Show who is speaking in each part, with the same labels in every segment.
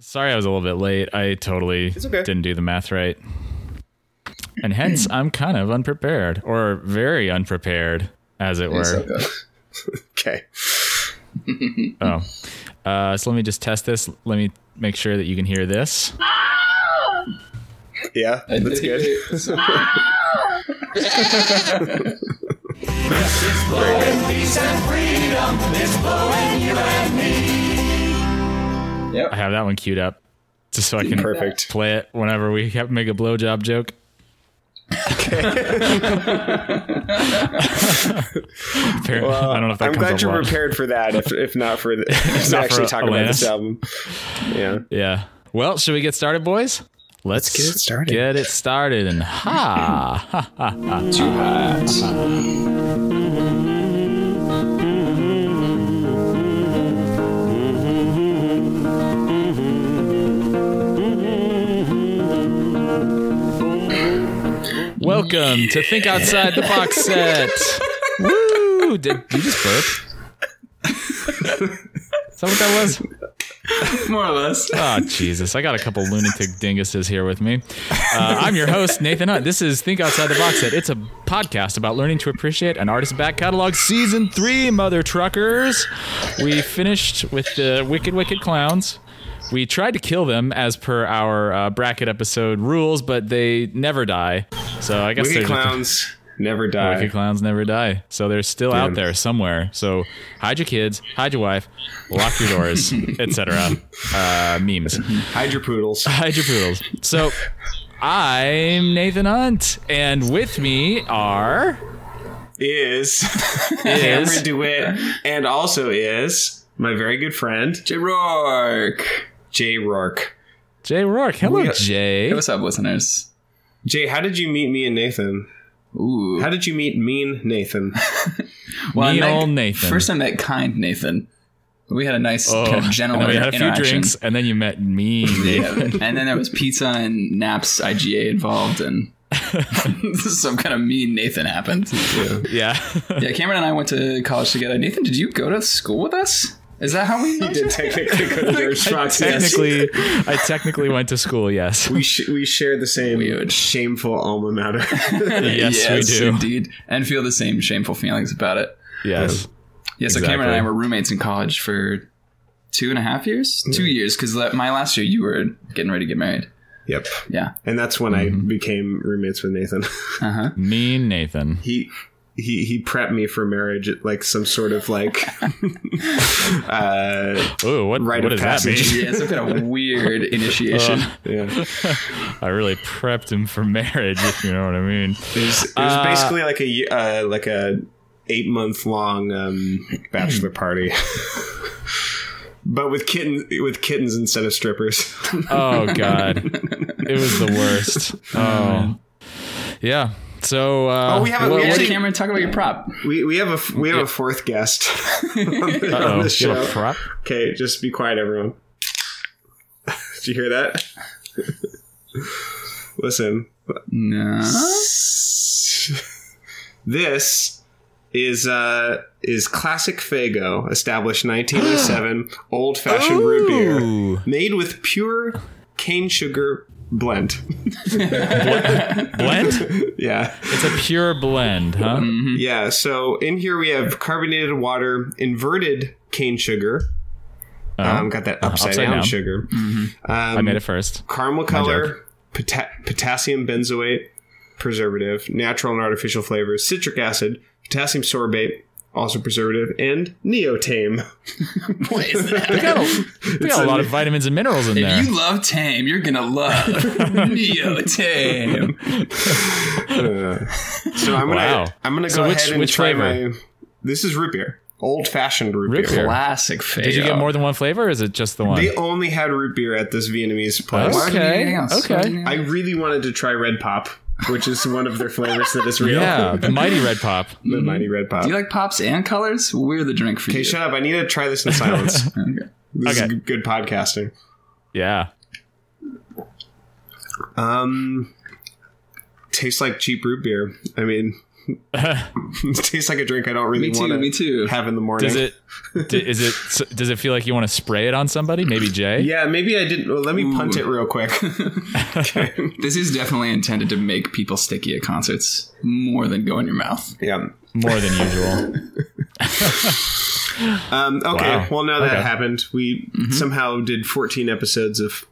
Speaker 1: Sorry, I was a little bit late. I totally
Speaker 2: It's okay.
Speaker 1: didn't do the math right. And hence, I'm kind of unprepared, or very unprepared, as it
Speaker 2: It's
Speaker 1: were.
Speaker 2: okay. okay.
Speaker 1: Oh. Uh, so let me just test this. Let me make sure that you can hear this.
Speaker 2: Yeah, that's good.
Speaker 1: I have that one queued up just so I can
Speaker 2: Perfect.
Speaker 1: play it whenever we have make a blowjob joke. Apparently,
Speaker 2: Well,
Speaker 1: I don't know if that
Speaker 2: I'm
Speaker 1: comes
Speaker 2: glad
Speaker 1: up
Speaker 2: you're
Speaker 1: live.
Speaker 2: prepared for that. If, if not for the, if
Speaker 1: not
Speaker 2: not actually
Speaker 1: for
Speaker 2: talk about this
Speaker 1: Alanis.
Speaker 2: album. Yeah.
Speaker 1: Yeah. Well, should we get started, boys? Let's,
Speaker 2: get it started.
Speaker 1: Get it started and ha.
Speaker 3: Too hot.
Speaker 1: Welcome to Think Outside the Box Set. Woo! Did you just burp? Is that what that was?
Speaker 3: More or less.
Speaker 1: Oh, Jesus. I got a couple lunatic dinguses here with me. Uh, I'm your host, Nathan Hunt. This is Think Outside the Box Set. It's a podcast about learning to appreciate an artist's back catalog, season three, Mother Truckers. We finished with the Wicked Wicked Clowns. We tried to kill them as per our uh, bracket episode rules, but they never die. So I guess
Speaker 2: Wicked
Speaker 1: they're just a-
Speaker 2: clowns never die.
Speaker 1: Oh, Wicked clowns never die. So they're still out
Speaker 2: Damn.
Speaker 1: there somewhere. So hide your kids, hide your wife, lock your doors, etc. Uh, memes.
Speaker 2: Hide your poodles.
Speaker 1: Hide your poodles. So I'm Nathan Hunt, and with me are
Speaker 2: Is Cameron DeWitt, and also is my very good friend
Speaker 3: J Rourke.
Speaker 2: Jay Rourke.
Speaker 1: Jay Rourke. Hello,
Speaker 2: We-
Speaker 1: Jay.
Speaker 3: Hey, what's up, listeners?
Speaker 2: Jay, how did you meet me and Nathan?
Speaker 3: Ooh.
Speaker 2: How did you meet Mean Nathan?
Speaker 3: I
Speaker 1: Me
Speaker 3: met-
Speaker 1: old Nathan. Oh,
Speaker 3: First, I met kind Nathan. We had a nice kind of general
Speaker 1: and then we had a few
Speaker 3: interaction.
Speaker 1: drinks, and then you met me.
Speaker 3: Yeah, and then there was pizza and Naps IGA involved, and some kind of mean Nathan happened.
Speaker 1: yeah.
Speaker 3: Yeah, Cameron and I went to college together. Nathan, did you go to school with us? Is that how we
Speaker 2: He did technically go to the response. yes.
Speaker 1: technically, I technically went to school. Yes.
Speaker 2: We, sh- we share the same
Speaker 3: Weird.
Speaker 2: shameful alma mater.
Speaker 1: Yes, we do.
Speaker 3: indeed, and feel the same shameful feelings about it.
Speaker 1: Yes.
Speaker 3: Yeah, so Cameron and I
Speaker 1: Exactly.
Speaker 3: were roommates in college for two and a half years, two years, because my last year you were getting ready to get married.
Speaker 2: yep.
Speaker 3: Yeah,
Speaker 2: And that's when I
Speaker 1: Mm-hmm.
Speaker 2: became roommates with Nathan.
Speaker 3: uh huh.
Speaker 1: Mean Nathan.
Speaker 2: he he he prepped me for marriage at like some sort of like uh
Speaker 1: Ooh, what,
Speaker 2: Rite
Speaker 1: what
Speaker 2: of
Speaker 1: does that mean?
Speaker 2: passage.
Speaker 3: Yeah, some kind of weird
Speaker 1: Uh,
Speaker 3: initiation.
Speaker 2: yeah
Speaker 1: I really prepped him for marriage, if you know what I mean.
Speaker 2: it was, it was
Speaker 1: Uh,
Speaker 2: basically like a ye- uh, like a eight month long um bachelor party but with kittens with kittens instead of strippers
Speaker 1: Oh god, it was the worst. Oh, yeah. So, uh,
Speaker 2: Oh, we have a-
Speaker 1: what-
Speaker 2: we
Speaker 1: what-
Speaker 3: Hey,
Speaker 2: actually-
Speaker 3: Cameron, talk about your prop.
Speaker 2: we we have a f- we have a fourth guest on the,
Speaker 1: uh-oh,
Speaker 2: on the
Speaker 1: you have
Speaker 2: show
Speaker 1: a prop?
Speaker 2: okay just be quiet everyone did you hear that listen
Speaker 3: No.
Speaker 2: this is uh is classic Fago, established 1907, old fashioned root beer,
Speaker 1: Ooh,
Speaker 2: made with pure cane sugar blend.
Speaker 1: blend.
Speaker 2: yeah,
Speaker 1: It's a pure blend, huh?
Speaker 2: yeah. So in here we have carbonated water, inverted cane sugar. Um, got that upside,
Speaker 1: Uh-huh. upside
Speaker 2: down,
Speaker 1: down. Mm-hmm.
Speaker 2: sugar. Um,
Speaker 1: I made it first.
Speaker 2: caramel color, pota- potassium benzoate, preservative, natural and artificial flavors, citric acid, potassium sorbate, also preservative, and neotame.
Speaker 3: What is that?
Speaker 1: We got a, we got a lot of vitamins and minerals in there.
Speaker 3: If you love Tame, you're gonna love Neo Tame.
Speaker 2: So I'm gonna
Speaker 1: Wow.
Speaker 2: I'm gonna go
Speaker 1: So which-
Speaker 2: ahead and
Speaker 1: which
Speaker 2: try
Speaker 1: flavor?
Speaker 2: my. This is root beer, old fashioned root,
Speaker 1: Root
Speaker 2: beer.
Speaker 1: beer.
Speaker 3: Classic fail.
Speaker 1: Did you get more than one flavor? Or is it just the one?
Speaker 2: They only had root beer at this Vietnamese place.
Speaker 3: Why would you do anything
Speaker 1: Okay.
Speaker 3: else? Why would you do
Speaker 1: Okay.
Speaker 2: I really wanted to try Red Pop, which is one of their flavors that is real.
Speaker 1: Yeah, the mighty red pop.
Speaker 2: the mighty Red Pop.
Speaker 3: Do you like pops and colors? We're the drink for
Speaker 2: okay,
Speaker 3: you.
Speaker 2: shut up! I need to try this in silence.
Speaker 3: Okay.
Speaker 2: This
Speaker 1: Okay.
Speaker 2: is g- good podcasting.
Speaker 1: Yeah.
Speaker 2: Um, tastes like cheap root beer. I mean, it tastes like a drink I don't really
Speaker 3: Me too,
Speaker 2: want
Speaker 3: me
Speaker 2: to
Speaker 3: too.
Speaker 2: have in the morning.
Speaker 1: Does it? d- Is it? s- Does it feel like you want to spray it on somebody? Maybe Jay.
Speaker 2: Yeah, maybe I didn't. Well, let me punt
Speaker 3: Ooh.
Speaker 2: it real quick.
Speaker 3: This is definitely intended to make people sticky at concerts more than go in your mouth.
Speaker 2: yeah.
Speaker 1: More than usual.
Speaker 2: Um, okay.
Speaker 1: Wow.
Speaker 2: Well, now that
Speaker 1: Okay.
Speaker 2: happened, we somehow did 14 episodes of.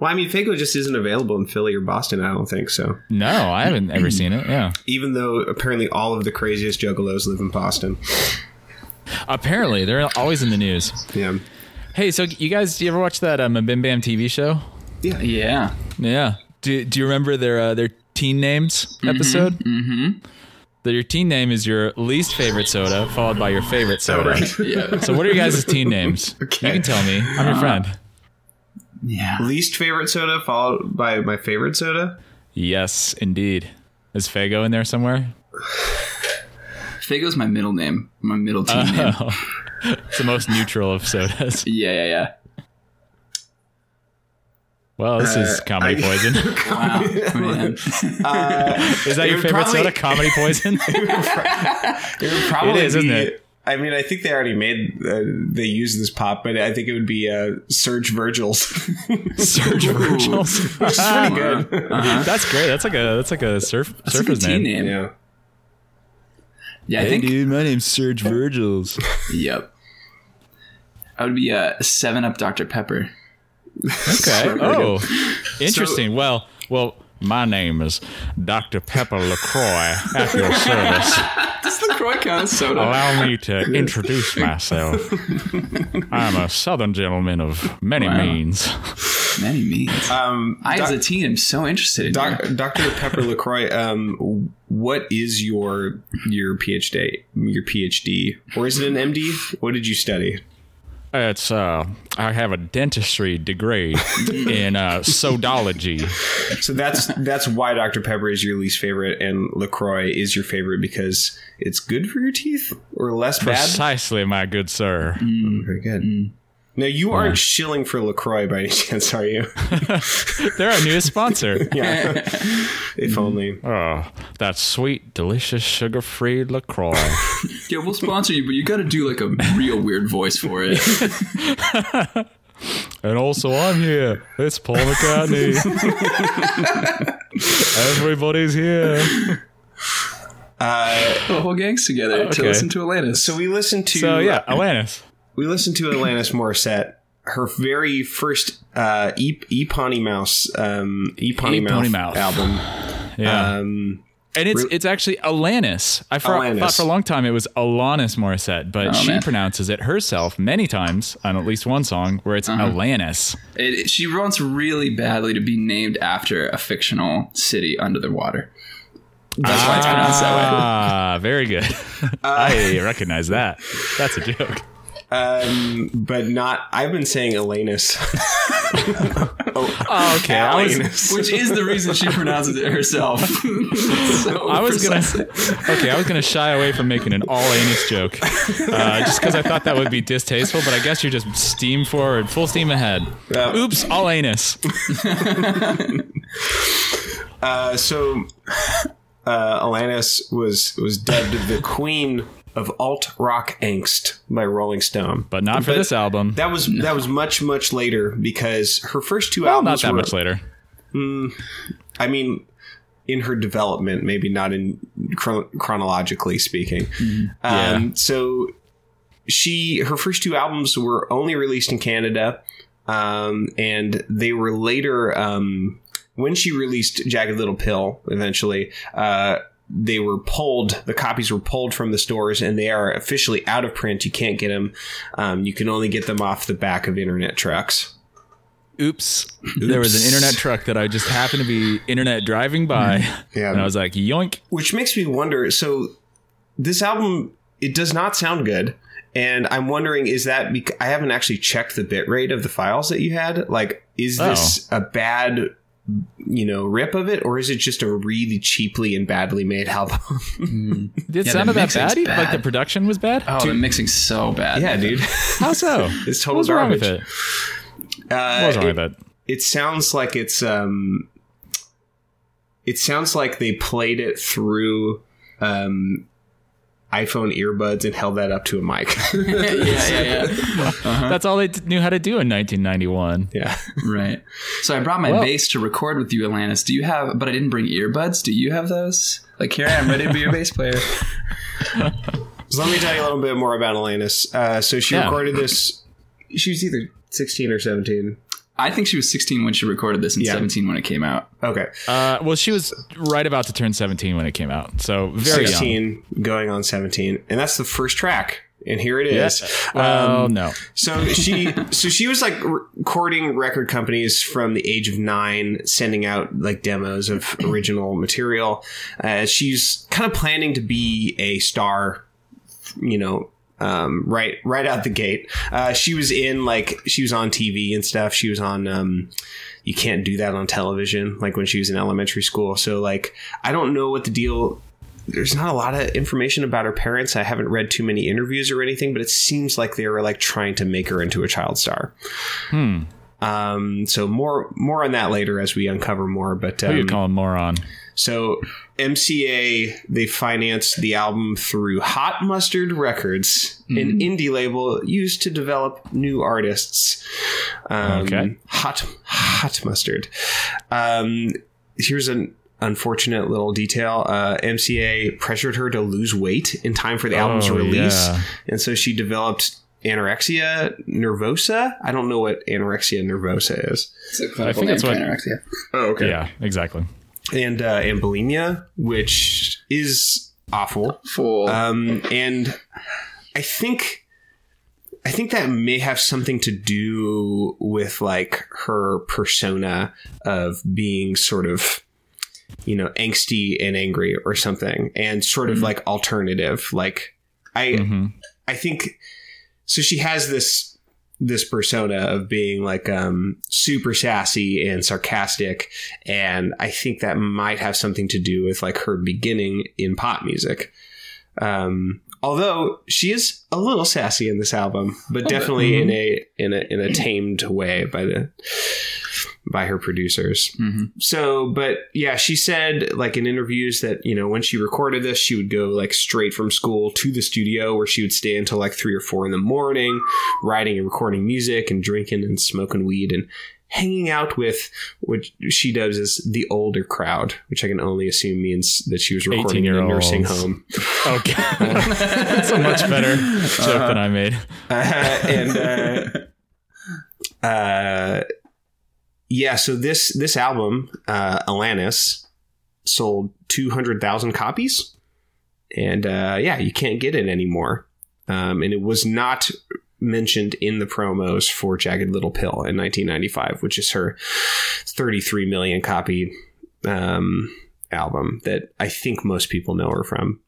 Speaker 2: Well, I mean, Fago just isn't available in Philly or Boston. I don't think so.
Speaker 1: No, I haven't ever seen it. Yeah.
Speaker 2: Even though apparently all of the craziest juggalos live in Boston.
Speaker 1: Apparently, they're always in the news.
Speaker 2: Yeah.
Speaker 1: Hey, so you guys, do you ever watch that um, Bim Bam TV show?
Speaker 3: Yeah.
Speaker 1: Yeah. Do Do you remember their uh, their teen names episode? Mm-hmm. Your teen name is your least favorite soda, followed by your favorite soda.
Speaker 3: Yeah.
Speaker 1: So, what are you guys' teen names? You can tell me. I'm your friend.
Speaker 3: yeah.
Speaker 2: Least favorite soda followed by my favorite soda.
Speaker 1: Yes, indeed. Is Fago in there somewhere?
Speaker 3: Fago's my middle name, my middle team
Speaker 1: Uh-huh.
Speaker 3: name.
Speaker 1: It's the most neutral of sodas.
Speaker 3: Yeah, yeah, yeah.
Speaker 1: Well, this is comedy
Speaker 2: I-
Speaker 1: poison.
Speaker 3: Wow, man.
Speaker 1: Is that your
Speaker 2: would
Speaker 1: favorite
Speaker 2: probably-
Speaker 1: soda? Comedy poison?
Speaker 2: It would probably
Speaker 1: It is, isn't
Speaker 2: be-
Speaker 1: it?
Speaker 2: Oh, I mean, I think they already made uh, they use this pop, but I think it would be uh, Serge Virgil's.
Speaker 1: Surge Virgil's.
Speaker 2: pretty good.
Speaker 1: That's great. That's like a that's like a surf
Speaker 3: That's Uh-huh. a good
Speaker 1: surfer's
Speaker 3: team
Speaker 1: name.
Speaker 3: name.
Speaker 2: yeah.
Speaker 3: Yeah, I think.
Speaker 1: dude, my name's Serge Virgil's.
Speaker 3: Yep. I would be a Seven Up Dr Pepper.
Speaker 1: Okay. Oh, interesting. well, well, my name is Dr. Pepper Lacroix. At your service,
Speaker 3: Does LaCroix count as soda?
Speaker 1: allow me to introduce myself. I'm a Southern gentleman of many
Speaker 3: Wow.
Speaker 1: means.
Speaker 3: Many means.
Speaker 2: Um,
Speaker 3: I,
Speaker 2: Doc-
Speaker 3: as a teen, am so interested in
Speaker 2: Doc,
Speaker 3: that.
Speaker 2: Dr. Pepper Lacroix, um, what is your your PhD? Your PhD, or is it an MD? What did you study?
Speaker 1: It's uh, I have a dentistry degree in uh, sodology.
Speaker 2: So that's that's why Dr. Pepper is your least favorite, and Lacroix is your favorite because it's good for your teeth or less bad.
Speaker 1: Precisely, my good sir.
Speaker 2: Very good. Now you aren't shilling for Lacroix by any chance, are you?
Speaker 1: They're our newest sponsor.
Speaker 2: Yeah. if only.
Speaker 1: Oh, that sweet, delicious, sugar-free Lacroix.
Speaker 3: Yeah, we'll sponsor you, but you got to do like a real weird voice for it.
Speaker 1: And also, I'm here. It's Paul McCartney. Everybody's here.
Speaker 3: the whole gang's together to
Speaker 1: Okay.
Speaker 3: listen to Atlantis.
Speaker 2: So we listened to uh,
Speaker 1: So yeah, Alanis.
Speaker 2: we listened to Alanis Morissette. Her very first uh, e, e Pawnee Mouse um, e Pawnee
Speaker 1: E
Speaker 2: Mouth,
Speaker 1: Pawnee Mouth.
Speaker 2: album.
Speaker 3: Uh,
Speaker 1: Yeah,
Speaker 2: Um,
Speaker 1: and it's it's actually Alanis. I for,
Speaker 2: Alanis.
Speaker 1: thought for a long time it was Alanis Morissette, but she
Speaker 3: Oh, man.
Speaker 1: pronounces it herself many times on at least one song where it's
Speaker 3: Uh-huh.
Speaker 1: Alanis.
Speaker 3: It, it- she wants really badly to be named after a fictional city under the water. That's why it's pronounced that way. Uh,
Speaker 1: Ah, very good. I recognize that. That's a joke.
Speaker 2: um, but not. I've been saying Alanis.
Speaker 1: Oh, okay, I was,
Speaker 2: Alanis.
Speaker 3: Which is the reason she pronounces it herself. So
Speaker 1: I was gonna
Speaker 3: precise.
Speaker 1: okay. I was gonna shy away from making an all anus joke, uh, just because I thought that would be distasteful. But I guess you're just steam forward, full steam ahead.
Speaker 2: Yeah.
Speaker 1: Oops, all anus.
Speaker 2: Uh, so uh, Alanis was was dubbed the Queen of Alt Rock Angst by Rolling Stone.
Speaker 1: But not for
Speaker 2: But
Speaker 1: this album.
Speaker 2: That was that was much much later because her first two
Speaker 1: not
Speaker 2: albums
Speaker 1: that
Speaker 2: were
Speaker 1: much later.
Speaker 2: I mean, in her development, maybe not in chron- chronologically speaking. Um, So she her first two albums were only released in Canada, um, and they were later um, when she released Jagged Little Pill. Eventually, uh, they were pulled. The copies were pulled from the stores, and they are officially out of print. You can't get them. Um, you can only get them off the back of internet trucks.
Speaker 1: Oops. There was an internet truck that I just happened to be internet driving by,
Speaker 2: Yeah,
Speaker 1: and I was like, yoink.
Speaker 2: which makes me wonder so this album it does not sound good and i'm wondering is that bec- i haven't actually checked the bitrate of the files that you had like is this a bad you know rip of it or is it just a really cheaply and badly made album
Speaker 1: Did it
Speaker 3: Yeah,
Speaker 1: sound
Speaker 3: the
Speaker 1: that
Speaker 3: mixing's
Speaker 1: bad? Like
Speaker 3: bad.
Speaker 1: the production was bad?
Speaker 3: Oh, the mixing's so bad.
Speaker 2: yeah dude
Speaker 1: How so?
Speaker 2: it's
Speaker 1: what
Speaker 2: total
Speaker 1: was wrong with
Speaker 2: garbage
Speaker 1: it? What
Speaker 2: uh,
Speaker 1: was wrong
Speaker 2: it,
Speaker 1: with it?
Speaker 2: it sounds like it's um it sounds like they played it through um, iPhone earbuds and held that up to a mic.
Speaker 3: yeah, yeah, yeah.
Speaker 1: That's all they d- knew how to do in 1991.
Speaker 2: yeah.
Speaker 3: Right. So I brought my
Speaker 1: Well-
Speaker 3: bass to record with you, Alanis. Do you have? But I didn't bring earbuds. Do you have those? Like here I am, ready to be your bass player.
Speaker 2: So let me tell you a little bit more about Alanis. Uh, so she
Speaker 1: Yeah.
Speaker 2: recorded this. She was either 16 or 17.
Speaker 3: I think she was 16 when she recorded this, and
Speaker 2: Yeah.
Speaker 3: 17 when it came out.
Speaker 2: Okay.
Speaker 1: Uh, well, she was right about to turn 17 when it came out, so very young.
Speaker 2: 16, going on 17. And that's the first track. And here it
Speaker 1: Yeah.
Speaker 2: is. Um,
Speaker 1: Well, Um, no.
Speaker 2: So she, so she was like recording record companies from the age of nine, sending out like demos of original material. Uh, she's kind of planning to be a star, you know, um, right, right out the gate. Uh, she was in like she was on TV and stuff. She was on. Um, you can't do that on television, like when she was in elementary school. So like, I don't know what the deal there's not a lot of information about her parents. I haven't read too many interviews or anything, but it seems like they were like trying to make her into a child star.
Speaker 1: Hmm.
Speaker 2: Um, so more more on that later as we uncover more. But
Speaker 1: Who you
Speaker 2: um,
Speaker 1: calling moron?
Speaker 2: so MCA they financed the album through Hot Mustard Records,
Speaker 1: Mm-hmm.
Speaker 2: an indie label used to develop new artists. Um,
Speaker 1: Okay.
Speaker 2: Hot Hot Mustard. Um, here's an unfortunate little detail. Uh, MCA pressured her to lose weight in time for the album's
Speaker 1: Oh,
Speaker 2: release,
Speaker 1: yeah.
Speaker 2: and so she developed anorexia nervosa. I don't know what anorexia nervosa is.
Speaker 3: It's a
Speaker 1: I think name that's for what-
Speaker 3: anorexia.
Speaker 2: Oh, okay
Speaker 1: Yeah, exactly.
Speaker 2: and uh, and bulimia, which is awful.
Speaker 3: Full.
Speaker 2: Um, and I think I think that may have something to do with like her persona of being sort of you know angsty and angry or something, and sort of like alternative. Like I
Speaker 1: hmm
Speaker 2: I think so. She has this this persona of being like um, super sassy and sarcastic, and I think that might have something to do with like her beginning in pop music. Um, although she is a little sassy in this album, but definitely in a in a in a tamed way by the by her producers
Speaker 3: hmm
Speaker 2: so but yeah she said like in interviews that you know when she recorded this she would go like straight from school to the studio where she would stay until like three or four in the morning writing and recording music and drinking and smoking weed and hanging out with what she dubs as the older crowd which i can only assume means that she was recording in a nursing
Speaker 1: 18-year-olds.
Speaker 2: home
Speaker 1: Okay, that's a much better
Speaker 2: Uh-huh.
Speaker 1: joke than I made.
Speaker 2: uh, and uh, uh, yeah, so this this album, uh, Alanis, sold two hundred thousand copies, and uh, yeah, you can't get it anymore. Um, and it was not mentioned in the promos for Jagged Little Pill in 1995, which is her 33 million copy um, album that I think most people know her from.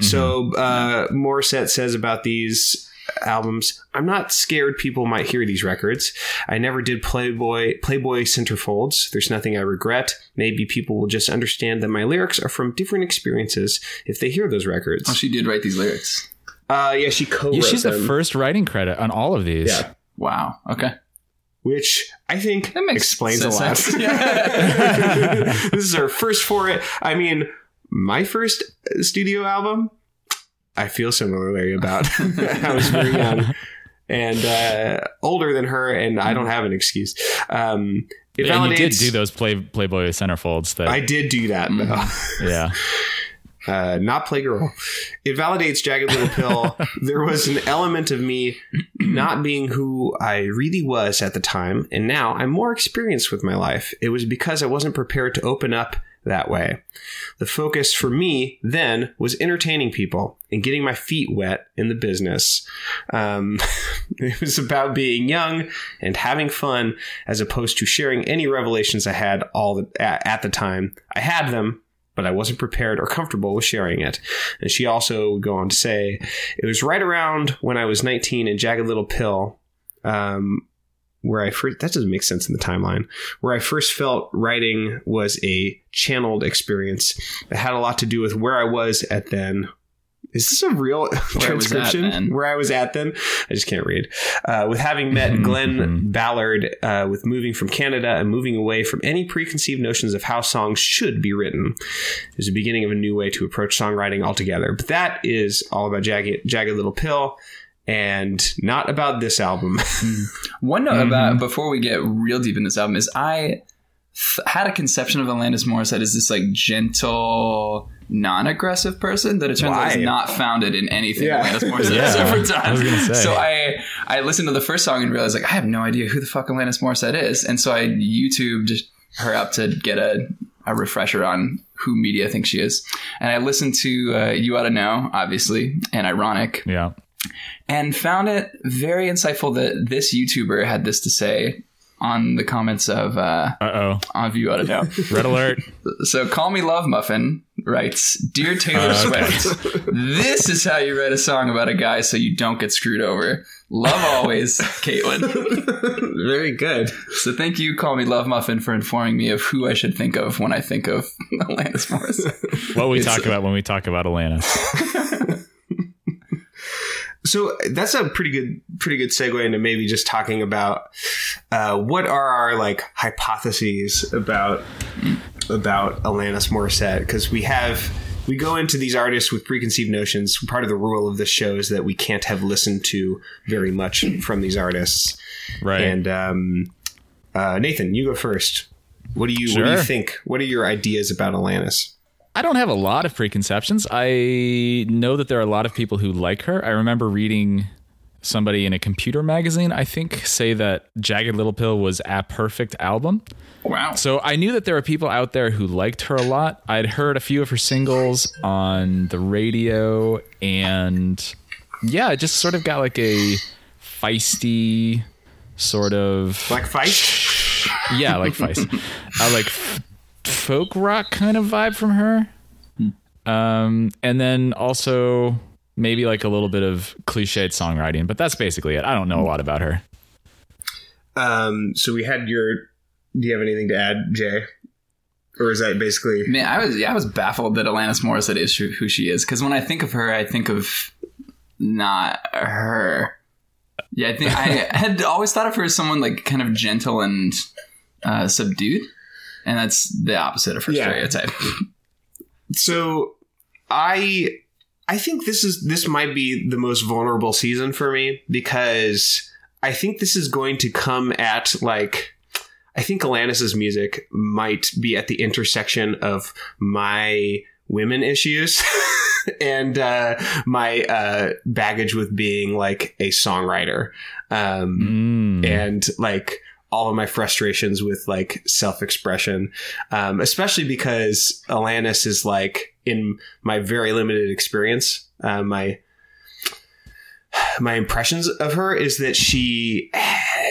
Speaker 2: So uh, Morissette says about these albums, I'm not scared people might hear these records. I never did Playboy Playboy centerfolds. There's nothing I regret. Maybe people will just understand that my lyrics are from different experiences if they hear those records.
Speaker 3: Oh, she did write these lyrics.
Speaker 2: uh, yeah, she co-wrote
Speaker 1: Yeah, she's the
Speaker 2: them,
Speaker 1: first writing credit on all of these.
Speaker 2: Yeah.
Speaker 3: Wow. Okay.
Speaker 2: which I think
Speaker 3: That makes
Speaker 2: explains a
Speaker 3: sense.
Speaker 2: lot. this is her first foray. I mean, my first uh, studio album. I feel similarly about. I was very young and uh, older than her, and I don't have an excuse. Um, it
Speaker 1: and Mm-hmm. you did
Speaker 2: validates-
Speaker 1: do Mm-hmm. those play Playboy centerfolds. That
Speaker 2: I did do that, though.
Speaker 1: yeah,
Speaker 2: uh, not Playgirl. It validates Jagged Little Pill. there was an element of me not being who I really was at the time, and now I'm more experienced with my life. It was because I wasn't prepared to open up that way. The focus for me then was entertaining people and getting my feet wet in the business. Um, it was about being young and having fun as opposed to sharing any revelations I had all the, at, at the time. I had them, but I wasn't prepared or comfortable with sharing it. And she also would go on to say, it was right around when I was 19 in Jagged Little Pill, um, where I first, that doesn't make sense in the timeline, where I first felt writing was a channeled experience that had a lot to do with where I was at then Is this a real transcription
Speaker 3: at, man?
Speaker 2: where I was at then? I just can't read. Uh, with having met Glenn Ballard, uh, with moving from Canada and moving away from any preconceived notions of how songs should be written, is the beginning of a new way to approach songwriting altogether. But that is all about Jagged, Jagged Little Pill and not about this album.
Speaker 3: One note
Speaker 1: Mm-hmm.
Speaker 3: about before we get real deep in this album is I th- had a conception of Alanis Morissette as this like gentle, non-aggressive person that it turns out
Speaker 2: Why?
Speaker 3: is not founded in anything
Speaker 2: Yeah.
Speaker 3: Alanis Morissette has
Speaker 1: Yeah,
Speaker 3: ever done.
Speaker 1: I was gonna say.
Speaker 3: So I I listened to the first song and realized like I have no idea who the fuck Alanis Morissette is, and so I YouTubed her up to get a a refresher on who media thinks she is, and I listened to uh, You Oughta Know, obviously, and Ironic,
Speaker 1: Yeah.
Speaker 3: and found it very insightful that this YouTuber had this to say on the comments of uh,
Speaker 1: Uh oh.
Speaker 3: on View Out of Now.
Speaker 1: Red alert.
Speaker 3: so, Call Me Love Muffin writes, "Dear
Speaker 2: Uh,
Speaker 3: Taylor Swift, this is how you write a song about a guy so you don't get screwed over. Love always, Caitlin."
Speaker 2: Very good.
Speaker 3: So, thank you, Call Me Love Muffin, for informing me of who I should think of when I think of Alanis Morris.
Speaker 1: What we talk about when we talk about Alanis.
Speaker 2: So that's a pretty good, pretty good segue into maybe just talking about uh, what are our like hypotheses about about Alanis Morissette because we have we go into these artists with preconceived notions. Part of the rule of this show is that we can't have listened to very much from these artists.
Speaker 1: Right.
Speaker 2: And um, uh, Nathan, you go first. What do you What do you
Speaker 1: Sure.
Speaker 2: think? What are your ideas about Alanis?
Speaker 1: I don't have a lot of preconceptions. I know that there are a lot of people who like her. I remember reading somebody in a computer magazine, I think, say that Jagged Little Pill was a perfect album.
Speaker 3: wow.
Speaker 1: So I knew that there were people out there who liked her a lot. I'd heard a few of her singles on the radio, and yeah, it just sort of got like a feisty sort of
Speaker 2: Black Fight.
Speaker 1: yeah, like feist, uh, like f- folk rock kind of vibe from her. Um, and then also maybe like a little bit of cliched songwriting, but that's basically it. I don't know a lot about her.
Speaker 2: Um, so we had your. Do you have anything to add, Jay? Or is that basically?
Speaker 3: Man, I was yeah, I was baffled that Alanis Morissette is who who she is because when I think of her, I think of not her. Yeah, I think I had always thought of her as someone like kind of gentle and uh, subdued, and that's the opposite of her
Speaker 2: Yeah.
Speaker 3: stereotype.
Speaker 2: So, I I think this is this might be the most vulnerable season for me because I think this is going to come at like I think Alanis's music might be at the intersection of my women issues and uh, my uh, baggage with being like a songwriter. Um,
Speaker 1: Mm.
Speaker 2: and like all of my frustrations with like self-expression um, especially because alanis is like in my very limited experience uh, my my impressions of her is that she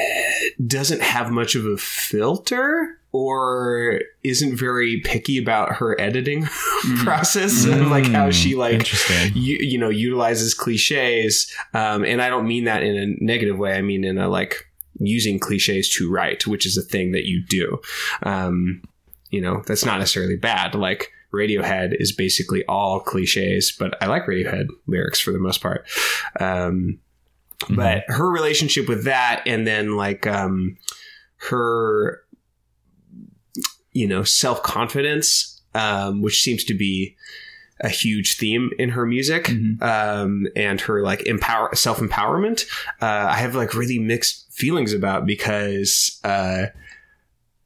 Speaker 2: doesn't have much of a filter or isn't very picky about her editing
Speaker 3: Mm-hmm.
Speaker 2: process and like how she like
Speaker 1: interesting.
Speaker 2: you, you know utilizes cliches um, and i don't mean that in a negative way i mean in a like using cliches to write which is a thing that you do um, you know that's not necessarily bad like radiohead is basically all cliches but i like radiohead lyrics for the most part um,
Speaker 1: Mm-hmm.
Speaker 2: but her relationship with that and then like um, her you know self-confidence um, which seems to be a huge theme in her music
Speaker 3: Mhm.
Speaker 2: um, and her like empower self-empowerment uh, i have like really mixed feelings about because uh,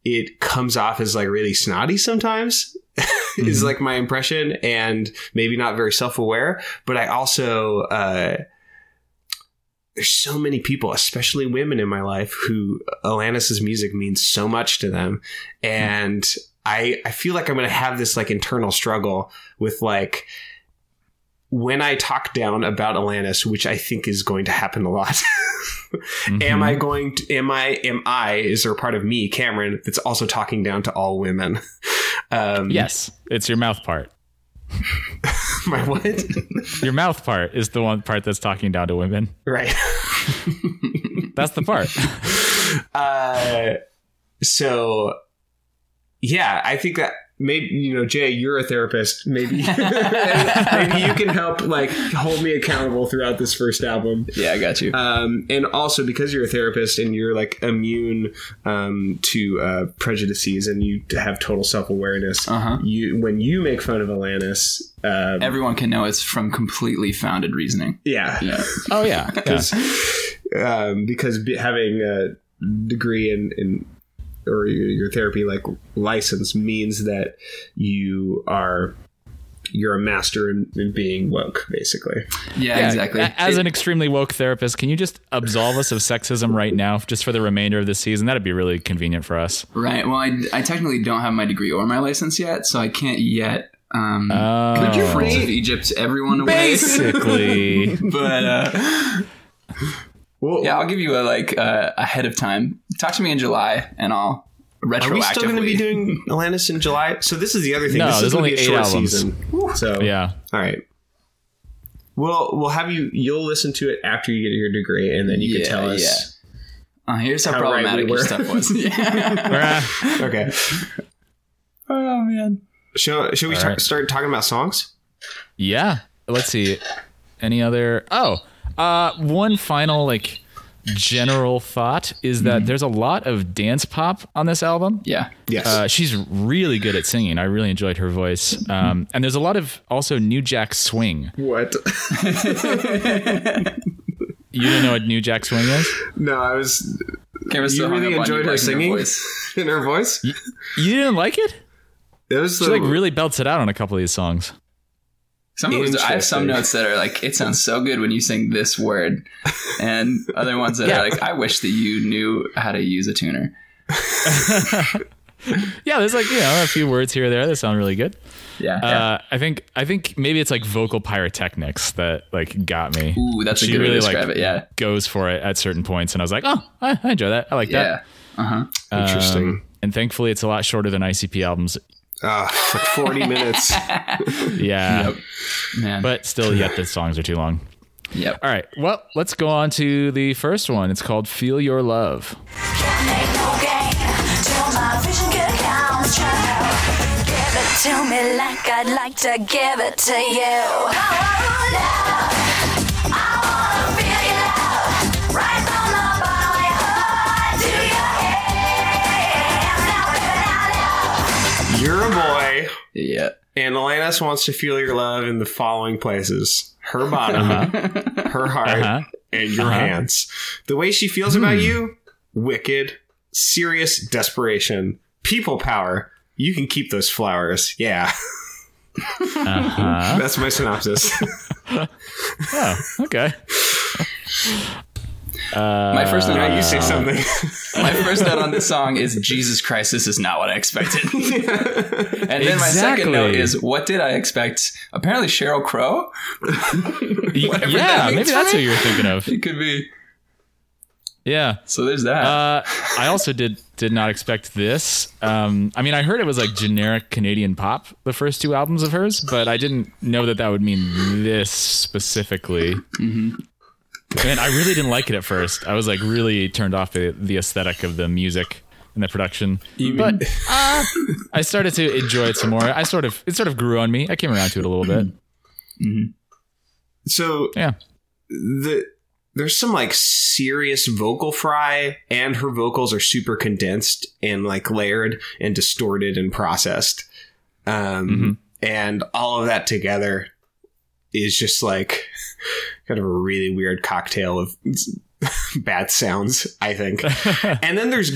Speaker 2: it comes off as like really snotty sometimes is like my impression and maybe not very self-aware but i also uh there's so many people especially women in my life who alanis's music means so much to them and i i feel like i'm gonna have this like internal struggle with like when i talk down about alanis which i think is going to happen a lot am i going to am i am i is there a part of me cameron that's also talking down to all women um
Speaker 1: Mm-hmm. Yes, it's your mouth part.
Speaker 2: my what
Speaker 1: Your mouth part is the one part that's talking down to women.
Speaker 2: right
Speaker 1: That's the part.
Speaker 2: uh so yeah i think that maybe you know jay you're a therapist maybe maybe you can help like hold me accountable throughout this first album
Speaker 3: Yeah, I got you.
Speaker 2: um, and also because you're a therapist and you're like immune um, to uh, prejudices and you have total self-awareness
Speaker 3: Uh-huh.
Speaker 2: you when you make fun of alanis um,
Speaker 3: Everyone can know it's from completely founded reasoning.
Speaker 2: yeah,
Speaker 3: Yeah.
Speaker 1: Oh yeah, yeah.
Speaker 2: um, because be, having a degree in, in or your, your therapy like license means that you are you're a master in, in being woke basically
Speaker 3: Yeah,
Speaker 1: Yeah,
Speaker 3: exactly.
Speaker 1: a- As
Speaker 3: It-
Speaker 1: an extremely woke therapist, can you just absolve us of sexism right now, just for the remainder of the season? That'd be really convenient for us.
Speaker 3: right. Well, I, I technically don't have my degree or my license yet, so I can't yet. Um,
Speaker 1: Oh.
Speaker 3: could you Prince of Egypt everyone away?
Speaker 1: Basically,
Speaker 3: But uh,
Speaker 2: well
Speaker 3: yeah, I'll give you a like uh, ahead of time. Talk to me in July, and I'll retroactively.
Speaker 2: Are we still going to be doing Alanis in July? So this is the other thing.
Speaker 1: No,
Speaker 2: this
Speaker 1: there's
Speaker 2: is gonna
Speaker 1: only
Speaker 2: be a
Speaker 1: eight
Speaker 2: short
Speaker 1: albums.
Speaker 2: season. So
Speaker 1: yeah.
Speaker 2: all right. Well, we'll have you. You'll listen to it after you get your degree, and then you
Speaker 3: Yeah,
Speaker 2: can tell us.
Speaker 3: yeah. Uh, here's how,
Speaker 2: How right
Speaker 3: problematic
Speaker 2: we
Speaker 3: your
Speaker 2: were.
Speaker 3: stuff was. Yeah.
Speaker 1: Eh,
Speaker 2: Okay.
Speaker 3: oh man.
Speaker 2: Shall, shall we ta-
Speaker 1: right.
Speaker 2: start talking about songs?
Speaker 1: Yeah. Let's see. Any other? Oh, uh, one final like general thought is that there's a lot of dance pop on this album.
Speaker 3: Yeah.
Speaker 2: Yes.
Speaker 1: Uh, she's really good at singing. I really enjoyed her voice. Um, and there's a lot of also New Jack Swing.
Speaker 2: what?
Speaker 1: You don't know what New Jack Swing is?
Speaker 2: no, I was
Speaker 3: Camera's
Speaker 2: You
Speaker 3: still hung
Speaker 2: really
Speaker 3: up on
Speaker 2: enjoyed her
Speaker 3: liking
Speaker 2: singing?
Speaker 3: voice.
Speaker 2: in her voice.
Speaker 1: You didn't like it?
Speaker 2: It was
Speaker 1: She
Speaker 2: the-
Speaker 1: like really belts it out on a couple of these songs.
Speaker 3: Some of it was, I have some
Speaker 2: Interesting.
Speaker 3: notes that are like, it sounds so good when you sing this word, and other ones that
Speaker 1: Yeah.
Speaker 3: are like, I wish that you knew how to use a tuner.
Speaker 1: Yeah, there's like you know a few words here or there that sound really good.
Speaker 3: Yeah.
Speaker 1: Uh, I think I think maybe it's like vocal pyrotechnics that like got me.
Speaker 3: Ooh, that's a
Speaker 1: she
Speaker 3: good
Speaker 1: really
Speaker 3: way to describe
Speaker 1: like
Speaker 3: it. Yeah.
Speaker 1: goes for it at certain points, and I was like, oh, I, I enjoy that. I like
Speaker 3: Yeah.
Speaker 1: that.
Speaker 3: Uh huh.
Speaker 1: Um,
Speaker 2: Interesting.
Speaker 1: and thankfully, it's a lot shorter than ICP albums.
Speaker 2: Ah, it's like forty minutes.
Speaker 1: Yeah,
Speaker 3: Man.
Speaker 1: but still, yet the songs are too long.
Speaker 3: yep.
Speaker 1: All right, well, let's go on to the first one. It's called "Feel Your Love."
Speaker 4: Make no gain till my vision can come true. Give it to me like I'd like to give it to you. I want love. I wanna feel your love. Right from the bottom of your heart to your head. Now
Speaker 2: You're
Speaker 4: living out loud.
Speaker 2: a boy,
Speaker 3: Yeah.
Speaker 2: and Alanis wants to feel your love in the following places: her bottom, her heart,
Speaker 1: Uh-huh. Hmm.
Speaker 2: and your hands. The way she feels about you, wicked, serious desperation, people power. You can keep those flowers. Yeah,
Speaker 1: Uh-huh.
Speaker 2: that's my synopsis.
Speaker 1: oh, okay.
Speaker 3: My first note.
Speaker 2: now you
Speaker 1: Uh,
Speaker 2: say something.
Speaker 3: My first note on this song is Jesus Christ, this is not what I expected. and then my second
Speaker 1: Exactly.
Speaker 3: note is what did I expect? Apparently Cheryl Crow? Whatever that
Speaker 1: yeah,
Speaker 3: means
Speaker 1: maybe
Speaker 3: for
Speaker 1: that's
Speaker 3: me.
Speaker 1: what you were thinking of.
Speaker 3: It could be.
Speaker 1: Yeah.
Speaker 3: So there's that.
Speaker 1: Uh, I also did did not expect this. Um, I mean, I heard it was like generic Canadian pop, the first two albums of hers, but I didn't know that that would mean this specifically.
Speaker 3: Mm-hmm.
Speaker 1: And I really didn't like it at first. I was like really turned off by the aesthetic of the music and the production. but uh, I started to enjoy it some more. I sort of it sort of grew on me. I came around to it a little bit.
Speaker 2: so
Speaker 1: Yeah.
Speaker 2: the there's some like serious vocal fry, and her vocals are super condensed and like layered and distorted and processed. Um, and all of that together is just like kind of a really weird cocktail of bad sounds, I think. and then there's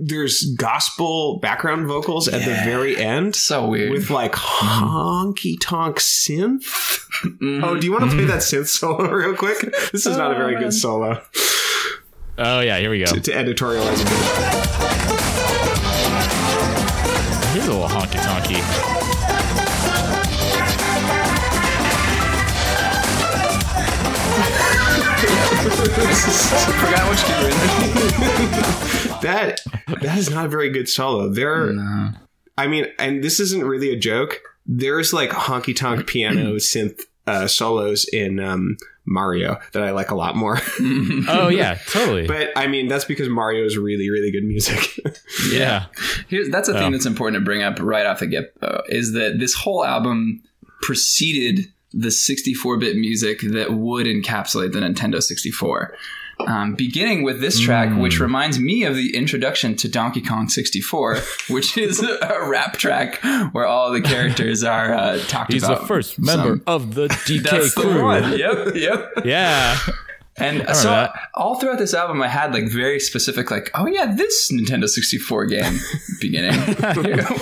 Speaker 2: there's gospel background vocals at the very end
Speaker 3: so weird.
Speaker 2: with like honky tonk synth.
Speaker 3: Mhm.
Speaker 2: Oh, do you want to play that synth solo real quick? This is not a very good solo
Speaker 1: Oh yeah, here we go.
Speaker 2: to editorialize. a bit.
Speaker 1: Here's a little honky tonky.
Speaker 3: I forgot which key we're in.
Speaker 2: That that is not a very good solo. There, I mean, and this isn't really a joke. There's like honky tonk piano synth uh, solos in um, Mario that I like a lot more.
Speaker 1: Oh yeah, totally.
Speaker 2: but I mean, that's because Mario is really, really good music.
Speaker 1: yeah.
Speaker 3: Here's, that's a thing that's important to bring up right off the get though, is that this whole album preceded the 64-bit music that would encapsulate the Nintendo 64. Um, beginning with this track, which
Speaker 1: Mm.
Speaker 3: reminds me of the introduction to Donkey Kong 64, which is a rap track where all the characters are uh, talked
Speaker 1: He's the
Speaker 3: about.
Speaker 1: first member
Speaker 3: Some-
Speaker 1: of the DK
Speaker 3: That's the
Speaker 1: crew.
Speaker 3: one. Yep, yep.
Speaker 1: Yeah.
Speaker 3: And so
Speaker 1: that.
Speaker 3: all throughout this album, I had like very specific, like, oh yeah, this Nintendo 64 game beginning,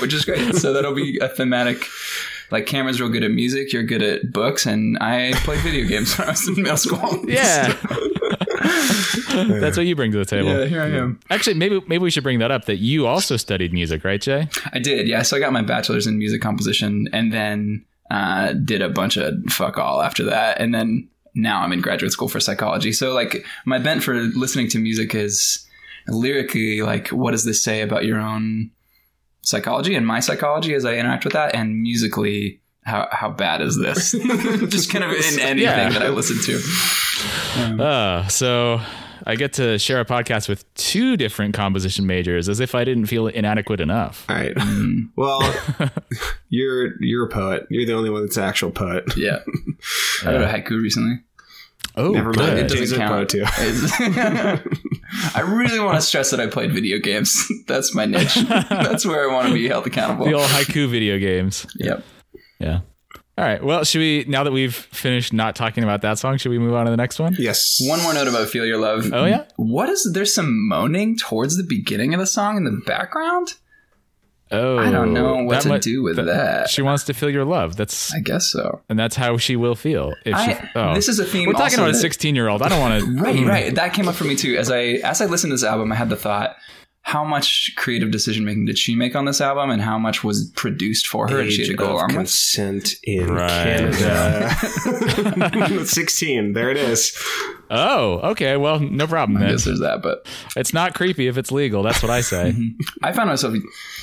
Speaker 3: which is great. So that'll be a thematic. Like Cameron's real good at music, you're good at books, and I played video games when I was in middle school.
Speaker 1: Yeah. That's what you bring to the table.
Speaker 3: yeah, here I am.
Speaker 1: Actually, maybe maybe we should bring that up that you also studied music, right, Jay?
Speaker 3: I did, yeah. So I got my bachelor's in music composition, and then uh, did a bunch of fuck all after that, and then now I'm in graduate school for psychology. So like my bent for listening to music is lyrically like, what does this say about your own psychology and my psychology as I interact with that, and musically. How, how bad is this? Just kind of in anything
Speaker 1: Yeah.
Speaker 3: that I listen to.
Speaker 1: Uh, so I get to share a podcast with two different composition majors as if I didn't feel inadequate enough.
Speaker 2: All right.
Speaker 3: Mm.
Speaker 2: Well, you're you're a poet. You're the only one that's an actual poet.
Speaker 3: Yeah. I wrote a haiku recently.
Speaker 1: Oh,
Speaker 2: Never
Speaker 3: It
Speaker 2: mind. It
Speaker 3: doesn't
Speaker 2: doesn't
Speaker 3: count.
Speaker 2: poet too.
Speaker 3: I really want to stress that I played video games. That's my niche. That's where I want to be held accountable.
Speaker 1: The old haiku video games.
Speaker 3: Yep.
Speaker 1: Yeah. All right. Well, should we now that we've finished not talking about that song, should we move on to the next one?
Speaker 2: Yes.
Speaker 3: One more note about Feel Your Love.
Speaker 1: Oh, yeah?
Speaker 3: What is there's some moaning towards the beginning of the song in the background?
Speaker 1: Oh,
Speaker 3: I don't know what
Speaker 1: that
Speaker 3: to
Speaker 1: mu-
Speaker 3: do with
Speaker 1: th-
Speaker 3: that.
Speaker 1: She wants to feel your love. That's
Speaker 3: I guess so.
Speaker 1: and that's how she will feel. If
Speaker 3: I-
Speaker 1: she, oh.
Speaker 3: this is a theme
Speaker 1: We're talking
Speaker 3: also
Speaker 1: about a Mm.
Speaker 3: that-
Speaker 1: 16 year old. I don't want to.
Speaker 3: Right, right. That came up for me too. As I as I listened to this album, I had the thought, how much creative decision making did she make on this album and how much was produced for her and she
Speaker 2: Age
Speaker 3: had to go
Speaker 2: of
Speaker 3: along with?
Speaker 2: consent in
Speaker 1: Right.
Speaker 2: Canada. Sixteen. There it is.
Speaker 1: Oh, okay. Well, no problem
Speaker 3: I
Speaker 1: then.
Speaker 3: guess there's that, but
Speaker 1: It's not creepy if it's legal. That's what I say.
Speaker 3: I found myself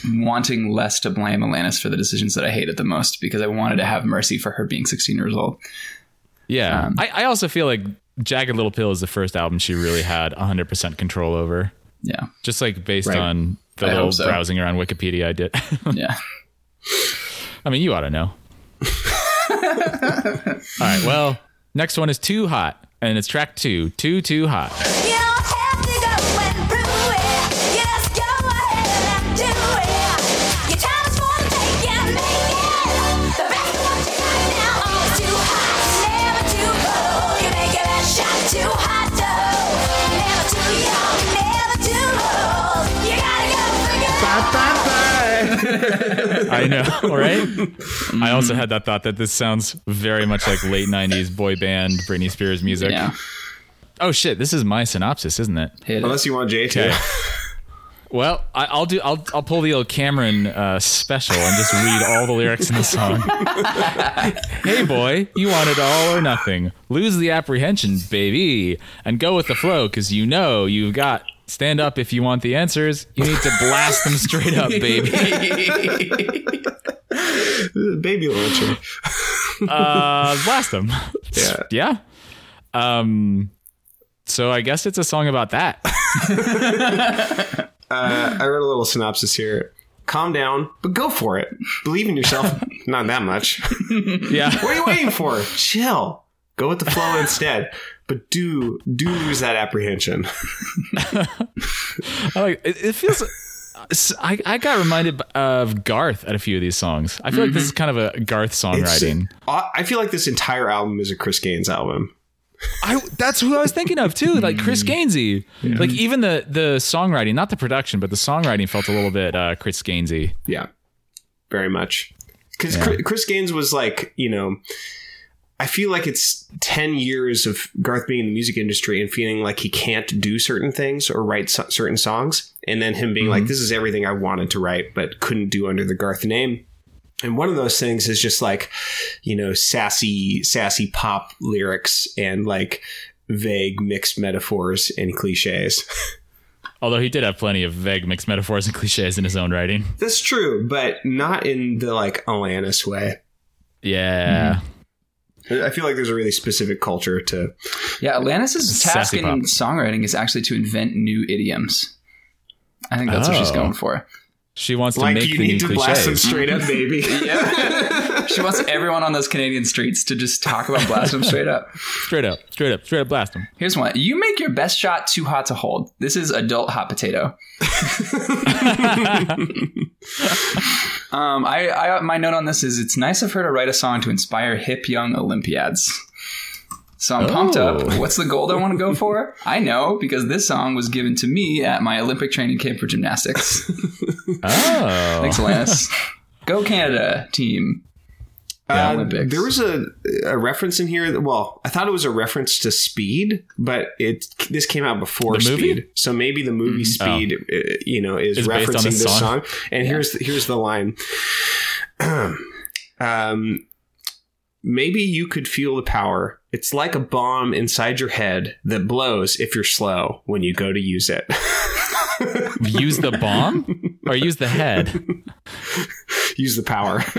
Speaker 3: wanting less to blame Alanis for the decisions that I hated the most because I wanted to have mercy for her being 16 years old.
Speaker 1: Yeah.
Speaker 3: Um,
Speaker 1: I, I also feel like Jagged Little Pill is the first album she really had 100% control over.
Speaker 3: Yeah.
Speaker 1: Just like based
Speaker 2: Right.
Speaker 1: on the
Speaker 3: I hope
Speaker 1: little
Speaker 3: so.
Speaker 1: browsing around Wikipedia I did.
Speaker 3: Yeah.
Speaker 1: I mean, you ought to know. All right. Well, next one is Too Hot, and it's track two. Too, too hot.
Speaker 4: You don't have to go and prove it. Just go ahead and do it. Your time is for the taking, make it. The best of what you got now always too hot, never too cold. You make your best shot too hot though. Never too young, never too old. You gotta go for gold.
Speaker 1: I know, right? I also
Speaker 3: Mm-hmm.
Speaker 1: had that thought that this sounds very much like late 90s boy band Britney Spears music.
Speaker 3: Yeah.
Speaker 1: Oh, shit. This is my synopsis, isn't it?
Speaker 3: Hit it.
Speaker 2: Unless you want Jay to.
Speaker 1: Okay. Well, I, I'll do. I'll, I'll pull the old Cameron uh, special and just read all the lyrics in the song. hey, boy, you want it all or nothing. Lose the apprehension, baby, and go with the flow, cause you know you've got. Stand up if you want the answers. You need to blast them straight up, baby.
Speaker 2: Baby launcher.
Speaker 1: Uh, blast them.
Speaker 2: Yeah.
Speaker 1: Yeah. Um. So I guess it's a song about that.
Speaker 2: Uh, I wrote a little synopsis here. Calm down, but go for it. Believe in yourself. Not that much.
Speaker 1: Yeah.
Speaker 2: What are you waiting for? Chill. Go with the flow instead. But do do lose that apprehension.
Speaker 1: I like Oh, it, it feels. uh, s- I, I got reminded of Garth at a few of these songs. I feel like this is kind of a Garth
Speaker 2: Mm-hmm. It's-
Speaker 1: songwriting.
Speaker 2: Uh, I I feel like this entire album is a Chris Gaines album.
Speaker 1: I that's who I was thinking of too, like Chris
Speaker 2: Mm-hmm.
Speaker 1: Gainsey. Like even the the songwriting, not the production, but the songwriting felt a little bit uh, Chris Gainsey.
Speaker 2: Yeah, very much. Because Chris Gaines was like, you know, I feel like it's 10 years of Garth being in the music industry and feeling like he can't do certain things or write so- certain songs. And then him being like, this is everything I wanted to write, but couldn't do under the Garth name. And one of those things is just like, you know, sassy, sassy pop lyrics and like vague mixed metaphors and cliches.
Speaker 1: Although he did have plenty of vague mixed metaphors and cliches in his own writing.
Speaker 2: That's true, but not in the like Alanis way.
Speaker 1: Yeah.
Speaker 2: I feel like there's a really specific culture to.
Speaker 3: Yeah, Atlantis' task
Speaker 1: Sassy
Speaker 3: in
Speaker 1: pop.
Speaker 3: songwriting is actually to invent new idioms. I think that's what she's
Speaker 1: Oh.
Speaker 3: going for.
Speaker 1: She wants to
Speaker 2: Like,
Speaker 1: make
Speaker 2: you
Speaker 1: the new
Speaker 2: need to blast them
Speaker 1: cliches.
Speaker 2: straight up, baby.
Speaker 3: She wants everyone on those Canadian streets to just talk about blast them straight up.
Speaker 1: Straight up, straight up, straight up blast them.
Speaker 3: Here's one. You make your best shot too hot to hold. This is adult hot potato. um, I, I my note on this is it's nice of her to write a song to inspire hip young Olympiads. So I'm pumped up.
Speaker 1: Oh.
Speaker 3: What's the gold I want to go for? I know because this song was given to me at my Olympic training camp for gymnastics.
Speaker 1: Oh.
Speaker 3: Thanks, Alanis. go Canada team.
Speaker 2: Uh,
Speaker 3: Olympics.
Speaker 2: There was a a reference in here. That, well, I thought it was a reference to Speed, but it this came out before
Speaker 1: The movie?
Speaker 2: Speed, so maybe the movie Speed, uh, you know, is
Speaker 1: Is based on
Speaker 2: referencing
Speaker 1: this
Speaker 2: this
Speaker 1: song?
Speaker 2: song. And here's the, here's the line. um, maybe you could feel the power. It's like a bomb inside your head that blows if you're slow when you go to use it.
Speaker 1: Use the bomb or use the head.
Speaker 2: use the power.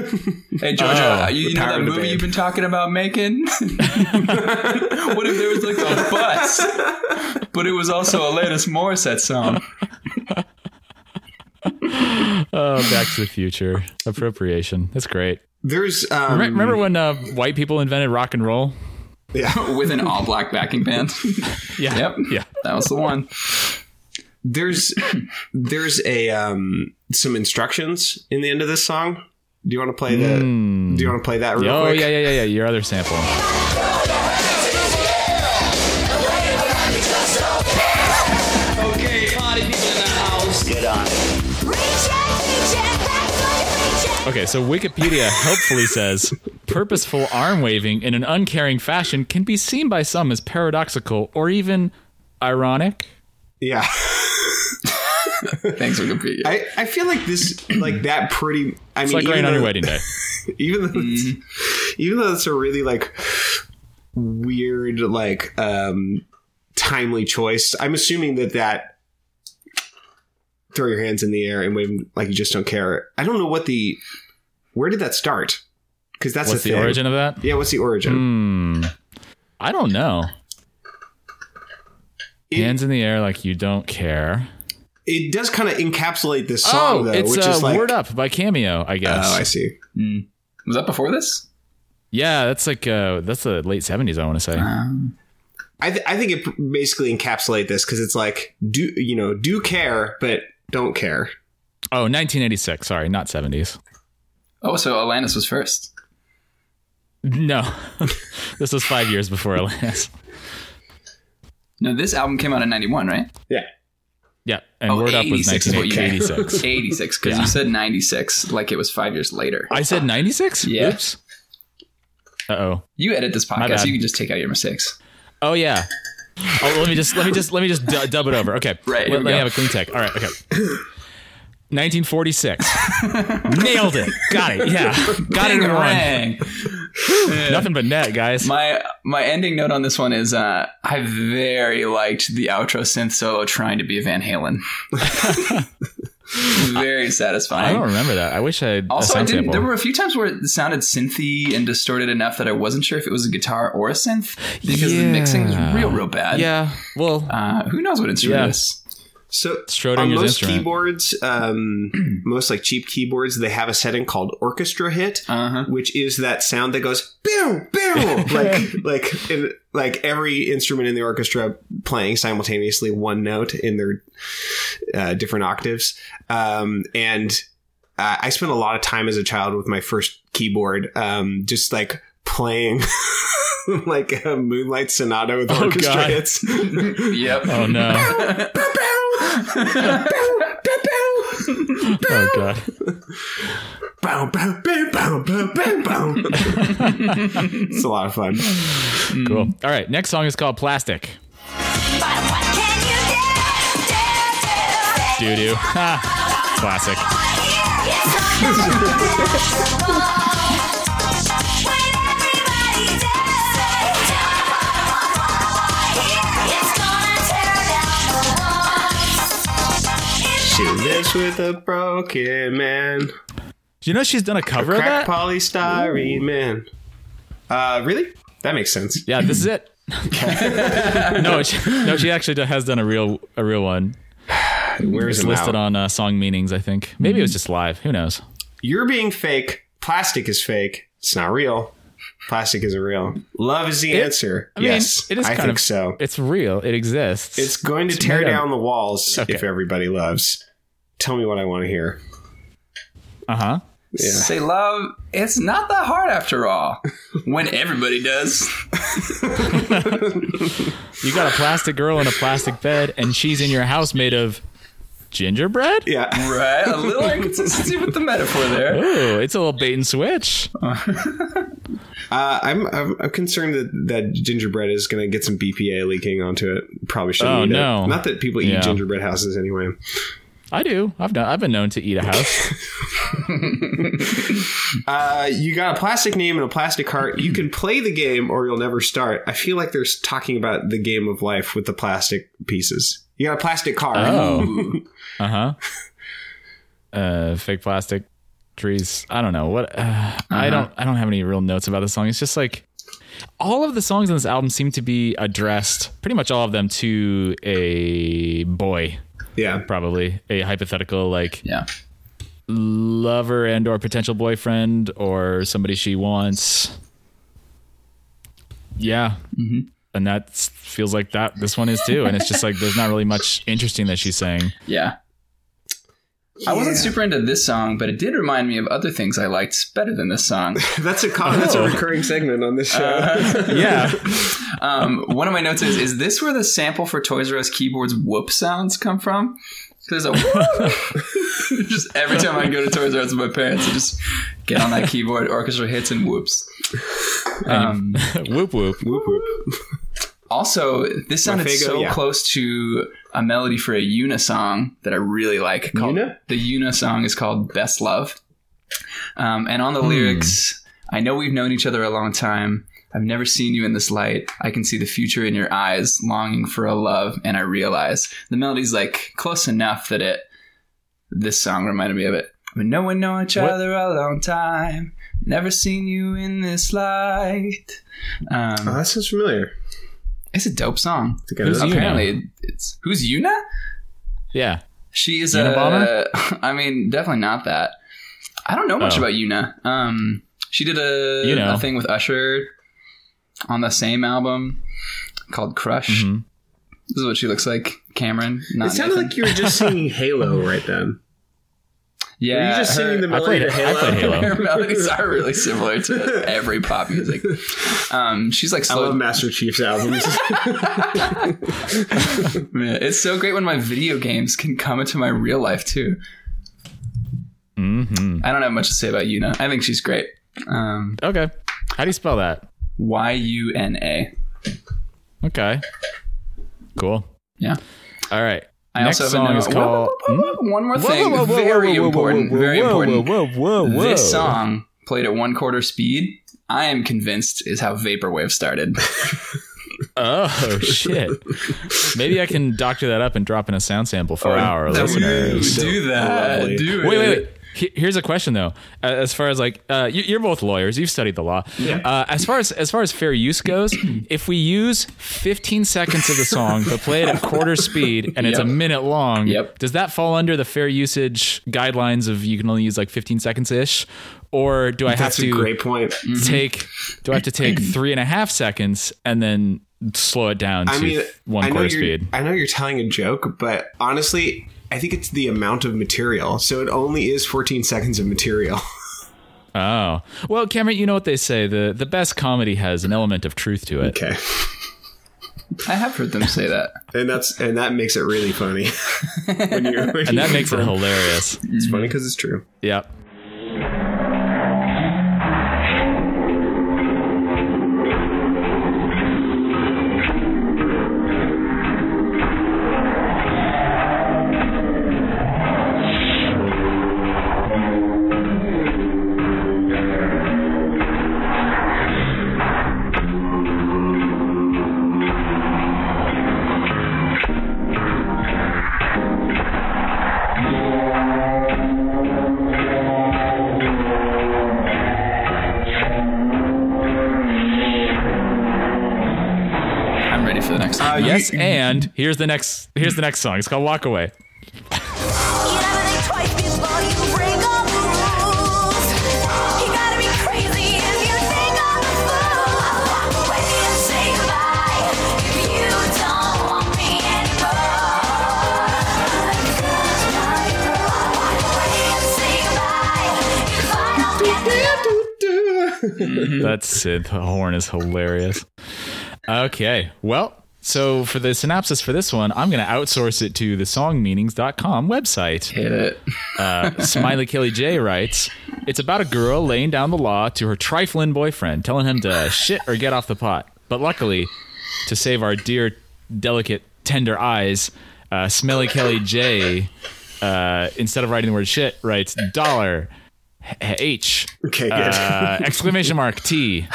Speaker 3: Hey Georgia,
Speaker 1: Oh,
Speaker 3: you,
Speaker 2: the
Speaker 3: you know
Speaker 2: power
Speaker 3: that
Speaker 2: of the
Speaker 3: movie
Speaker 2: babe.
Speaker 3: you've been talking about making? what if there was like a bus, but it was also a Alanis Morissette song?
Speaker 1: Oh, Back to the Future appropriation. That's great.
Speaker 2: There's um,
Speaker 1: Re- Remember when uh, white people invented rock and roll?
Speaker 3: With an all black backing band.
Speaker 1: Yeah.
Speaker 3: Yep.
Speaker 1: Yeah.
Speaker 3: That was the one.
Speaker 2: there's there's a um some instructions in the end of this song. Do you want to play that? Do you want to play that real
Speaker 1: Hmm. Oh
Speaker 2: quick?
Speaker 1: yeah, yeah, yeah, yeah. Your other sample. Okay, so Wikipedia helpfully says purposeful arm waving in an uncaring fashion can be seen by some as paradoxical or even ironic.
Speaker 2: yeah.
Speaker 3: Thanks, Wikipedia.
Speaker 2: I, I feel like this like that pretty. I
Speaker 1: It's
Speaker 2: mean,
Speaker 1: like rain
Speaker 2: even
Speaker 1: on your
Speaker 2: though-
Speaker 1: wedding Mm-hmm. day.
Speaker 2: Even though it's, even though it's a really like weird like um timely choice, I'm assuming that that throw your hands in the air and wave 'em like you just don't care. I don't know what the where did that start because that's
Speaker 1: What's
Speaker 2: the,
Speaker 1: the
Speaker 2: thing.
Speaker 1: origin of that? Hmm.
Speaker 2: Yeah, what's the origin?
Speaker 1: I don't know.
Speaker 2: It-
Speaker 1: Hands in the air like you don't care.
Speaker 2: it does kind of encapsulate this song
Speaker 1: oh,
Speaker 2: though,
Speaker 1: it's
Speaker 2: which
Speaker 1: uh,
Speaker 2: is like
Speaker 1: Word Up by Cameo, I guess.
Speaker 2: Oh, I see.
Speaker 3: was that before this?
Speaker 1: yeah, that's like uh, that's the late seventies. I want to say. Um,
Speaker 2: I th- I think it p- basically encapsulate this because it's like do you know do care but don't care.
Speaker 1: Oh, 1986. Sorry, not seventies.
Speaker 3: Oh, so Alanis was first.
Speaker 1: No, this was five years before Alanis.
Speaker 3: No, this album came out in 91, right?
Speaker 2: Yeah,
Speaker 1: Yeah, and
Speaker 3: Oh,
Speaker 1: Word Up was
Speaker 3: 86 is what you mean.
Speaker 1: 1986.
Speaker 3: 86, because you said 96, like it was five years later.
Speaker 1: I said 96?
Speaker 3: Yeah.
Speaker 1: Oops. Uh oh.
Speaker 3: You edit this podcast,
Speaker 1: bad.
Speaker 3: you can just take out your mistakes.
Speaker 1: Oh yeah. Oh, let me just let me just let me just du- dub it over. Okay.
Speaker 3: Right, here
Speaker 1: Let, let
Speaker 3: we
Speaker 1: me
Speaker 3: go.
Speaker 1: have a clean tech. All right. Okay. 1946. Nailed it. Got it. Yeah. Got it in one.
Speaker 3: Bangarang.
Speaker 1: Nothing but net, guys.
Speaker 3: My my ending note on this one is uh, I very liked the outro synth solo trying to be Van Halen. very
Speaker 1: I
Speaker 3: satisfying.
Speaker 1: don't remember that. I wish I had a
Speaker 3: also, I
Speaker 1: sound
Speaker 3: didn't.
Speaker 1: sample.
Speaker 3: There were a few times where it sounded synthy and distorted enough that I wasn't sure if it was a guitar or a synth because the mixing is
Speaker 1: Yeah.
Speaker 3: real, real bad.
Speaker 1: yeah. Well,
Speaker 3: Uh, who knows what instrument
Speaker 1: Yeah.
Speaker 3: it is?
Speaker 2: so on
Speaker 1: Schrodinger's
Speaker 2: most
Speaker 1: instrument.
Speaker 2: keyboards, um, most like cheap keyboards, they have a setting called orchestra hit,
Speaker 3: Uh-huh.
Speaker 2: which is that sound that goes boom boom like like in, like every instrument in the orchestra playing simultaneously one note in their uh, different octaves, um, and uh, I spent a lot of time as a child with my first keyboard, um, just like playing like a Moonlight Sonata with
Speaker 1: Oh,
Speaker 2: orchestra
Speaker 1: God.
Speaker 2: hits.
Speaker 3: Yep.
Speaker 1: oh no. Oh god.
Speaker 2: Bow, bow, bow, bow, bow, bow, bow. it's a lot of fun.
Speaker 1: Cool. All right. Next song is called Plastic. Doo doo. Ha. Classic.
Speaker 2: She lives with a broken man,
Speaker 1: Do you know she's done a cover of that?
Speaker 2: crack polystyrene man. Uh, really? That makes sense.
Speaker 1: Yeah, this is it. no, she, no, she actually has done a real a real one.
Speaker 2: Where is
Speaker 1: It's
Speaker 2: it
Speaker 1: listed
Speaker 2: now?
Speaker 1: on uh, song meanings, I think. Maybe it
Speaker 2: Hmm.
Speaker 1: was just live. Who knows?
Speaker 2: You're being fake. Plastic is fake. It's not real. Plastic isn't real. Love is the answer.
Speaker 1: I mean,
Speaker 2: yes,
Speaker 1: it is
Speaker 2: I
Speaker 1: kind
Speaker 2: think
Speaker 1: of-
Speaker 2: so.
Speaker 1: It's real. It exists.
Speaker 2: It's going to tear
Speaker 1: made up.
Speaker 2: down the walls
Speaker 1: Okay.
Speaker 2: if everybody loves. Tell me what I want to hear.
Speaker 1: uh huh.
Speaker 2: Yeah.
Speaker 3: Say, love, it's not that hard after all. When everybody does.
Speaker 1: You got a plastic girl in a plastic bed, and she's in your house made of gingerbread.
Speaker 2: Yeah.
Speaker 3: Right? A little inconsistency with the metaphor there.
Speaker 1: Ooh, it's a little bait and switch.
Speaker 2: Uh, I'm, I'm I'm concerned that that gingerbread is going to get some BPA leaking onto it. Probably shouldn't.
Speaker 1: Oh,
Speaker 2: eat
Speaker 1: no.
Speaker 2: It. Not that people eat
Speaker 1: Yeah.
Speaker 2: gingerbread houses anyway.
Speaker 1: I do. I've done. I've been known to eat a house.
Speaker 2: Uh, you got a plastic name and a plastic heart. You can play the game or you'll never start. I feel like they're talking about the game of life with the plastic pieces. You got a plastic car.
Speaker 1: Oh. uh-huh. Uh Fake plastic trees. I don't know what. Uh, I don't. I don't have any real notes about this song. It's just like all of the songs on this album seem to be addressed. Pretty much all of them to a boy,
Speaker 2: Yeah.
Speaker 1: probably a hypothetical like
Speaker 3: Yeah.
Speaker 1: lover and or potential boyfriend or somebody she wants. Yeah. And that s- feels like that. This one is too, and it's just like there's not really much interesting that she's saying.
Speaker 3: Yeah. I wasn't super into this song, but it did remind me of other things I liked better than this song.
Speaker 2: That's a con- that's a
Speaker 1: Oh.
Speaker 2: recurring segment on this show.
Speaker 1: Uh, Yeah,
Speaker 3: Um, one of my notes is: Is this where the sample for Toys R Us keyboards whoop sounds come from? Because a whoop. just every time I go to Toys R Us with my parents, I just get on that keyboard, orchestra hits, and whoops. Um,
Speaker 1: whoop whoop.
Speaker 2: Whoop, whoop.
Speaker 3: also, this sounded
Speaker 2: Fago,
Speaker 3: so
Speaker 2: yeah.
Speaker 3: close to a melody for a Una song that I really like. Called,
Speaker 2: Una?
Speaker 3: The Una song is called "Best Love," um, and on the lyrics, I know we've known each other a long time. I've never seen you in this light. I can see the future in your eyes, longing for a love, and I realize the melody's like close enough that it. This song reminded me of it. But no one know each
Speaker 1: What?
Speaker 3: other a long time. Never seen you in this light. Um,
Speaker 2: Oh, that sounds familiar.
Speaker 3: it's a dope song.
Speaker 2: I think I
Speaker 1: Who's
Speaker 2: know that.
Speaker 1: Yuna?
Speaker 3: Apparently, it's who's Yuna?
Speaker 1: Yeah,
Speaker 3: She is
Speaker 1: Yuna
Speaker 3: a.
Speaker 1: Bomber?
Speaker 3: I mean, definitely not that. I don't know much
Speaker 1: Oh.
Speaker 3: about Yuna. Um, she did a,
Speaker 1: You know.
Speaker 3: a thing with Usher on the same album called Crush.
Speaker 1: Mhm.
Speaker 3: This is what she looks like, Cameron. Not
Speaker 2: Mm-hmm. It sounded
Speaker 3: Nathan.
Speaker 2: like you were just singing Halo right then. Were
Speaker 3: yeah.
Speaker 2: you just singing the
Speaker 1: I
Speaker 2: melody
Speaker 1: played.
Speaker 2: to Halo?
Speaker 1: I played Halo.
Speaker 3: her melodies are really similar to every pop music. Um, she's like
Speaker 2: I
Speaker 3: slow.
Speaker 2: love Master Chief's albums.
Speaker 3: Yeah, it's so great when my video games can come into my real life too.
Speaker 1: hmm
Speaker 3: I don't have much to say about Yuna. I think she's great. Um,
Speaker 1: Okay. How do you spell that?
Speaker 3: Y U N A.
Speaker 1: Okay. Cool.
Speaker 3: Yeah.
Speaker 1: All right.
Speaker 3: I
Speaker 1: Next
Speaker 3: also have
Speaker 1: song
Speaker 3: a
Speaker 1: is
Speaker 3: note-
Speaker 1: called. Hmm?
Speaker 3: Whoa, whoa, whoa, whoa, whoa, one more thing. very important. very important.
Speaker 1: Whoa, whoa, whoa,
Speaker 3: This song played at one quarter speed. I am convinced is how vaporwave started.
Speaker 1: Oh shit! Maybe I can doctor that up and drop in a sound sample for our
Speaker 3: That
Speaker 1: listeners.
Speaker 3: would- do that.
Speaker 2: Lovely.
Speaker 3: Do it.
Speaker 1: Wait, wait, wait. He- Here's a question though. Uh, As far as like, uh, you- you're both lawyers. You've studied the law. Yeah. Uh, as far as as far as fair use goes, if we use 15 seconds of the song but play it at quarter speed and it's a
Speaker 3: Yep.
Speaker 1: minute long,
Speaker 3: Yep.
Speaker 1: does that fall under the fair usage guidelines of you can only use like 15 seconds ish, or do I have
Speaker 2: That's
Speaker 1: to
Speaker 2: a great point.
Speaker 1: Mm. take? Do I have to take three and a half seconds and then slow it down
Speaker 2: I
Speaker 1: to
Speaker 2: mean,
Speaker 1: one
Speaker 2: I know
Speaker 1: quarter
Speaker 2: you're-
Speaker 1: speed?
Speaker 2: I know you're telling a joke, but honestly, I think it's the amount of material. So it only is 14 seconds of material.
Speaker 1: Oh, well, Cameron, you know what they say the the best comedy has an element of truth to it.
Speaker 2: Okay,
Speaker 3: I have heard them say that.
Speaker 2: and that's and that makes it really funny. when you when
Speaker 1: and that makes it hilarious.
Speaker 2: it's funny because it's true.
Speaker 1: Yep.
Speaker 5: Thank
Speaker 1: Uh,
Speaker 2: Wow, you-
Speaker 1: yes, and here's the next here's the next song. It's called Walk Away.
Speaker 4: You never think twice before you break all the rules. You gotta be crazy if you think I'm a fool. I'll walk away and say goodbye if you don't want me anymore. That's my rule. I'll walk away and say goodbye if I don't get the
Speaker 1: That synth horn is hilarious. Okay. Well, so for the synopsis for this one, I'm going to outsource it to the songmeanings.com website.
Speaker 3: Hit it.
Speaker 1: Smiley Kelly J writes, "It's about a girl laying down the law to her trifling boyfriend, telling him to shit or get off the pot. But luckily, to save our dear, delicate, tender eyes, uh, Smelly Kelly J, uh, instead of writing the word shit, writes dollar h- h
Speaker 2: Okay, good.
Speaker 1: uh, exclamation mark t.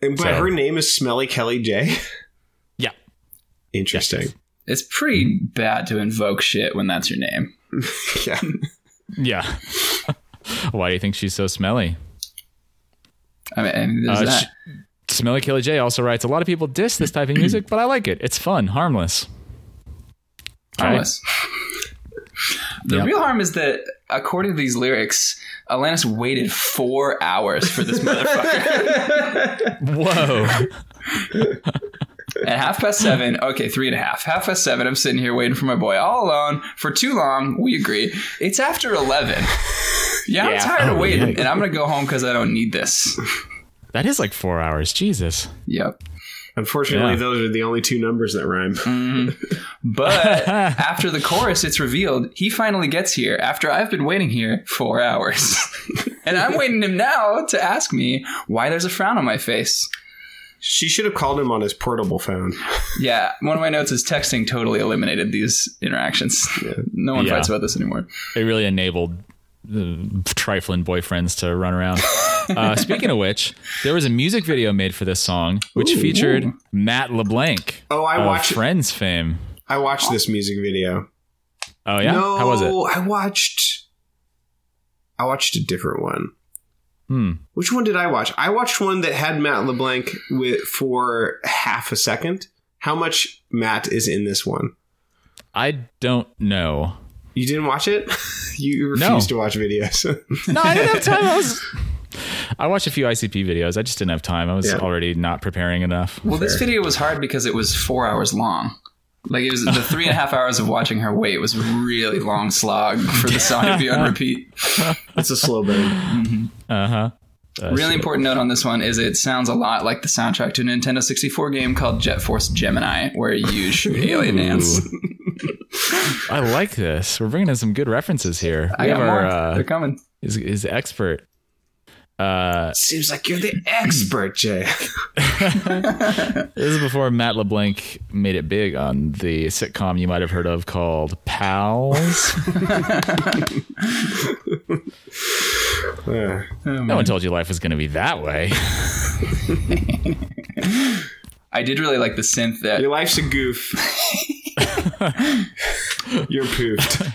Speaker 2: And- but
Speaker 1: so-
Speaker 2: her name is Smelly Kelly J.
Speaker 1: Yeah,
Speaker 2: Interesting.
Speaker 3: It's pretty bad to invoke shit when that's your name.
Speaker 2: Yeah.
Speaker 1: yeah. Why do you think she's so smelly?
Speaker 3: I mean, I mean, there's
Speaker 1: Uh,
Speaker 3: that.
Speaker 1: sh- Smelly Killer J also writes, "A lot of people diss this type of music, but I like it. It's fun, harmless."
Speaker 3: Harmless. The
Speaker 1: Yep.
Speaker 3: real harm is that, according to these lyrics, Alanis waited four hours for this motherfucker
Speaker 1: Whoa.
Speaker 3: at half past seven. Okay, three and a half. Half past seven. I'm sitting here waiting for my boy all alone for too long. We agree. It's after eleven. Yeah, I'm tired of
Speaker 1: Oh,
Speaker 3: waiting,
Speaker 1: yeah.
Speaker 3: and I'm gonna go home because I don't need this.
Speaker 1: That is like four hours. Jesus.
Speaker 3: Yep.
Speaker 2: Unfortunately,
Speaker 1: Yeah. Mm.
Speaker 2: those are the only two numbers that rhyme.
Speaker 3: But after the chorus, it's revealed he finally gets here after I've been waiting here four hours. and I'm waiting him now to ask me why there's a frown on my face.
Speaker 2: She should have called him on his portable phone.
Speaker 3: Yeah, one of my notes is texting totally eliminated these interactions. No one
Speaker 1: Yeah.
Speaker 3: fights about this anymore.
Speaker 1: It really enabled uh, trifling boyfriends to run around. Uh, speaking of which, there was a music video made for this song, which featured Matt LeBlanc.
Speaker 2: Oh, I
Speaker 1: of
Speaker 2: watched-
Speaker 1: Friends fame.
Speaker 2: I watched this music video.
Speaker 1: Oh yeah,
Speaker 2: No,
Speaker 1: how was it?
Speaker 2: I watched. I watched a different one.
Speaker 1: Hmm.
Speaker 2: Which one did I watch? I watched one that had Matt LeBlanc with for half a second. How much Matt is in this one?
Speaker 1: I don't know.
Speaker 2: You didn't watch it? you
Speaker 1: No.
Speaker 2: refused to watch videos.
Speaker 1: No, I didn't have time. I was. I watched a few ICP videos. I just didn't have time. I was
Speaker 2: Yeah.
Speaker 1: already not preparing enough.
Speaker 3: Well, this video was hard because it was four hours long. Like it was the three and a half hours of watching her wait was a really long slog for the song to be on repeat.
Speaker 2: it's a slow burn.
Speaker 3: really important note on this one is it sounds a lot like the soundtrack to a Nintendo 64 game called Jet Force Gemini, where you shoot alien ants.
Speaker 1: I like this. We're bringing in some good references here.
Speaker 3: I
Speaker 1: We have
Speaker 3: got
Speaker 1: our
Speaker 3: more.
Speaker 1: uh,
Speaker 3: They're coming.
Speaker 1: is, is expert. Uh,
Speaker 2: Seems like you're the expert, Jay.
Speaker 1: This is before Matt LeBlanc made it big on the sitcom you might have heard of called Pals.
Speaker 2: Oh, Uh,
Speaker 1: no one told you life was going to be that way.
Speaker 3: I did really like the synth that
Speaker 2: your life's a goof. you're poofed.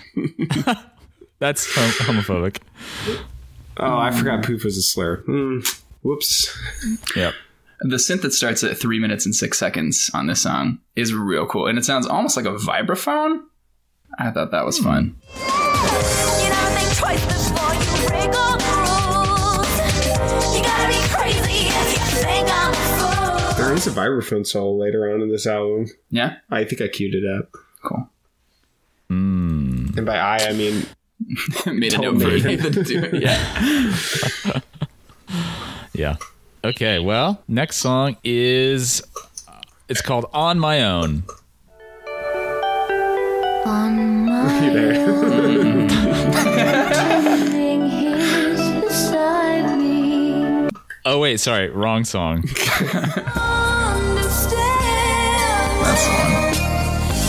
Speaker 1: That's hom- homophobic.
Speaker 2: Oh, I forgot poof was a slur. Hmm. Whoops.
Speaker 1: Yep.
Speaker 3: the synth that starts at three minutes and six seconds on this song is real cool, and it sounds almost like a vibraphone. I thought that was fun.
Speaker 4: You never think twice before you break all the rules. You gotta be crazy if you think I'm a fool.
Speaker 2: There is a vibraphone solo later on in this album.
Speaker 3: Yeah,
Speaker 2: I think I queued it up.
Speaker 3: cool.
Speaker 2: And by I, I mean
Speaker 3: Made a note for
Speaker 2: me.
Speaker 3: you to do it. Yeah,
Speaker 1: Yeah. Okay. Well, next song is uh, it's called On My Own.
Speaker 5: On my own, nothing he's beside me.
Speaker 1: Oh wait, sorry, wrong song.
Speaker 4: Understand.
Speaker 3: that's fun.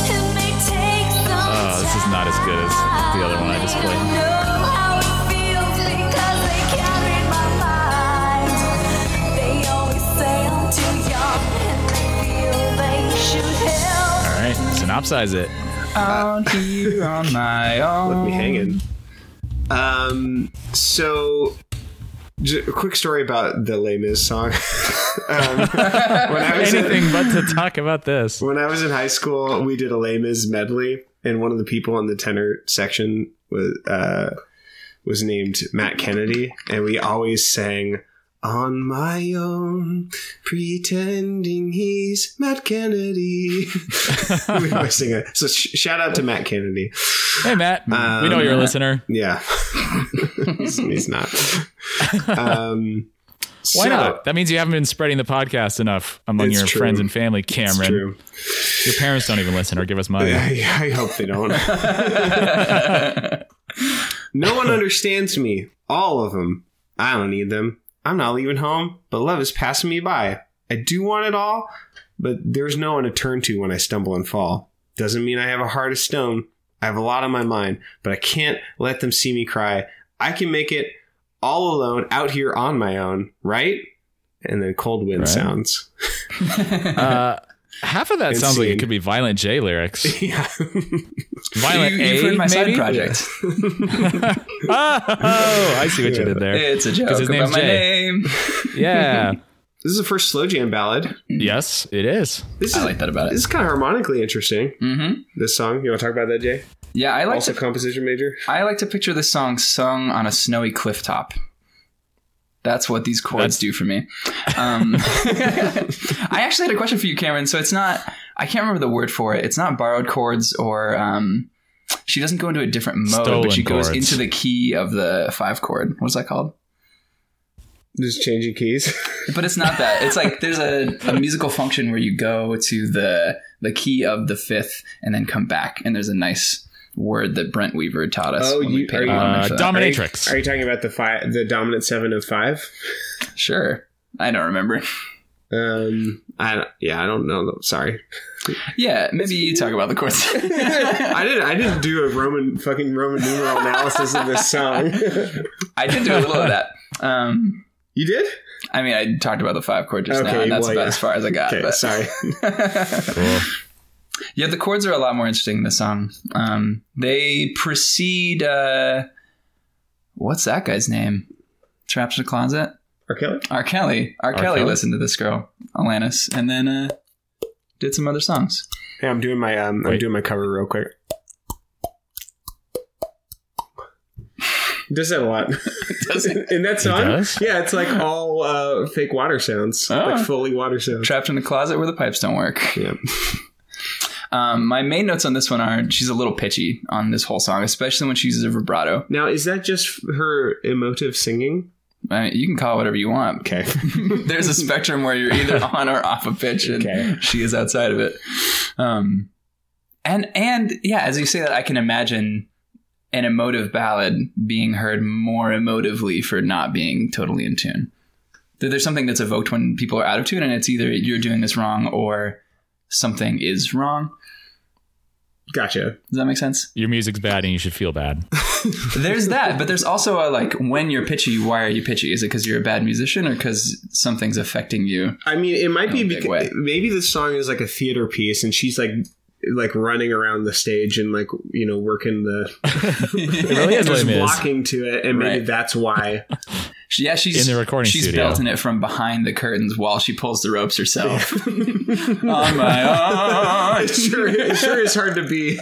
Speaker 4: It may take some
Speaker 1: Oh, this is not as good as the other one I just
Speaker 4: I
Speaker 1: played.
Speaker 4: know how it feels because they can't read my mind. They always say I'm too young and they feel they should help.
Speaker 1: All right, synopsize it.
Speaker 3: Onto you on my
Speaker 2: Left
Speaker 3: own.
Speaker 2: me hanging. Um, so Just a quick story about the Les Mis song. um, when I was in-
Speaker 1: Anything but to talk about this.
Speaker 2: When I was in high school, we did a Les Mis medley, and one of the people in the tenor section was uh, was named Matt Kennedy, and we always sang "On My Own," pretending he's Matt Kennedy. we always sing it. So sh- shout out to Matt Kennedy.
Speaker 1: Hey, Matt.
Speaker 2: Uh,
Speaker 1: we know you're a listener.
Speaker 2: Yeah, he's, he's not. Um,
Speaker 1: Why
Speaker 2: so-
Speaker 1: not? That means you haven't been spreading the podcast enough among
Speaker 2: It's
Speaker 1: your
Speaker 2: true.
Speaker 1: friends and family, Cameron.
Speaker 2: It's true.
Speaker 1: Your parents don't even listen or give us money.
Speaker 2: I, I hope they don't. no one understands me. All of them. I don't need them. I'm not leaving home, but love is passing me by. I do want it all, but there's no one to turn to when I stumble and fall. Doesn't mean I have a heart of stone. I have a lot on my mind, but I can't let them see me cry. I can make it all alone out here on my own, right? And then cold wind
Speaker 1: Right.
Speaker 2: sounds.
Speaker 1: Uh, half of that
Speaker 2: Insane.
Speaker 1: sounds like it could be Violent J lyrics.
Speaker 2: Yeah.
Speaker 1: Violent
Speaker 3: You-
Speaker 1: A,
Speaker 3: you've heard my side
Speaker 1: maybe?
Speaker 3: project.
Speaker 1: oh, I see what you did there.
Speaker 3: It's a joke
Speaker 1: his
Speaker 3: about
Speaker 1: name's
Speaker 3: my
Speaker 1: Jay.
Speaker 3: name.
Speaker 1: Yeah.
Speaker 2: this is the first slow jam ballad.
Speaker 1: Yes, it is.
Speaker 2: This
Speaker 3: I
Speaker 2: is
Speaker 3: like that about
Speaker 2: This
Speaker 3: it.
Speaker 2: is kind of harmonically interesting.
Speaker 3: Mm-hmm.
Speaker 2: This song, you want to talk about that, Jay?
Speaker 3: Yeah, I like
Speaker 2: Also,
Speaker 3: to.
Speaker 2: composition major.
Speaker 3: I like to picture this song sung on a snowy cliff top. That's what these chords do for me. Um, I actually had a question for you, Cameron. So it's not, I can't remember the word for it. It's not borrowed chords or um, she doesn't go into a different mode,
Speaker 1: Stolen
Speaker 3: but she goes
Speaker 1: chords.
Speaker 3: into the key of the five chord. What's that called?
Speaker 2: Just changing keys.
Speaker 3: But it's not that. It's like there's a, a musical function where you go to the the key of the fifth and then come back. And there's a nice word that Brent Weaver taught us.
Speaker 2: Oh,
Speaker 3: when
Speaker 2: you-
Speaker 3: we
Speaker 2: are
Speaker 3: paid
Speaker 2: you-
Speaker 3: homage
Speaker 1: Uh,
Speaker 3: to that.
Speaker 1: dominatrix.
Speaker 2: Are you talking about the five, the dominant seven of five?
Speaker 3: Sure. I don't remember.
Speaker 2: Um, I don't- yeah, I don't know. Sorry,
Speaker 3: Yeah, maybe you talk about the chords.
Speaker 2: I didn't. I didn't do a Roman fucking Roman numeral analysis of this song.
Speaker 3: I did do a little of that. Um,
Speaker 2: you did?
Speaker 3: I mean, I talked about the five chord just now,
Speaker 2: Okay,
Speaker 3: and that's
Speaker 2: well,
Speaker 3: about
Speaker 2: yeah.
Speaker 3: as far as I got.
Speaker 2: Okay,
Speaker 3: but-
Speaker 2: sorry.
Speaker 3: Yeah, the chords are a lot more interesting in this song. Um, they precede. Uh, what's that guy's name? Traps in the Closet?
Speaker 2: R. Kelly.
Speaker 3: R. Kelly. R. Kelly
Speaker 1: Kelly?
Speaker 3: listened to this girl, Alanis, and then uh, did some other songs.
Speaker 2: Hey, I'm doing my um, I'm
Speaker 1: Wait.
Speaker 2: doing my cover real quick. Does that a lot?
Speaker 3: Does it?
Speaker 2: In that song,
Speaker 1: does?
Speaker 2: yeah, it's like all uh, fake water sounds,
Speaker 3: Oh.
Speaker 2: like Foley water sounds.
Speaker 3: Trapped in the Closet where the pipes don't work.
Speaker 2: Yeah.
Speaker 3: Um, my main notes on this one are she's a little pitchy on this whole song, especially when she uses a vibrato.
Speaker 2: Now, is that just her emotive singing?
Speaker 3: I mean, Uh, you can call it whatever you want.
Speaker 2: Okay.
Speaker 3: There's a spectrum where you're either on or off a pitch, and
Speaker 2: Okay.
Speaker 3: she is outside of it. Um, and and yeah, as you say that, I can imagine an emotive ballad being heard more emotively for not being totally in tune. There- There's something that's evoked when people are out of tune, and it's either you're doing this wrong or something is wrong.
Speaker 2: gotcha.
Speaker 3: Does that make sense?
Speaker 1: Your music's bad and you should feel bad.
Speaker 3: There's that, but there's also a like when you're pitchy, why are you pitchy? Is it because you're a bad musician or because something's affecting you?
Speaker 2: I mean, it might be
Speaker 3: In a big
Speaker 2: because
Speaker 3: way.
Speaker 2: maybe this song is like a theater piece, and she's like like running around the stage and like you know working the
Speaker 1: It really is
Speaker 2: just
Speaker 1: Les Mis.
Speaker 2: blocking to it, and maybe
Speaker 3: Right.
Speaker 2: that's why.
Speaker 3: She- Yeah, she's
Speaker 1: In the recording
Speaker 3: She's
Speaker 1: studio.
Speaker 3: belting it from behind the curtains while she pulls the ropes herself. On my own.
Speaker 2: It sure, it sure is hard to be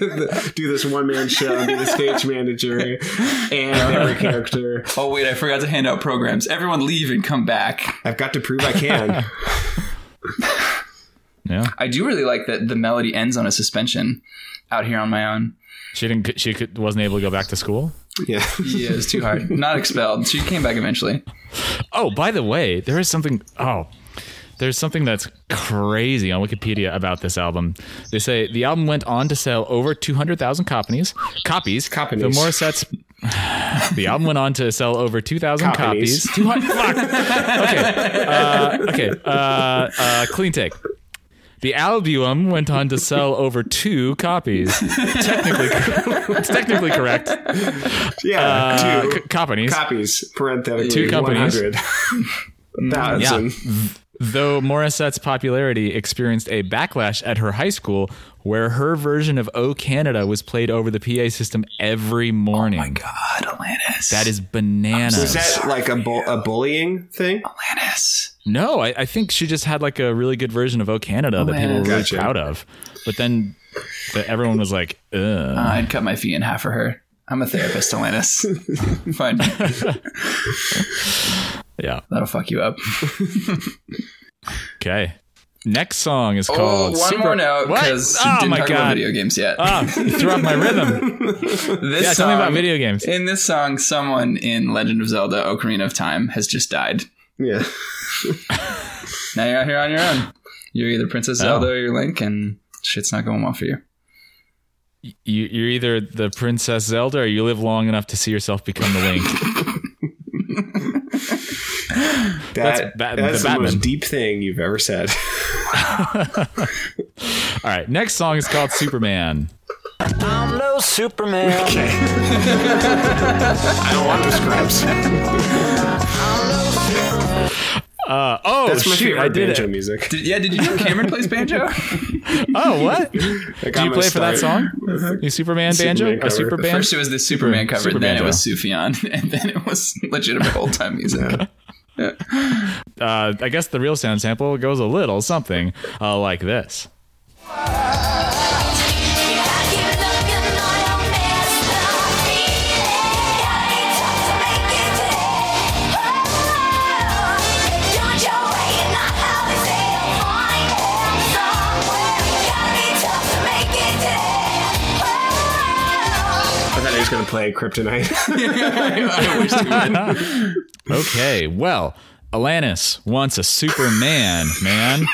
Speaker 2: do this one man show, and be the stage manager, and every character.
Speaker 3: Oh wait, I forgot to hand out programs. Everyone leave and come back.
Speaker 2: I've got to prove I can.
Speaker 1: Yeah.
Speaker 3: I do really like that the melody ends on a suspension. Out here on my own.
Speaker 1: She didn't. She could, wasn't able to go back to school.
Speaker 2: Yeah.
Speaker 3: Yeah, it's too hard. Not expelled. She came back eventually.
Speaker 1: Oh, by the way, there is something. Oh, there's something that's crazy on Wikipedia about this album. They say the album went on to sell over 200,000 copies. Copies.
Speaker 2: Copies.
Speaker 1: The Morissette's. the album went on to sell over 2,000
Speaker 2: Copies.
Speaker 1: copies. 200, fuck. Okay. Uh, okay. Uh, uh, clean take. The album went on to sell over two copies. technically, it's technically correct.
Speaker 2: Yeah.
Speaker 1: Uh,
Speaker 2: two
Speaker 1: c- companies.
Speaker 2: copies, parenthetically.
Speaker 1: Two companies. Mm,
Speaker 2: 100. Thousand.
Speaker 1: Though Morissette's popularity experienced a backlash at her high school, where her version of O Canada was played over the PA system every morning.
Speaker 3: God, Atlantis.
Speaker 1: That is bananas.
Speaker 2: Was that like a, bu- a bullying thing?
Speaker 3: Atlantis.
Speaker 1: no, I, I think she just had like a really good version of "Oh Canada" that people were really
Speaker 2: Gotcha.
Speaker 1: proud of. But then the, everyone was like, "Ugh."
Speaker 3: Uh, I'd cut my fee in half for her. I'm a therapist, Atlantis. Fine.
Speaker 1: "Yeah,
Speaker 3: That'll fuck you up.
Speaker 1: okay." Next song is
Speaker 3: Oh,
Speaker 1: called
Speaker 3: one
Speaker 1: Super-
Speaker 3: more note
Speaker 1: What?
Speaker 3: because
Speaker 1: oh
Speaker 3: didn't
Speaker 1: my
Speaker 3: talk
Speaker 1: god,
Speaker 3: about video games yet.
Speaker 1: Ah, you threw off my rhythm.
Speaker 3: this
Speaker 1: Yeah, tell
Speaker 3: song,
Speaker 1: me about video games.
Speaker 3: In this song, someone in Legend of Zelda: Ocarina of Time has just died.
Speaker 2: Yeah.
Speaker 3: Now you're out here on your own. You're either Princess
Speaker 1: Oh.
Speaker 3: Zelda or you're Link, and shit's not going well for you.
Speaker 1: You, you're either the Princess Zelda or you live long enough to see yourself become the Link. That's
Speaker 2: That,
Speaker 1: Bat- the
Speaker 2: that's the,
Speaker 1: Batman.
Speaker 2: most deep thing you've ever said.
Speaker 1: All right, next song is called Superman.
Speaker 6: I'm no Superman.
Speaker 2: I don't want the scripts.
Speaker 1: Oh, Uh, oh,
Speaker 2: That's my
Speaker 1: shoot,
Speaker 2: favorite
Speaker 1: I did
Speaker 2: banjo
Speaker 1: it.
Speaker 2: music.
Speaker 3: Did, yeah, did you know Cameron plays banjo?
Speaker 1: Oh, what? Do you play for that song? You Superman banjo
Speaker 2: Superman
Speaker 1: or
Speaker 2: cover.
Speaker 1: Super
Speaker 2: The
Speaker 1: band?
Speaker 3: First it was the Superman cover,
Speaker 1: Super
Speaker 3: then
Speaker 1: banjo.
Speaker 3: it was Sufjan, and then it was legitimate old time music.
Speaker 1: Uh, I guess the real sound sample goes a little something uh, like this.
Speaker 2: I thought he was going to play Kryptonite.
Speaker 3: I wish he would.
Speaker 1: Okay, well, Alanis wants a Superman, man.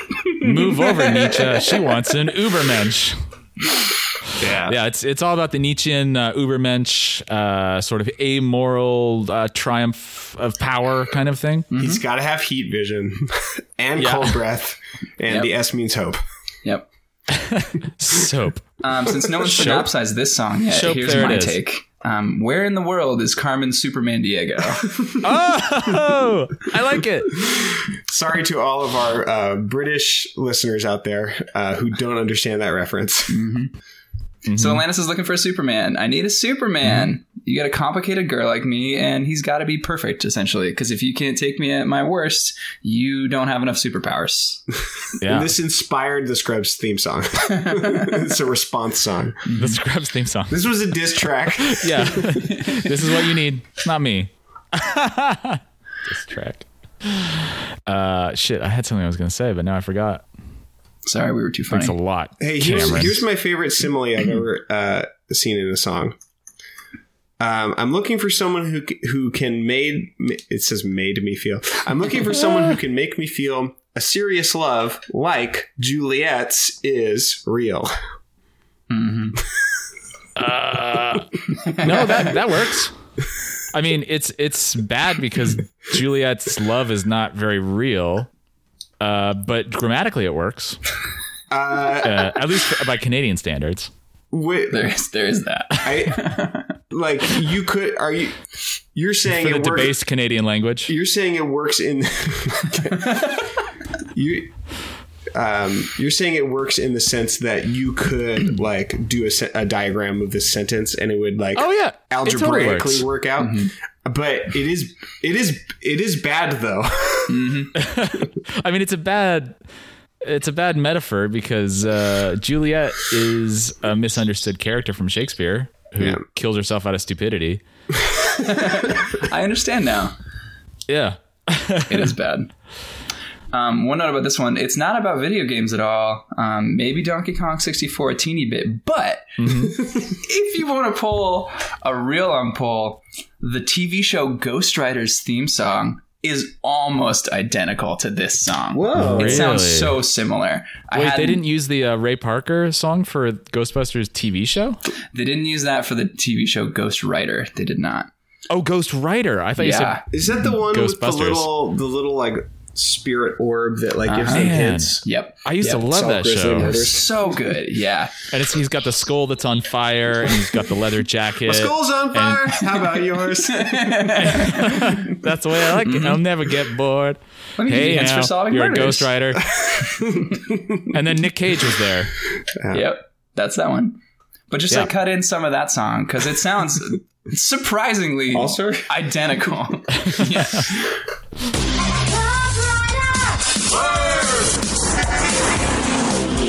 Speaker 1: Move over, Nietzsche. She wants an Ubermensch.
Speaker 2: yeah.
Speaker 1: Yeah, it's it's all about the Nietzschean uh, Ubermensch, uh, sort of amoral uh, triumph of power kind of thing.
Speaker 2: He's got to have heat vision and
Speaker 1: Mm-hmm. Yeah.
Speaker 2: cold breath, and
Speaker 3: Yep.
Speaker 2: the S means hope.
Speaker 3: Yep.
Speaker 1: Soap.
Speaker 3: Um, since no one
Speaker 1: Shope.
Speaker 3: synopsized this song yet,
Speaker 1: Shope,
Speaker 3: here's
Speaker 1: there it
Speaker 3: my
Speaker 1: is.
Speaker 3: take. Um, where in the world is Carmen Superman Diego?
Speaker 1: Oh, I like it.
Speaker 2: Sorry to all of our uh, British listeners out there uh, who don't understand that reference.
Speaker 3: So
Speaker 1: Mm-hmm.
Speaker 3: Atlantis is looking for a Superman. I need a Superman. You got a complicated girl like me, and he's got to be perfect, essentially. Because if you can't take me at my worst, you don't have enough superpowers.
Speaker 1: Yeah,
Speaker 2: And this inspired the Scrubs theme song. it's a response song.
Speaker 1: the Scrubs theme song.
Speaker 2: This was a diss track.
Speaker 1: Yeah, this is what you need. It's not me. This track. Uh, shit, I had something I was gonna say, but now I forgot.
Speaker 3: Sorry, we were too funny.
Speaker 1: Thanks a lot,
Speaker 2: Hey, here's,
Speaker 1: Cameron.
Speaker 2: here's my favorite simile I've ever uh, seen in a song. Um, I'm looking for someone who c- who can made ma- it says made me feel. I'm looking for someone who can make me feel a serious love like Juliet's is real.
Speaker 1: no, that that works. I mean, it's it's bad because Juliet's love is not very real, uh, but grammatically it works. Uh, at least by Canadian standards.
Speaker 2: Wait,
Speaker 3: There is, there is that.
Speaker 2: I, like you could are you you're saying
Speaker 1: For the
Speaker 2: it works,
Speaker 1: debased Canadian language.
Speaker 2: you're saying it works in you um, you're saying it works in the sense that you could like do a, se- a diagram of this sentence and it would like
Speaker 1: Oh yeah, It totally
Speaker 2: algebraically
Speaker 1: works. Mm-hmm.
Speaker 2: work out but it is it is it is bad though
Speaker 1: I mean, it's a bad, it's a bad metaphor because uh, Juliet is a misunderstood character from Shakespeare who
Speaker 2: Yeah.
Speaker 1: kills herself out of stupidity.
Speaker 3: I understand now.
Speaker 1: Yeah,
Speaker 3: it is bad. Um, one note about this one: it's not about video games at all. Um, maybe Donkey Kong 64 a teeny bit, but if you want to pull a real on pull, the TV show Ghost Rider's theme song is almost identical to this song.
Speaker 2: Whoa.
Speaker 3: It sounds
Speaker 1: Really?
Speaker 3: so similar. I
Speaker 1: wait, they
Speaker 3: hadn't-
Speaker 1: didn't use the uh, Ray Parker song for Ghostbusters TV show.
Speaker 3: They didn't use that for the TV show Ghost Rider. They did not.
Speaker 1: Oh, Ghost Rider. I thought you
Speaker 3: Yeah.
Speaker 1: said
Speaker 2: is that the one with the
Speaker 1: Ghostbusters.
Speaker 2: little the little like spirit orb that like gives them
Speaker 1: Man.
Speaker 2: hints
Speaker 3: Yep.
Speaker 1: I used
Speaker 3: Yep.
Speaker 1: to love
Speaker 2: Solve
Speaker 1: that
Speaker 2: grizzly
Speaker 1: show.
Speaker 2: murders.
Speaker 3: So good. Yeah.
Speaker 1: And it's, he's got the skull that's on fire, and he's got the leather jacket.
Speaker 2: Skull's on fire. How about yours?
Speaker 1: That's the way I like it. I'll never get bored.
Speaker 3: me give
Speaker 1: Hey,
Speaker 3: you hints for
Speaker 1: now,
Speaker 3: solving
Speaker 1: you're a Ghost
Speaker 3: murders.
Speaker 1: Rider. and then Nick Cage was there.
Speaker 3: Yep, that's that one. But just
Speaker 1: Yeah.
Speaker 3: like cut in some of that song because it sounds surprisingly
Speaker 2: All-Star?
Speaker 3: identical. yeah.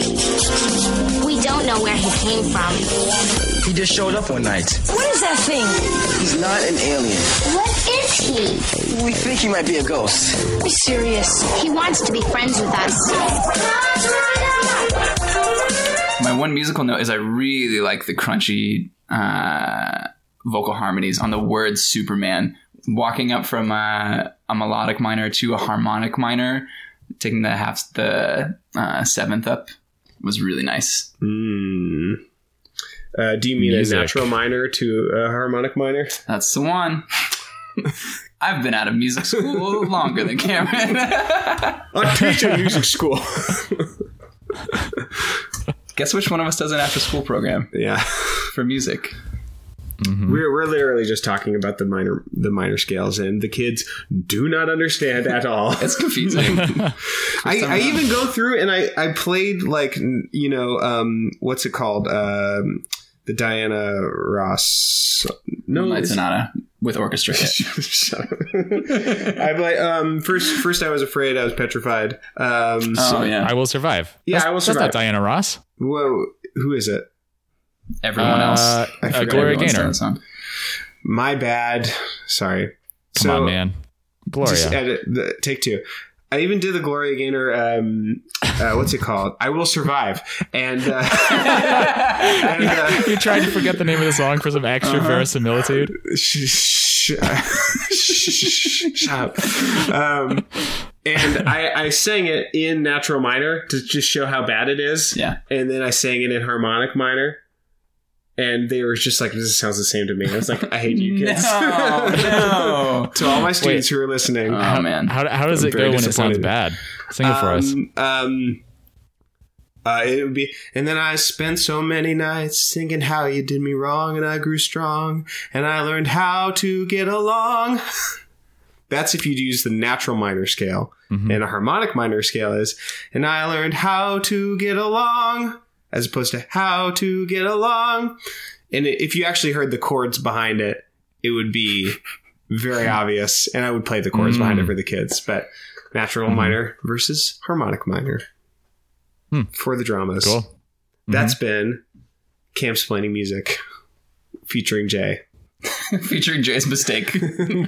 Speaker 7: We don't know where he came from.
Speaker 8: He just showed up one night.
Speaker 4: What is that thing?
Speaker 8: He's not an alien.
Speaker 7: What is he?
Speaker 8: We think he might be a ghost.
Speaker 7: Be serious. He wants to be friends with us.
Speaker 3: My one musical note is I really like the crunchy uh, vocal harmonies on the word Superman. Walking up from uh, a melodic minor to a harmonic minor, taking the half the uh, seventh up was really nice.
Speaker 2: Hmm. Uh, do you mean
Speaker 1: Music.
Speaker 2: a natural minor to a harmonic minor?
Speaker 3: That's the one. I've been out of music school longer than Cameron.
Speaker 2: I teach at music school.
Speaker 3: Guess which one of us does an after school program
Speaker 2: yeah,
Speaker 3: for music?
Speaker 2: we're, we're literally just talking about the minor the minor scales, and the kids do not understand at all.
Speaker 3: It's confusing.
Speaker 2: I, I even go through and I, I played like n- you know um what's it called um the Diana Ross no
Speaker 3: Moonlight
Speaker 2: it's-
Speaker 3: Sonata with orchestra hit.
Speaker 2: Shut up. I play um first first I was afraid I was petrified um
Speaker 3: Oh yeah,
Speaker 1: I will survive.
Speaker 2: Yeah,
Speaker 1: that's,
Speaker 2: I Will
Speaker 1: that's
Speaker 2: Survive.
Speaker 1: not Diana Ross.
Speaker 2: whoa who is it
Speaker 3: everyone else.
Speaker 1: Uh,
Speaker 2: I
Speaker 1: uh,
Speaker 2: forgot
Speaker 1: Gloria
Speaker 3: Everyone's done
Speaker 1: Gaynor.
Speaker 3: that song.
Speaker 2: my bad sorry
Speaker 1: Come on, man. Gloria.
Speaker 2: Just edit the, take two. I even did the Gloria Gaynor. Um, uh, what's it called? I will survive. And, uh, and uh, Uh-huh.
Speaker 1: you tried to forget the name of the song for some extra verisimilitude.
Speaker 2: sh- sh- sh- shut up. Um, and I, I sang it in natural minor to just show how bad it is.
Speaker 3: Yeah.
Speaker 2: And then I sang it in harmonic minor. And they were just like, "This sounds the same to me." I was like, "I hate you kids."
Speaker 3: no.
Speaker 2: to all my students who are listening,
Speaker 3: Oh man.
Speaker 1: How, how does it
Speaker 2: very
Speaker 1: go when it sounds
Speaker 2: disappointed.
Speaker 1: bad? Sing it for us.
Speaker 2: Um, um, uh, it would be, and then I spent so many nights thinking how you did me wrong, and I grew strong, and I learned how to get along. That's if you use the natural minor scale,
Speaker 1: Mm-hmm.
Speaker 2: and a harmonic minor scale is, and I learned how to get along, as opposed to how to get along. And i- if you actually heard the chords behind it, it would be very obvious, and I would play the chords behind it for the kids, but natural minor versus harmonic minor for the dramas.
Speaker 1: Cool.
Speaker 2: That's been Camp Splaining Music featuring Jay.
Speaker 3: Featuring Jay's mistake. yeah,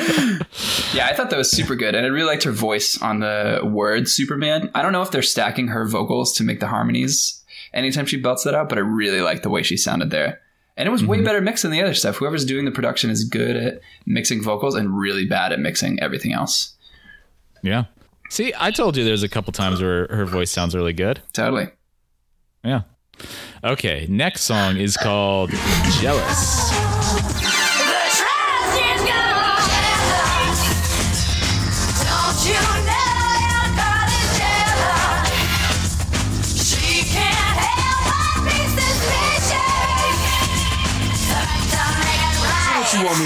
Speaker 3: I thought that was super good, and I really liked her voice on the word Superman. I don't know if they're stacking her vocals to make the harmonies anytime she belts that out, but I really liked the way she sounded there. And it was
Speaker 1: Mm-hmm.
Speaker 3: way better mixed than the other stuff. Whoever's doing the production is good at mixing vocals and really bad at mixing everything else.
Speaker 1: Yeah. See, I told you there's a couple times where her voice sounds really good.
Speaker 3: Totally.
Speaker 1: Yeah. Okay, next song is called Jealous.
Speaker 4: Don't you know your girl is jealous? She can't help but be suspicious. Trying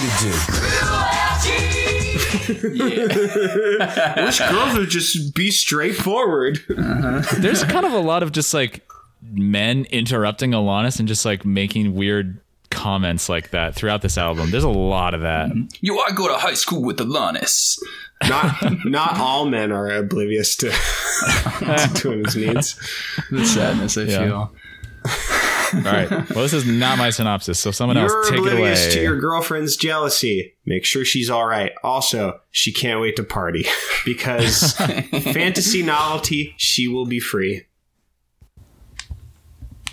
Speaker 4: to make it right.
Speaker 8: What you want me to do?
Speaker 4: Cruelty.
Speaker 2: Girls would just be straightforward.
Speaker 1: There's kind of a lot of just like men interrupting Alanis and just like making weird comments like that throughout this album. There's a lot of that.
Speaker 3: You I go to high school with Alanis.
Speaker 2: not not all men are oblivious to, to women's needs.
Speaker 3: The sadness I feel.
Speaker 1: All right. Well, this is not my synopsis, so someone
Speaker 2: You're
Speaker 1: else take it away.
Speaker 2: oblivious to your girlfriend's jealousy. Make sure she's all right. Also, she can't wait to party because fantasy novelty, she will be free.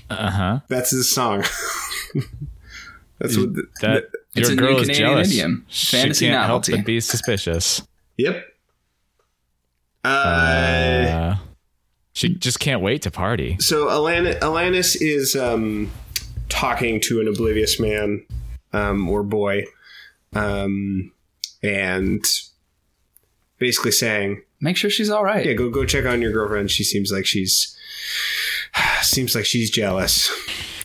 Speaker 2: Uh
Speaker 1: Uh-huh.
Speaker 2: huh. That's the song. That's what. The,
Speaker 1: that
Speaker 3: It's
Speaker 1: your
Speaker 3: a new
Speaker 1: girl is
Speaker 3: Canadian
Speaker 1: jealous.
Speaker 3: idiom.
Speaker 1: She
Speaker 3: Fantasy
Speaker 1: can't
Speaker 3: novelty.
Speaker 1: help but be suspicious.
Speaker 2: yep. Uh,
Speaker 1: Uh, she just can't wait to party.
Speaker 2: so Alan- Alanis is um, talking to an oblivious man um, or boy, um, and basically saying,
Speaker 3: Make sure she's all right.
Speaker 2: "Yeah, go go check on your girlfriend. She seems like she's seems like she's jealous.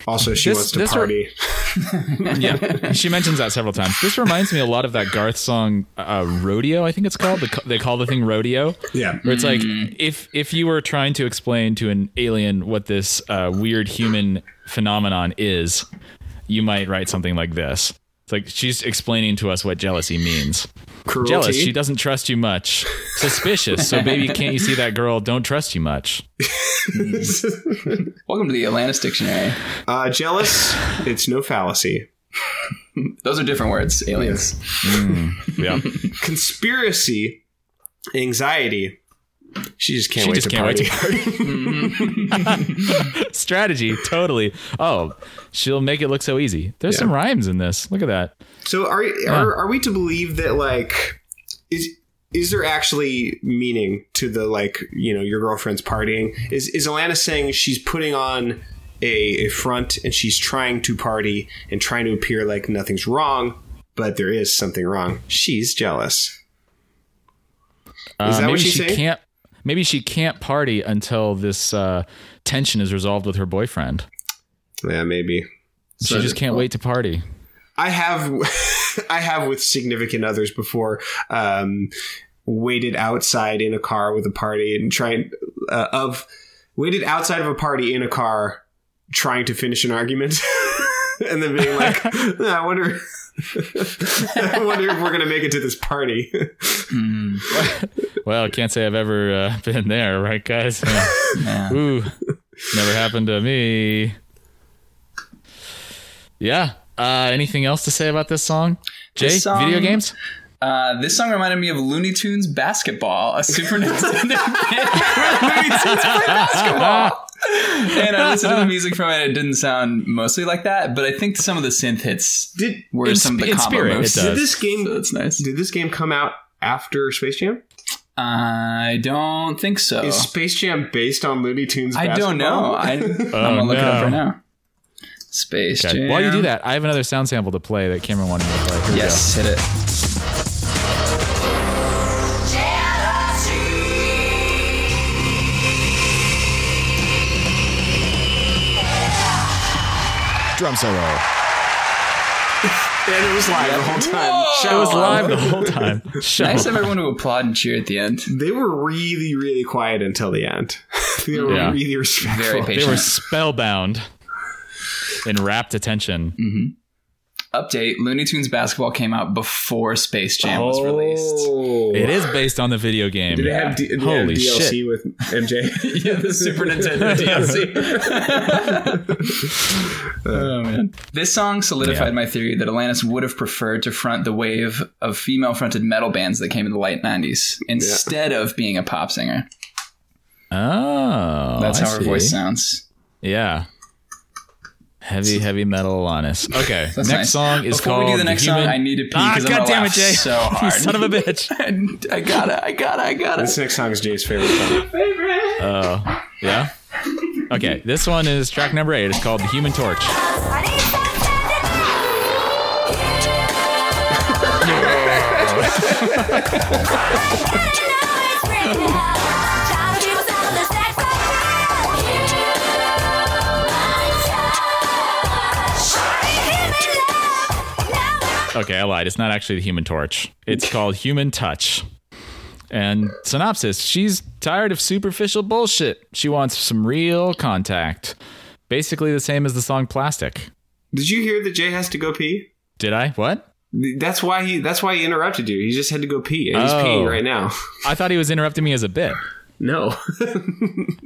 Speaker 2: Also, she
Speaker 1: This-
Speaker 2: wants to
Speaker 1: this re-
Speaker 2: party.
Speaker 1: yeah, she mentions that several times. This reminds me a lot of that Garth song, uh, "Rodeo." I think it's called. They ca- They call the thing "Rodeo,"
Speaker 2: yeah,
Speaker 1: where it's like
Speaker 3: Hmm.
Speaker 1: if if you were trying to explain to an alien what this uh, weird human phenomenon is, you might write something like this. It's like she's explaining to us what jealousy means.
Speaker 2: Cruelty.
Speaker 1: Jealous, she doesn't trust you much. Suspicious, so baby, can't you see that girl? Don't trust you much.
Speaker 3: Welcome to the Atlantis Dictionary.
Speaker 2: uh, jealous. It's no fallacy.
Speaker 3: Those are different words, aliens.
Speaker 1: Yeah,
Speaker 2: Conspiracy. Anxiety. She just can't
Speaker 1: She
Speaker 2: wait
Speaker 1: just
Speaker 2: to
Speaker 1: can't wait
Speaker 2: party.
Speaker 1: to strategy, totally. Oh, she'll make it look so easy. There's
Speaker 2: Yeah.
Speaker 1: some rhymes in this. Look at that.
Speaker 2: So are, are are we to believe that like is is there actually meaning to the like you know your girlfriend's partying? Is is Alana saying she's putting on a, a front and she's trying to party and trying to appear like nothing's wrong, but there is something wrong. She's jealous.
Speaker 1: Uh,
Speaker 2: Is that
Speaker 1: maybe
Speaker 2: what she's
Speaker 1: she
Speaker 2: saying?
Speaker 1: can't. Maybe she can't party until this uh, tension is resolved with her boyfriend.
Speaker 2: Yeah, maybe.
Speaker 1: She just can't wait to party.
Speaker 2: I have I have with significant others before um, waited outside in a car with a party and trying uh, of waited outside of a party in a car trying to finish an argument and then being like "Nah, I wonder I wonder if we're gonna make it to this party.
Speaker 1: Well, can't say I've ever uh, been there, right, guys? Yeah.
Speaker 3: Yeah.
Speaker 1: Ooh, never happened to me. Yeah. Uh, anything else to say about this song? Jay,
Speaker 3: This song-
Speaker 1: video games?
Speaker 3: Uh, this song reminded me of Looney Tunes Basketball, a Super Nintendo game where Looney Tunes play
Speaker 1: Ah,
Speaker 3: basketball. And I listened to the music from it. It didn't sound mostly like that, but I think some of the synth hits
Speaker 2: Did
Speaker 3: were
Speaker 1: In
Speaker 3: some of
Speaker 1: sp-
Speaker 3: the
Speaker 1: in
Speaker 3: combo
Speaker 1: spirit, it
Speaker 3: moves.
Speaker 1: does.
Speaker 2: did this game
Speaker 3: So that's nice.
Speaker 2: did this game come out after Space Jam?
Speaker 3: I don't think so.
Speaker 2: Is Space Jam based on Looney Tunes?
Speaker 3: Oh. I don't know.
Speaker 2: basketball?
Speaker 3: I, I'm gonna look it up
Speaker 1: Oh, no.
Speaker 3: right now. Space
Speaker 1: Okay.
Speaker 3: Jam.
Speaker 1: While you do that, I have another sound sample to play that Cameron wanted me to play. Here we
Speaker 3: yes, hit it.
Speaker 1: go. Drum solo.
Speaker 2: and it was live the whole time.
Speaker 1: It was live the whole time. Show.
Speaker 3: Nice of everyone to applaud and cheer at the end.
Speaker 2: they were really, really quiet until the end. they were
Speaker 1: Yeah.
Speaker 2: really respectful.
Speaker 3: Very
Speaker 1: They
Speaker 3: patient.
Speaker 1: were spellbound in rapt attention.
Speaker 3: Update: Looney Tunes Basketball came out before Space Jam was
Speaker 1: Oh.
Speaker 3: released.
Speaker 1: It is based on the video game.
Speaker 2: Did they have, D- did they have
Speaker 1: Holy
Speaker 2: DLC
Speaker 1: shit.
Speaker 2: with MJ?
Speaker 3: Yeah, the Super Nintendo DLC. oh man! This song solidified
Speaker 1: Yeah.
Speaker 3: my theory that Alanis would have preferred to front the wave of female-fronted metal bands that came in the late '90s instead of being a pop singer.
Speaker 1: Oh.
Speaker 3: That's
Speaker 1: I
Speaker 3: how her
Speaker 1: see.
Speaker 3: voice sounds.
Speaker 1: Yeah. Heavy, heavy metal Alanis. Okay. next
Speaker 3: That's nice.
Speaker 1: song is
Speaker 3: Before
Speaker 1: called
Speaker 3: we do the next
Speaker 1: Human-
Speaker 3: song, I need to pee
Speaker 1: Ah,
Speaker 3: because I'm
Speaker 1: God
Speaker 3: gonna
Speaker 1: damn it,
Speaker 3: laugh
Speaker 1: Jay.
Speaker 3: so
Speaker 1: you
Speaker 3: hard.
Speaker 1: son of a bitch.
Speaker 3: I gotta, I gotta, I
Speaker 2: this
Speaker 3: gotta.
Speaker 2: next song is Jay's favorite song.
Speaker 1: Yeah. Okay. This one is track number eight. It's called The Human Torch. Okay, I lied. It's not actually the Human Torch. It's called Human Touch. And synopsis: She's tired of superficial bullshit. She wants some real contact. Basically, the same as the song "Plastic."
Speaker 2: Did you hear that Jay has to go pee?
Speaker 1: Did I? What?
Speaker 2: That's why he. That's why he interrupted you. He just had to go pee, and he's
Speaker 1: Oh.
Speaker 2: peeing right now.
Speaker 1: I thought he was interrupting me as a bit.
Speaker 2: No, he's been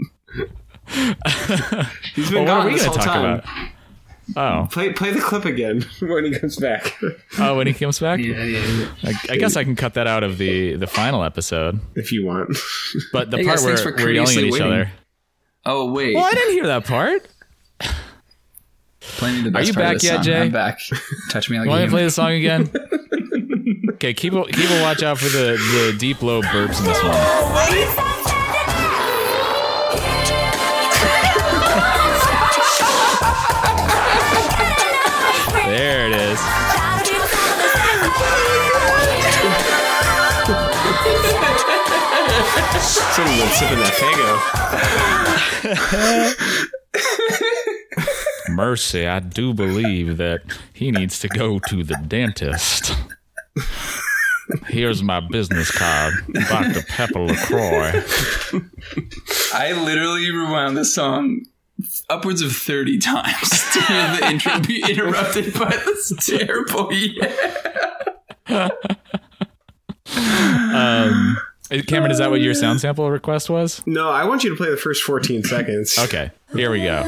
Speaker 1: Well, what are
Speaker 2: gone
Speaker 1: we
Speaker 2: this
Speaker 1: going
Speaker 2: whole
Speaker 1: to talk
Speaker 2: time.
Speaker 1: about?
Speaker 2: Play play the clip again when he comes back.
Speaker 1: Oh, oh, when he comes back. I, I guess I can cut that out of the the final episode.
Speaker 2: if you want.
Speaker 1: But the
Speaker 3: Hey,
Speaker 1: part
Speaker 3: guys,
Speaker 1: where
Speaker 3: thanks for
Speaker 1: we're yelling at
Speaker 3: courteously
Speaker 1: each
Speaker 3: waiting.
Speaker 1: other.
Speaker 3: Oh wait,
Speaker 1: Well, I didn't hear that part.
Speaker 3: play me the best
Speaker 1: you
Speaker 3: part
Speaker 1: back
Speaker 3: of this
Speaker 1: yet,
Speaker 3: song.
Speaker 1: Jay?
Speaker 3: I'm back. Touch me like
Speaker 1: You want me
Speaker 3: a
Speaker 1: to play
Speaker 3: human.
Speaker 1: the song again? okay, keep a, keep a watch out for the, the deep low burps in this one. There it is.
Speaker 2: Someone been sipping that Fago.
Speaker 1: Mercy, I do believe that he needs to go to the dentist. Here's my business card, Dr. Pepper LaCroix.
Speaker 3: I literally rewound this song upwards of 30 times to hear the intro be interrupted by this terrible yeah.
Speaker 1: Uh, Cameron, is that what your sound sample request was?
Speaker 2: No, I want you to play the first 14 seconds.
Speaker 1: Okay, here we go.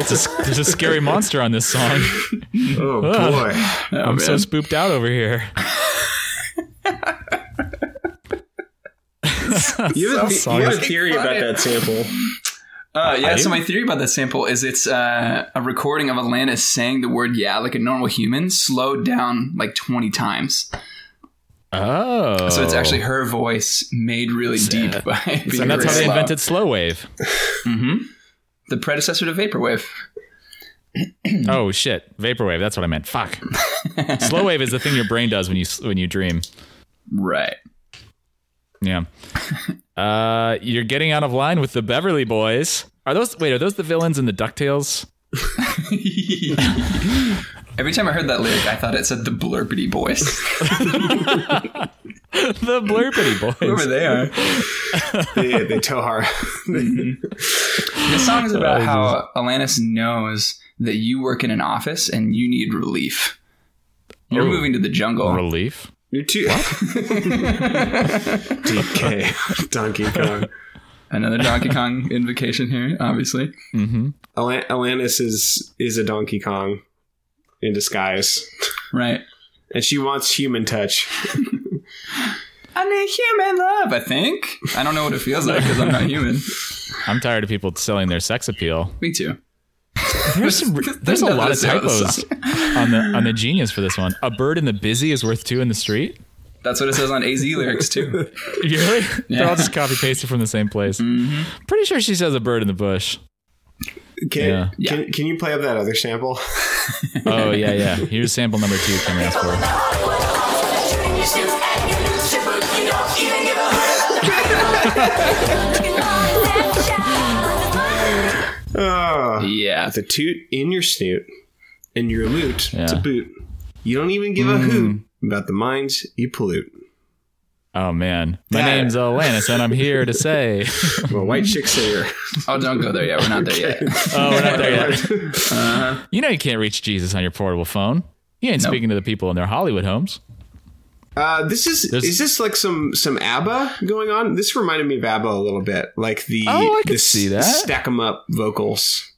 Speaker 1: It's a, s- there's a scary monster on this song.
Speaker 2: Oh
Speaker 1: Ah.
Speaker 2: boy.
Speaker 1: I'm so spooked out over here.
Speaker 2: You have, a,
Speaker 1: Sounds
Speaker 2: you have a
Speaker 1: solid.
Speaker 2: theory about that sample.
Speaker 3: Uh, yeah, so my theory about that sample is it's uh, a recording of Atlantis saying the word yeah like a normal human, slowed down like 20 times.
Speaker 1: Oh,
Speaker 3: So it's actually her voice made really deep by being
Speaker 1: and that's how they
Speaker 3: very slow.
Speaker 1: invented slow wave.
Speaker 3: the predecessor to Vaporwave.
Speaker 1: Oh shit, vaporwave. That's what I meant. Fuck. slow wave is the thing your brain does when you s- when you dream.
Speaker 3: Right.
Speaker 1: Yeah. Uh, you're getting out of line with the Beverly Boys. Are those wait? Are those the villains in the Ducktales?
Speaker 3: Every time I heard that lyric, I thought it said the blurpity boys.
Speaker 1: the Blurpity
Speaker 3: Whoever
Speaker 1: Boys.
Speaker 3: they are.
Speaker 2: They, they tow hard.
Speaker 3: The song is about how Alanis knows that you work in an office and you need relief. You're
Speaker 1: Ooh.
Speaker 3: moving to the jungle.
Speaker 1: Relief.
Speaker 2: You're too. DK. Donkey Kong.
Speaker 3: Another Donkey Kong invocation here, obviously.
Speaker 2: Alan- Alanis is is a Donkey Kong in disguise,
Speaker 3: Right.
Speaker 2: and she wants human touch.
Speaker 3: I need human love, I think. I don't know what it feels like because I'm not human.
Speaker 1: I'm tired of people selling their sex appeal.
Speaker 3: Me too.
Speaker 1: There's some, there's a
Speaker 3: another
Speaker 1: lot of
Speaker 3: sound
Speaker 1: typos on the on the genius for this one. A bird in the busy is worth two in the street.
Speaker 3: That's what it says on AZ lyrics too.
Speaker 1: Really? They're all just copy pasted from the same place. Pretty sure she says a bird in the bush.
Speaker 2: Can,
Speaker 1: Yeah.
Speaker 2: can can you play up that other sample?
Speaker 1: Oh yeah, yeah. Here's sample number two. Can we ask for?
Speaker 2: Oh,
Speaker 3: yeah.
Speaker 2: the toot in your snoot and your loot to
Speaker 1: Yeah.
Speaker 2: boot. You don't even give a hoot about the minds you pollute.
Speaker 1: Oh man, my
Speaker 2: That-
Speaker 1: name's Alanis, and I'm here to say.
Speaker 2: I'm a white chick singer.
Speaker 3: Oh, don't go there yet. We're not there yet.
Speaker 1: Oh, we're not there yet. You know you can't reach Jesus on your portable phone. You ain't speaking to the people in their Hollywood homes.
Speaker 2: Uh, this is
Speaker 1: There's-
Speaker 2: is this like some some ABBA going on? This reminded me of ABBA a little bit, like the
Speaker 1: Oh, I could
Speaker 2: the s-
Speaker 1: see that.
Speaker 2: stack 'em up vocals.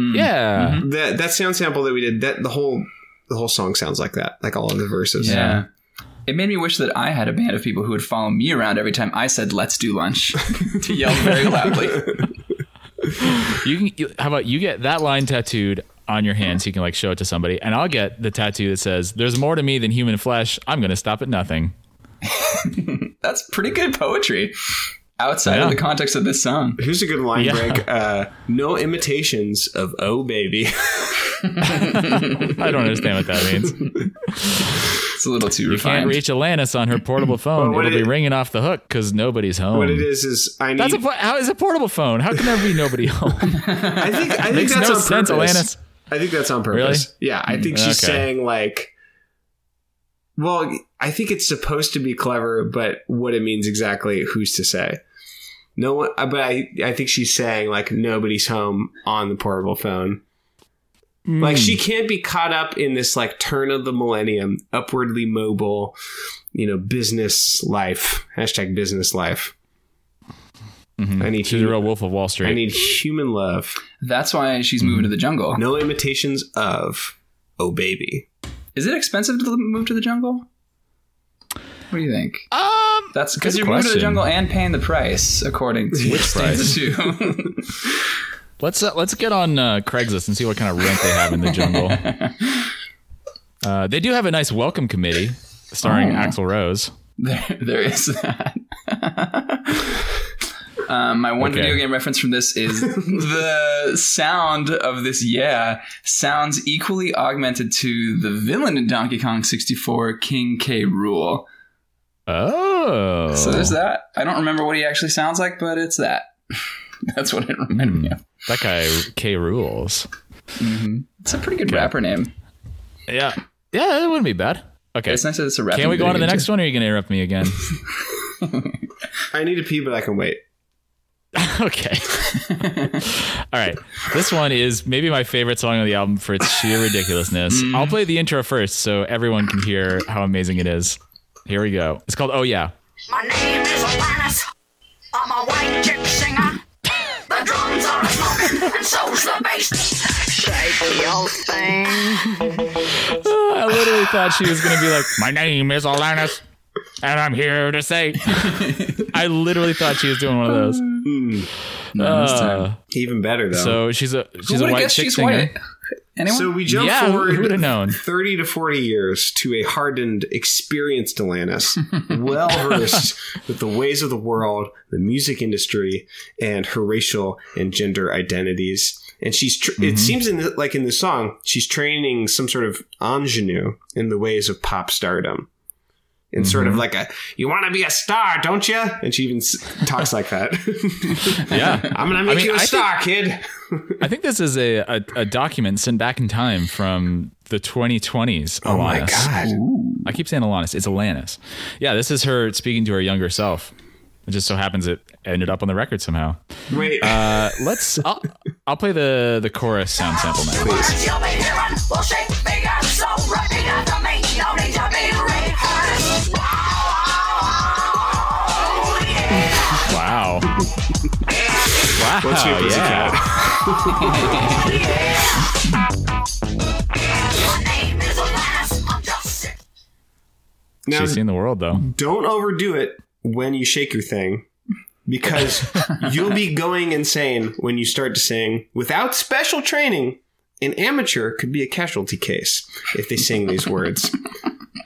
Speaker 1: Mm. Yeah.
Speaker 2: that that sound sample that we did that the whole the whole song sounds like that like all of the verses
Speaker 3: Yeah. It made me wish that I had a band of people who would follow me around every time I said "Let's do lunch" to yell very loudly.
Speaker 1: You can. You, how about you get that line tattooed on your hand so you can like show it to somebody, and I'll get the tattoo that says, "There's more to me than human flesh. I'm gonna stop at nothing."
Speaker 3: That's pretty good poetry outside
Speaker 1: Yeah.
Speaker 3: of the context of this song.
Speaker 2: here's a good line
Speaker 1: Yeah.
Speaker 2: break uh no imitations of oh baby
Speaker 1: I don't understand what that means.
Speaker 3: It's a little too
Speaker 1: Can't
Speaker 3: refined.
Speaker 1: reach Alanis on her portable phone.
Speaker 2: what
Speaker 1: It'll be
Speaker 2: it-
Speaker 1: ringing off the hook because nobody's home.
Speaker 2: what it is is i need
Speaker 1: Oh. That's a pla- how is a portable phone? How can there be nobody home?
Speaker 2: i think i think
Speaker 1: Makes
Speaker 2: that's
Speaker 1: no
Speaker 2: on
Speaker 1: sense,
Speaker 2: purpose
Speaker 1: Alanis.
Speaker 2: i think that's on purpose yeah i think she's
Speaker 1: Okay.
Speaker 2: saying like well i think it's supposed to be clever but what it means exactly who's to say no one uh, but i i think she's saying like nobody's home on the portable phone Like
Speaker 1: Hmm.
Speaker 2: she can't be caught up in this like turn of the millennium, upwardly mobile, you know, business life. Hashtag business life. I
Speaker 1: Mm-hmm.
Speaker 2: need
Speaker 1: She's a real
Speaker 2: human,
Speaker 1: Wolf of Wall
Speaker 2: I
Speaker 1: Street.
Speaker 2: need human love.
Speaker 3: That's why she's moving to the jungle.
Speaker 2: No imitations of Oh baby.
Speaker 3: Is it expensive to move to the jungle? What do you think?
Speaker 1: um,
Speaker 3: That's because
Speaker 1: Good
Speaker 3: you're moving to the
Speaker 1: question.
Speaker 3: jungle and paying the price, according to which
Speaker 1: price?
Speaker 3: stands to.
Speaker 1: let's uh, let's get on uh, Craigslist and see what kind of rent they have in the jungle. uh, they do have a nice welcome committee starring
Speaker 2: Oh.
Speaker 1: Axl Rose.
Speaker 3: there, there is that. um, my one
Speaker 1: Okay.
Speaker 3: video game reference from this is the sound of this. Yeah, sounds equally augmented to the villain in Donkey Kong 64, King K. Rule.
Speaker 1: Oh,
Speaker 3: So there's that. I don't remember what he actually sounds like, but it's that. That's what it reminded me of.
Speaker 1: that guy K rules.
Speaker 3: It's a pretty good rapper name.
Speaker 1: Yeah. Yeah, it wouldn't be bad. Okay.
Speaker 3: It's nice that it's a rapper.
Speaker 1: Can we go on to the next one, or are you going to interrupt me again?
Speaker 2: I need to pee, but I can wait.
Speaker 1: okay. All right. This one is maybe my favorite song on the album for its sheer ridiculousness.
Speaker 3: Mm.
Speaker 1: I'll play the intro first so everyone can hear how amazing it is. Here we go. It's called Oh Yeah.
Speaker 4: My name is Alanis. I'm a white chick singer. The drums are smoking, and so's the bass. Shake your thing.
Speaker 1: Ah, I literally thought she was going to be like, My name is Alanis, and I'm here to say. I literally thought she was doing one of those. Uh,
Speaker 2: Even better though. So,
Speaker 1: so she's a she's
Speaker 3: Who
Speaker 1: a
Speaker 3: would've
Speaker 1: white
Speaker 3: guessed
Speaker 1: chick
Speaker 3: she's
Speaker 1: singer.
Speaker 3: white? Anyone?
Speaker 2: we jump
Speaker 1: Yeah, who-
Speaker 2: forward
Speaker 1: who would've known?
Speaker 2: 30 to 40 years to a hardened, experienced Alanis, well versed with the ways of the world, the music industry, and her racial and gender identities. And she's, tr- it seems in the, like in the song, she's training some sort of ingenue in the ways of pop stardom. And sort of like a, you want to be a star, don't you? And she even s- talks like that.
Speaker 1: Yeah.
Speaker 2: I'm going to make
Speaker 1: mean,
Speaker 2: you a
Speaker 1: I think-
Speaker 2: star, kid.
Speaker 1: I think this is a, a, a document sent back in time from the 2020s.
Speaker 2: Oh my
Speaker 1: Alanis.
Speaker 2: God.
Speaker 1: I keep saying Alanis. It's Alanis. Yeah, this is her speaking to her younger self. It just so happens it ended up on the record somehow.
Speaker 2: Wait.
Speaker 1: Uh, let's. I'll, I'll play the the chorus sound sample now.
Speaker 4: Words you'll be hearing will shake fingers, so repeat after me. No need to be rehearsed. Oh, yeah.
Speaker 1: Wow. Wow.
Speaker 2: your pussycat?
Speaker 1: yeah.
Speaker 4: My name is Alanis. I'm just sick.
Speaker 2: now,
Speaker 1: She's seen the world though.
Speaker 2: don't overdo it when you shake your thing because you'll be going insane when you start to sing without special training an amateur could be a casualty case if they sing these words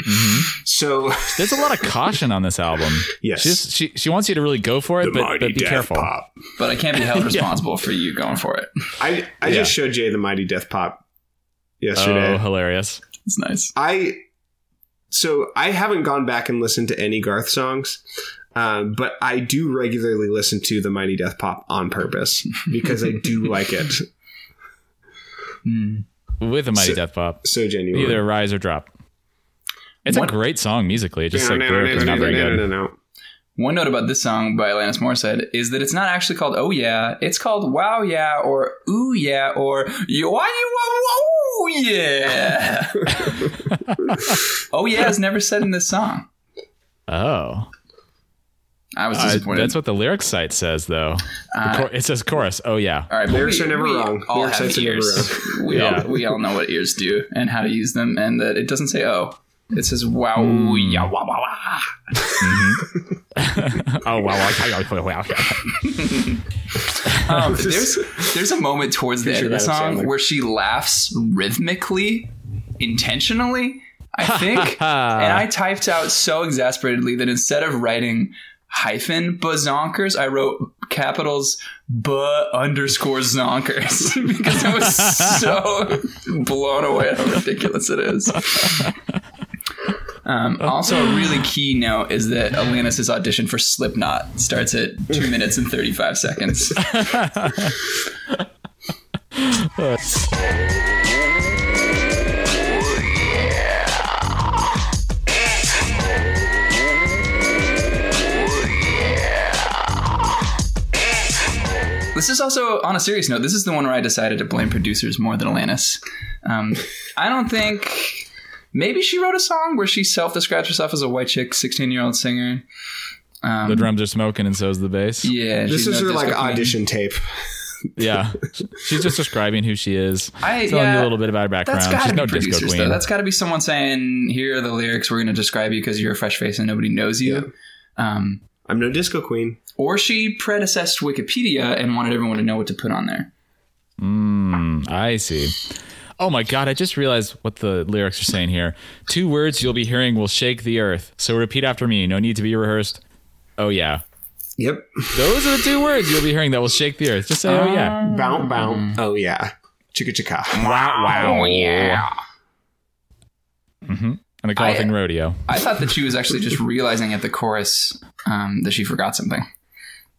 Speaker 1: Mm-hmm.
Speaker 2: so
Speaker 1: There's a lot of caution on this album.
Speaker 2: Yes.
Speaker 1: She's, she she wants you to really go for it, but, but be careful.
Speaker 3: but I can't be held responsible for you going for it.
Speaker 2: i, I
Speaker 1: Yeah.
Speaker 2: just showed jay the mighty death pop yesterday
Speaker 1: Oh, hilarious.
Speaker 3: It's nice.
Speaker 2: I so I haven't gone back and listened to any Garth songs, um, but I do regularly listen to the Mighty Death Pop on purpose because I do like it
Speaker 1: With a mighty
Speaker 2: So-
Speaker 1: death pop.
Speaker 2: so genuinely.
Speaker 1: Either rise or drop. It's
Speaker 3: What-
Speaker 1: a great song musically. It just
Speaker 2: No,
Speaker 1: like
Speaker 2: no,
Speaker 1: lyric
Speaker 2: no,
Speaker 1: is
Speaker 2: no,
Speaker 1: not
Speaker 2: no,
Speaker 1: very
Speaker 2: no, no,
Speaker 1: good.
Speaker 2: no, no.
Speaker 3: One note about this song by Alanis Morissette is that it's not actually called Oh Yeah. It's called Wow Yeah or Ooh Yeah or You Why You Whoa Whoa Yeah. oh Yeah is never said in this song.
Speaker 1: Oh.
Speaker 3: I was
Speaker 1: I-
Speaker 3: disappointed.
Speaker 1: Uh, that's what the lyrics site says, though. The
Speaker 3: Uh,
Speaker 1: chor- it says chorus. Oh yeah.
Speaker 3: all right, but
Speaker 2: Lyrics
Speaker 3: we-
Speaker 2: are never
Speaker 3: we
Speaker 2: wrong.
Speaker 3: All
Speaker 2: Lyrics
Speaker 3: have
Speaker 2: are never
Speaker 3: ears. We,
Speaker 1: Yeah.
Speaker 3: all, we all know what ears do and how to use them, and that it doesn't say oh. It says wow,
Speaker 2: Hmm.
Speaker 3: ooh, yeah, wow, wow, wow.
Speaker 1: Oh wow. wow, wow, wow, wow.
Speaker 3: Um, there's there's a moment towards the end of the
Speaker 2: Picture Adam
Speaker 3: song
Speaker 2: Sandler.
Speaker 3: where she laughs rhythmically, intentionally, I think. and I typed out so exasperatedly that instead of writing hyphen bazonkers, I wrote capitals bu underscore zonkers because I was so blown away at how ridiculous it is. Um, also, a really key note is that Alanis' audition for Slipknot starts at two minutes and thirty-five seconds. This is also, on a serious note, this is the one where I decided to blame producers more than Alanis. Um, I don't think. Maybe she wrote a song where she self describes herself as a white chick, 16 year old singer. Um,
Speaker 1: The drums are smoking, and so's the bass.
Speaker 3: Yeah.
Speaker 2: This
Speaker 3: she's
Speaker 2: is
Speaker 3: no
Speaker 2: her like
Speaker 3: disco queen.
Speaker 2: audition tape.
Speaker 1: Yeah. She's just describing who she is.
Speaker 3: I-
Speaker 1: telling you
Speaker 3: yeah,
Speaker 1: a little bit about her background.
Speaker 3: That's got
Speaker 1: She's
Speaker 3: to
Speaker 1: no
Speaker 3: be
Speaker 1: disco
Speaker 3: producers, though.
Speaker 1: queen.
Speaker 3: That's got to be someone saying, here are the lyrics, we're going to describe you because you're a fresh face and nobody knows you. Um,
Speaker 2: I'm no disco queen.
Speaker 3: or she predecessed Wikipedia and wanted everyone to know what to put on there.
Speaker 1: Hmm, I see. Oh my god, I just realized what the lyrics are saying here. Two words you'll be hearing will shake the earth. So repeat after me. No need to be rehearsed. Oh yeah.
Speaker 2: Yep.
Speaker 1: Those are the two words you'll be hearing that will shake the earth. Just say oh
Speaker 3: Um,
Speaker 1: yeah.
Speaker 2: Bow
Speaker 1: Mm.
Speaker 2: bow. Oh yeah. Chicka chicka.
Speaker 1: Wow. yeah. Mhm. And a golfing
Speaker 3: I-
Speaker 1: rodeo.
Speaker 3: I thought that she was actually just realizing at the chorus um, that she forgot something.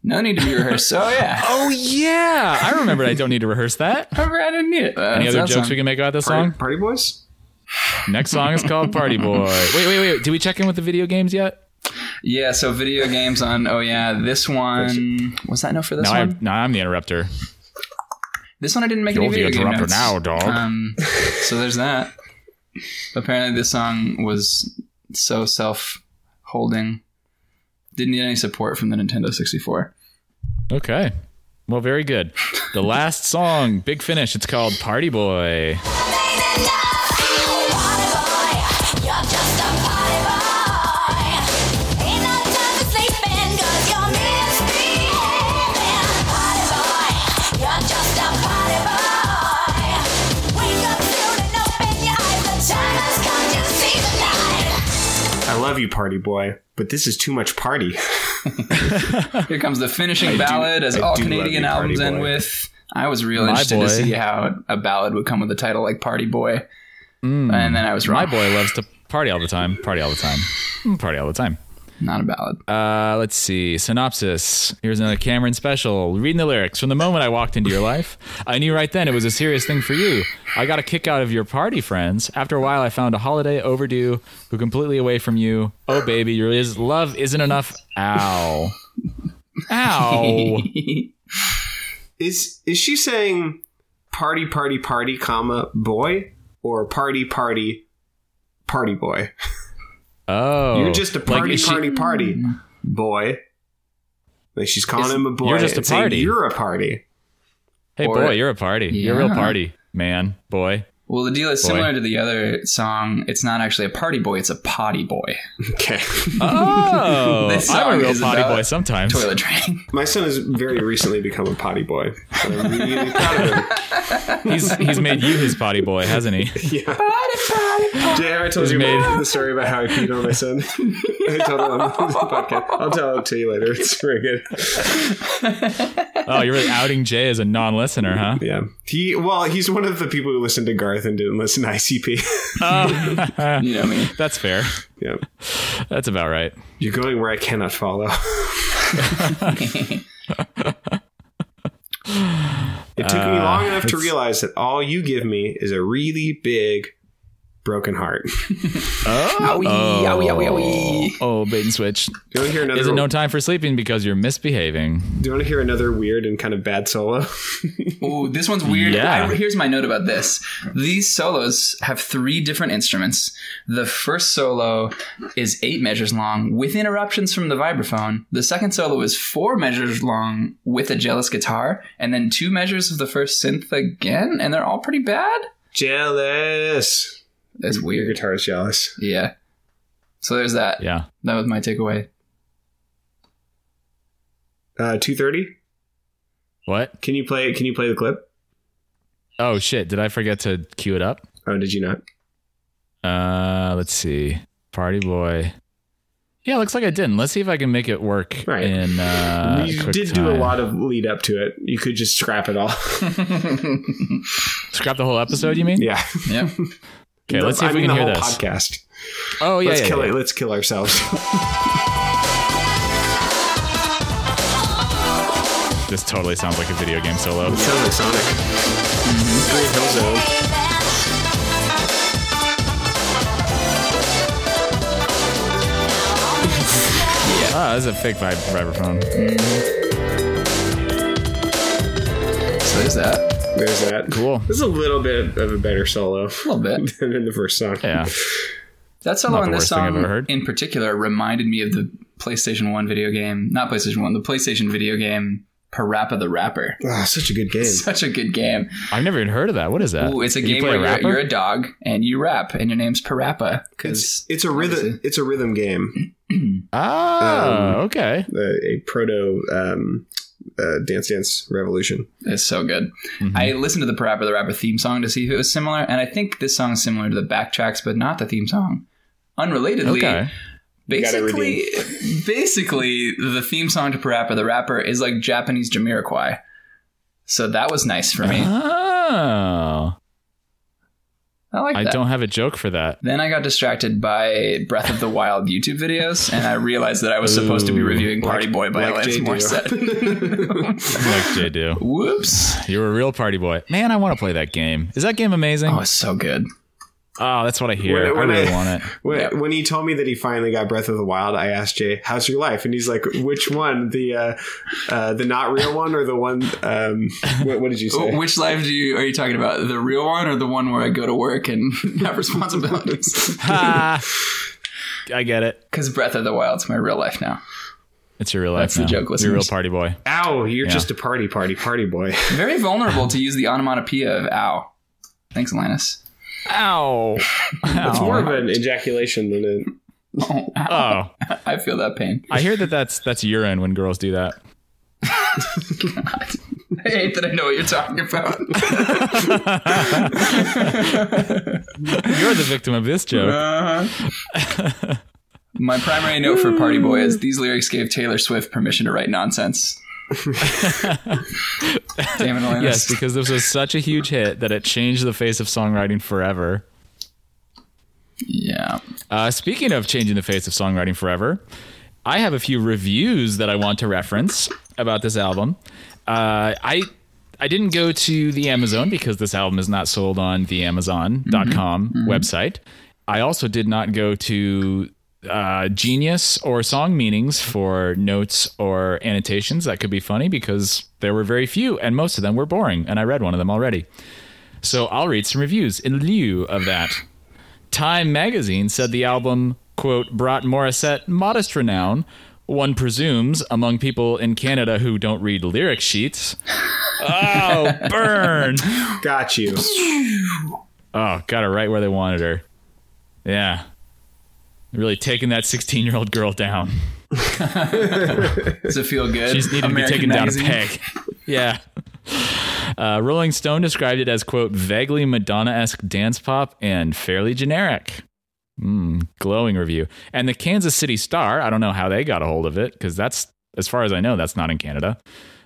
Speaker 3: No need to be rehearsed. oh yeah.
Speaker 1: Oh yeah, I remembered. I don't need to rehearse that.
Speaker 3: I didn't need it.
Speaker 1: Any other jokes we can make about this song?
Speaker 2: Party Boys?
Speaker 1: Next song is called Party Boy. Wait, wait, wait. Did we check in with the video games yet?
Speaker 3: Yeah, so video games on. Oh yeah, this one was that no for this
Speaker 1: No,
Speaker 3: one.
Speaker 1: I'm, no, I'm the interrupter.
Speaker 3: this one I didn't make any
Speaker 1: You're the
Speaker 3: video game
Speaker 1: interrupter
Speaker 3: notes.
Speaker 1: now, dog.
Speaker 3: Um, so there's that. Apparently, this song was so self-holding. Didn't need any support from the Nintendo 64.
Speaker 1: Okay. Well, very good. The last song, big finish. It's called Party Boy.
Speaker 2: I love you, Party Boy, but this is too much party.
Speaker 3: Here comes the finishing ballad, as
Speaker 2: I
Speaker 3: all
Speaker 2: do love
Speaker 3: Canadian
Speaker 2: you, Party
Speaker 3: albums end
Speaker 2: Boy.
Speaker 3: with. I was real
Speaker 1: My
Speaker 3: interested
Speaker 1: boy.
Speaker 3: to see how a ballad would come with a title like "Party Boy," and then I was
Speaker 1: My
Speaker 3: wrong.
Speaker 1: boy loves to party all the time. Party all the time. Mm, Party all the time.
Speaker 3: Not a ballad.
Speaker 1: Uh, let's see. Synopsis. Here's another Cameron special. Reading the lyrics. From the moment I walked into your life, I knew right then it was a serious thing for you. I got a kick out of your party friends. After a while, I found a holiday overdue who completely away from you. Oh, baby, your is- love isn't enough. Ow. Ow.
Speaker 2: Is is she saying party party party comma boy or party party party boy?
Speaker 1: Oh.
Speaker 2: You're just a
Speaker 1: Like,
Speaker 2: party
Speaker 1: is she-
Speaker 2: party party boy. Like she's calling him a boy.
Speaker 1: you're just a
Speaker 2: and saying,
Speaker 1: party.
Speaker 2: You're a party.
Speaker 1: Hey,
Speaker 3: Or-
Speaker 1: boy, you're a party. You're a real
Speaker 3: Yeah.
Speaker 1: party, man, boy.
Speaker 3: Well, the deal is
Speaker 1: Boy.
Speaker 3: similar to the other song. It's not actually a party boy; it's a potty boy.
Speaker 2: Okay.
Speaker 1: Oh,
Speaker 3: This
Speaker 1: I'm a
Speaker 3: song
Speaker 1: real
Speaker 3: is
Speaker 1: potty
Speaker 3: about
Speaker 1: boy sometimes.
Speaker 3: Toilet training.
Speaker 2: My son has very recently become a potty boy. and I'm really proud of him.
Speaker 1: He's he's made you his potty boy, hasn't he?
Speaker 2: Jay, have I told you
Speaker 1: made-
Speaker 2: about the story about how I peed on my son? I told him on the podcast. I'll tell it to you later. It's very good.
Speaker 1: Oh, you're really outing Jay as a non-listener, huh?
Speaker 2: Yeah. He well, he's one of the people who listened to Garth and didn't listen to ICP.
Speaker 3: You know me.
Speaker 1: That's fair.
Speaker 2: yeah.
Speaker 1: That's about right.
Speaker 2: You're going where I cannot follow. It took
Speaker 1: Uh,
Speaker 2: me long enough to realize that all you give me is a really big broken heart. Oh.
Speaker 3: Owie, owie, owie, owie.
Speaker 1: Oh, bait and switch.
Speaker 2: Do you want to hear another?
Speaker 1: Isn't no time for sleeping because you're misbehaving.
Speaker 2: do you want to hear another weird and kind of bad solo?
Speaker 3: Ooh, this one's weird.
Speaker 1: Yeah.
Speaker 3: I, here's my note about this. These solos have three different instruments. The first solo is eight measures long with interruptions from the vibraphone. The second solo is four measures long with a jealous guitar, and then two measures of the first synth again, and they're all pretty bad.
Speaker 2: jealous.
Speaker 3: That's
Speaker 2: Your
Speaker 3: weird.
Speaker 2: guitar is jealous.
Speaker 3: Yeah. So there's that.
Speaker 1: Yeah.
Speaker 3: That was my takeaway.
Speaker 2: Uh, two thirty.
Speaker 1: What?
Speaker 2: Can you play? Can you play the clip?
Speaker 1: Oh shit! Did I forget to cue it up?
Speaker 2: Oh, did you not?
Speaker 1: Uh, let's see. Party boy. Yeah, looks like I didn't. Let's see if I can make it work.
Speaker 2: Right.
Speaker 1: In uh,
Speaker 2: you
Speaker 1: quick
Speaker 2: did do a
Speaker 1: time.
Speaker 2: lot of lead up to it. You could just scrap it all.
Speaker 1: Scrap the whole episode, you mean?
Speaker 2: yeah.
Speaker 3: Yeah.
Speaker 1: Okay, let's see if
Speaker 2: I
Speaker 1: we
Speaker 2: mean,
Speaker 1: can
Speaker 2: the
Speaker 1: hear
Speaker 2: whole
Speaker 1: this.
Speaker 2: podcast.
Speaker 1: Oh yeah,
Speaker 2: Let's
Speaker 1: yeah,
Speaker 2: kill
Speaker 1: yeah.
Speaker 2: it. Let's kill ourselves.
Speaker 1: This totally sounds like a video game solo.
Speaker 2: Sounds like Sonic. Green Hill Zone.
Speaker 1: Ah, this is a fake vib- vibraphone.
Speaker 3: So there's that.
Speaker 2: There's that.
Speaker 1: Cool.
Speaker 2: This is a little bit of a better
Speaker 3: A
Speaker 2: solo
Speaker 3: little bit.
Speaker 2: than in the first song.
Speaker 1: Yeah.
Speaker 3: That solo
Speaker 1: Not
Speaker 3: in
Speaker 1: the
Speaker 3: this
Speaker 1: worst thing I've
Speaker 3: song
Speaker 1: ever heard.
Speaker 3: in particular reminded me of the PlayStation 1 video game, not PlayStation 1, the PlayStation video game Parappa the Rapper.
Speaker 2: Ah, such a good game.
Speaker 3: Such a good game.
Speaker 1: I've never even heard of that. What is that?
Speaker 3: Ooh, it's a
Speaker 1: Uh, You
Speaker 3: game
Speaker 1: play a
Speaker 3: where you're,
Speaker 1: rapper?
Speaker 3: you're a dog and you rap and your name's Parappa
Speaker 2: It's
Speaker 3: because
Speaker 2: it's a rhythm.
Speaker 3: obviously.
Speaker 2: It's a rhythm game.
Speaker 3: Um,
Speaker 1: Ah, okay.
Speaker 2: Uh, a proto um, uh, Dance Dance Revolution.
Speaker 3: it's so good.
Speaker 1: Mm-hmm.
Speaker 3: I listened to the Parappa the Rapper theme song to see if it was similar, and I think this song is similar to the backtracks, but not the theme song. Unrelatedly,
Speaker 1: Okay.
Speaker 2: gotta
Speaker 3: basically basically the theme song to Parappa the Rapper is like Japanese Jamiroquai.
Speaker 2: Uh-huh.
Speaker 3: So that was nice for me.
Speaker 1: Oh.
Speaker 3: I like
Speaker 1: I
Speaker 3: that.
Speaker 1: don't have a joke for that.
Speaker 3: Then I got distracted by Breath of the Wild YouTube videos, and I realized that I was supposed to be reviewing Party Boy by
Speaker 2: like
Speaker 3: Alanis
Speaker 2: Jay do.
Speaker 3: Morissette.
Speaker 1: Like Jay do.
Speaker 3: Whoops!
Speaker 1: You're a real party boy. Man, I want to play that game. Is that game amazing? Oh,
Speaker 3: Oh, it's so good.
Speaker 1: that's what I hear.
Speaker 2: When- when
Speaker 1: I really
Speaker 2: I-
Speaker 1: want it.
Speaker 2: When, when he told me that he finally got Breath of the Wild, I asked Jay, "How's your life?" And he's like, "Which one? The uh, uh, the not real one, or the one? Um, what, what did you say?"
Speaker 3: Which life do you are you talking about? The real one or the one where I go to work and have responsibilities?
Speaker 1: Ah, I get it.
Speaker 3: Because Breath of the Wild's my real life now.
Speaker 1: It's your real life.
Speaker 3: That's the
Speaker 1: now.
Speaker 3: joke,
Speaker 1: You're a real
Speaker 3: listeners.
Speaker 1: party boy.
Speaker 2: Ow! You're just a party, party, party boy.
Speaker 3: Very vulnerable to use the onomatopoeia of "ow." Thanks, Alanis.
Speaker 1: Ow.
Speaker 2: It's more of an ejaculation than it.
Speaker 3: Oh, ow.
Speaker 1: Oh,
Speaker 3: I feel that pain.
Speaker 1: I hear that that's that's urine when girls do that.
Speaker 3: I hate that I know what you're talking about.
Speaker 1: You're the victim of this joke.
Speaker 3: My primary note for Party Boy is these lyrics gave Taylor Swift permission to write nonsense. Damn it, Alanis.
Speaker 1: Yes, because this was such a huge hit that it changed the face of songwriting forever.
Speaker 3: Yeah.
Speaker 1: Uh, speaking of changing the face of songwriting forever, I have a few reviews that I want to reference about this album. Uh, I I didn't go to the Amazon because this album is not sold on the Amazon.com website. I also did not go to uh, Genius or Song Meanings for notes or annotations. That could be funny because there were very few, and most of them were boring. And I read one of them already. So I'll read some reviews in lieu of that. Time magazine said the album, quote, brought Morissette modest renown, one presumes, among people in Canada who don't read lyric sheets. Oh, burn.
Speaker 2: Got you.
Speaker 1: Oh, got her right where they wanted her. Yeah. Really taking that 16 year old girl down.
Speaker 3: Does it feel good?
Speaker 1: She's needed to be taken
Speaker 3: magazine?
Speaker 1: down a peg. Yeah. Uh, Rolling Stone described it as, quote, vaguely Madonna esque dance pop and fairly generic. Mm, glowing review. And the Kansas City Star, I don't know how they got a hold of it because that's, as far as I know, that's not in Canada,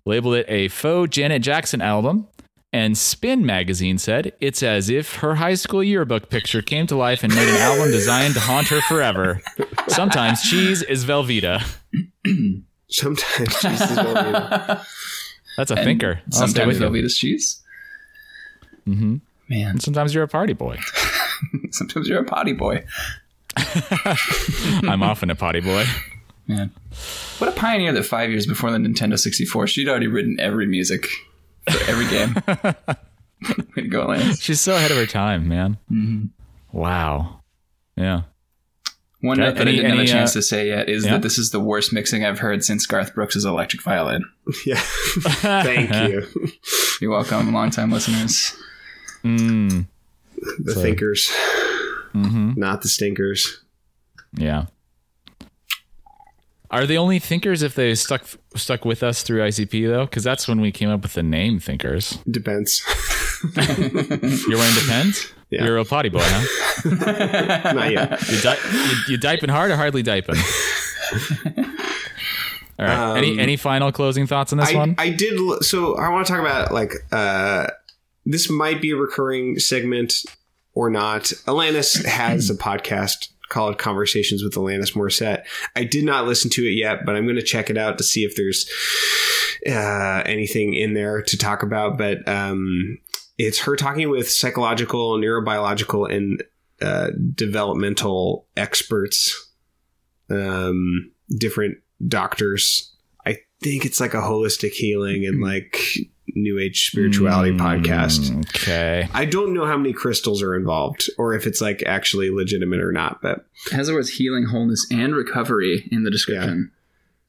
Speaker 1: labeled it a faux Janet Jackson album. And Spin magazine said it's as if her high school yearbook picture came to life and made an album designed to haunt her forever. Sometimes cheese is Velveeta.
Speaker 2: Sometimes Jesus is what we need.
Speaker 1: That's a thinker. I'll stay
Speaker 3: Sometimes
Speaker 1: with
Speaker 3: they'll
Speaker 1: you.
Speaker 3: be this cheese. Mm-hmm. Man,
Speaker 1: And sometimes you're a party boy.
Speaker 3: sometimes you're a potty boy.
Speaker 1: I'm often a potty boy.
Speaker 3: Man, what a pioneer that five years before the Nintendo 64, she'd already written every music for every game. Way to go, Alanis.
Speaker 1: She's so ahead of her time, man.
Speaker 2: Mm-hmm.
Speaker 1: Wow. Yeah.
Speaker 3: One
Speaker 1: Okay,
Speaker 3: note that
Speaker 1: any-
Speaker 3: I didn't
Speaker 1: any,
Speaker 3: have a chance
Speaker 1: uh,
Speaker 3: to say yet is
Speaker 1: yeah?
Speaker 3: that this is the worst mixing I've heard since Garth Brooks' electric violin.
Speaker 2: Yeah. Thank you.
Speaker 3: You're welcome, longtime listeners.
Speaker 2: The thinkers,
Speaker 1: Mm-hmm.
Speaker 2: not the stinkers.
Speaker 1: Yeah. Are they only thinkers if they stuck stuck with us through ICP though? Because that's when we came up with the name Thinkers.
Speaker 2: Depends.
Speaker 1: You're wearing depends.
Speaker 2: Yeah.
Speaker 1: You're a potty boy, huh?
Speaker 2: not yet.
Speaker 1: You, di- you, you diping hard or hardly diping? All right. any any final closing thoughts on this
Speaker 2: Um, I,
Speaker 1: one?
Speaker 2: I did. l- So I want to talk about like uh, this might be a recurring segment or not. Alanis has a podcast called Conversations with Alanis Morissette. I did not listen to it yet, but I'm going to check it out to see if there's uh, anything in there to talk about. But um, it's her talking with psychological, neurobiological, and uh, developmental experts, um, different doctors. I think it's like a holistic healing and like new age spirituality
Speaker 1: Mm-hmm.
Speaker 2: podcast.
Speaker 1: Mm, okay.
Speaker 2: I don't know how many crystals are involved or if it's like actually legitimate or not, but
Speaker 3: It has the words healing, wholeness, and recovery in the description.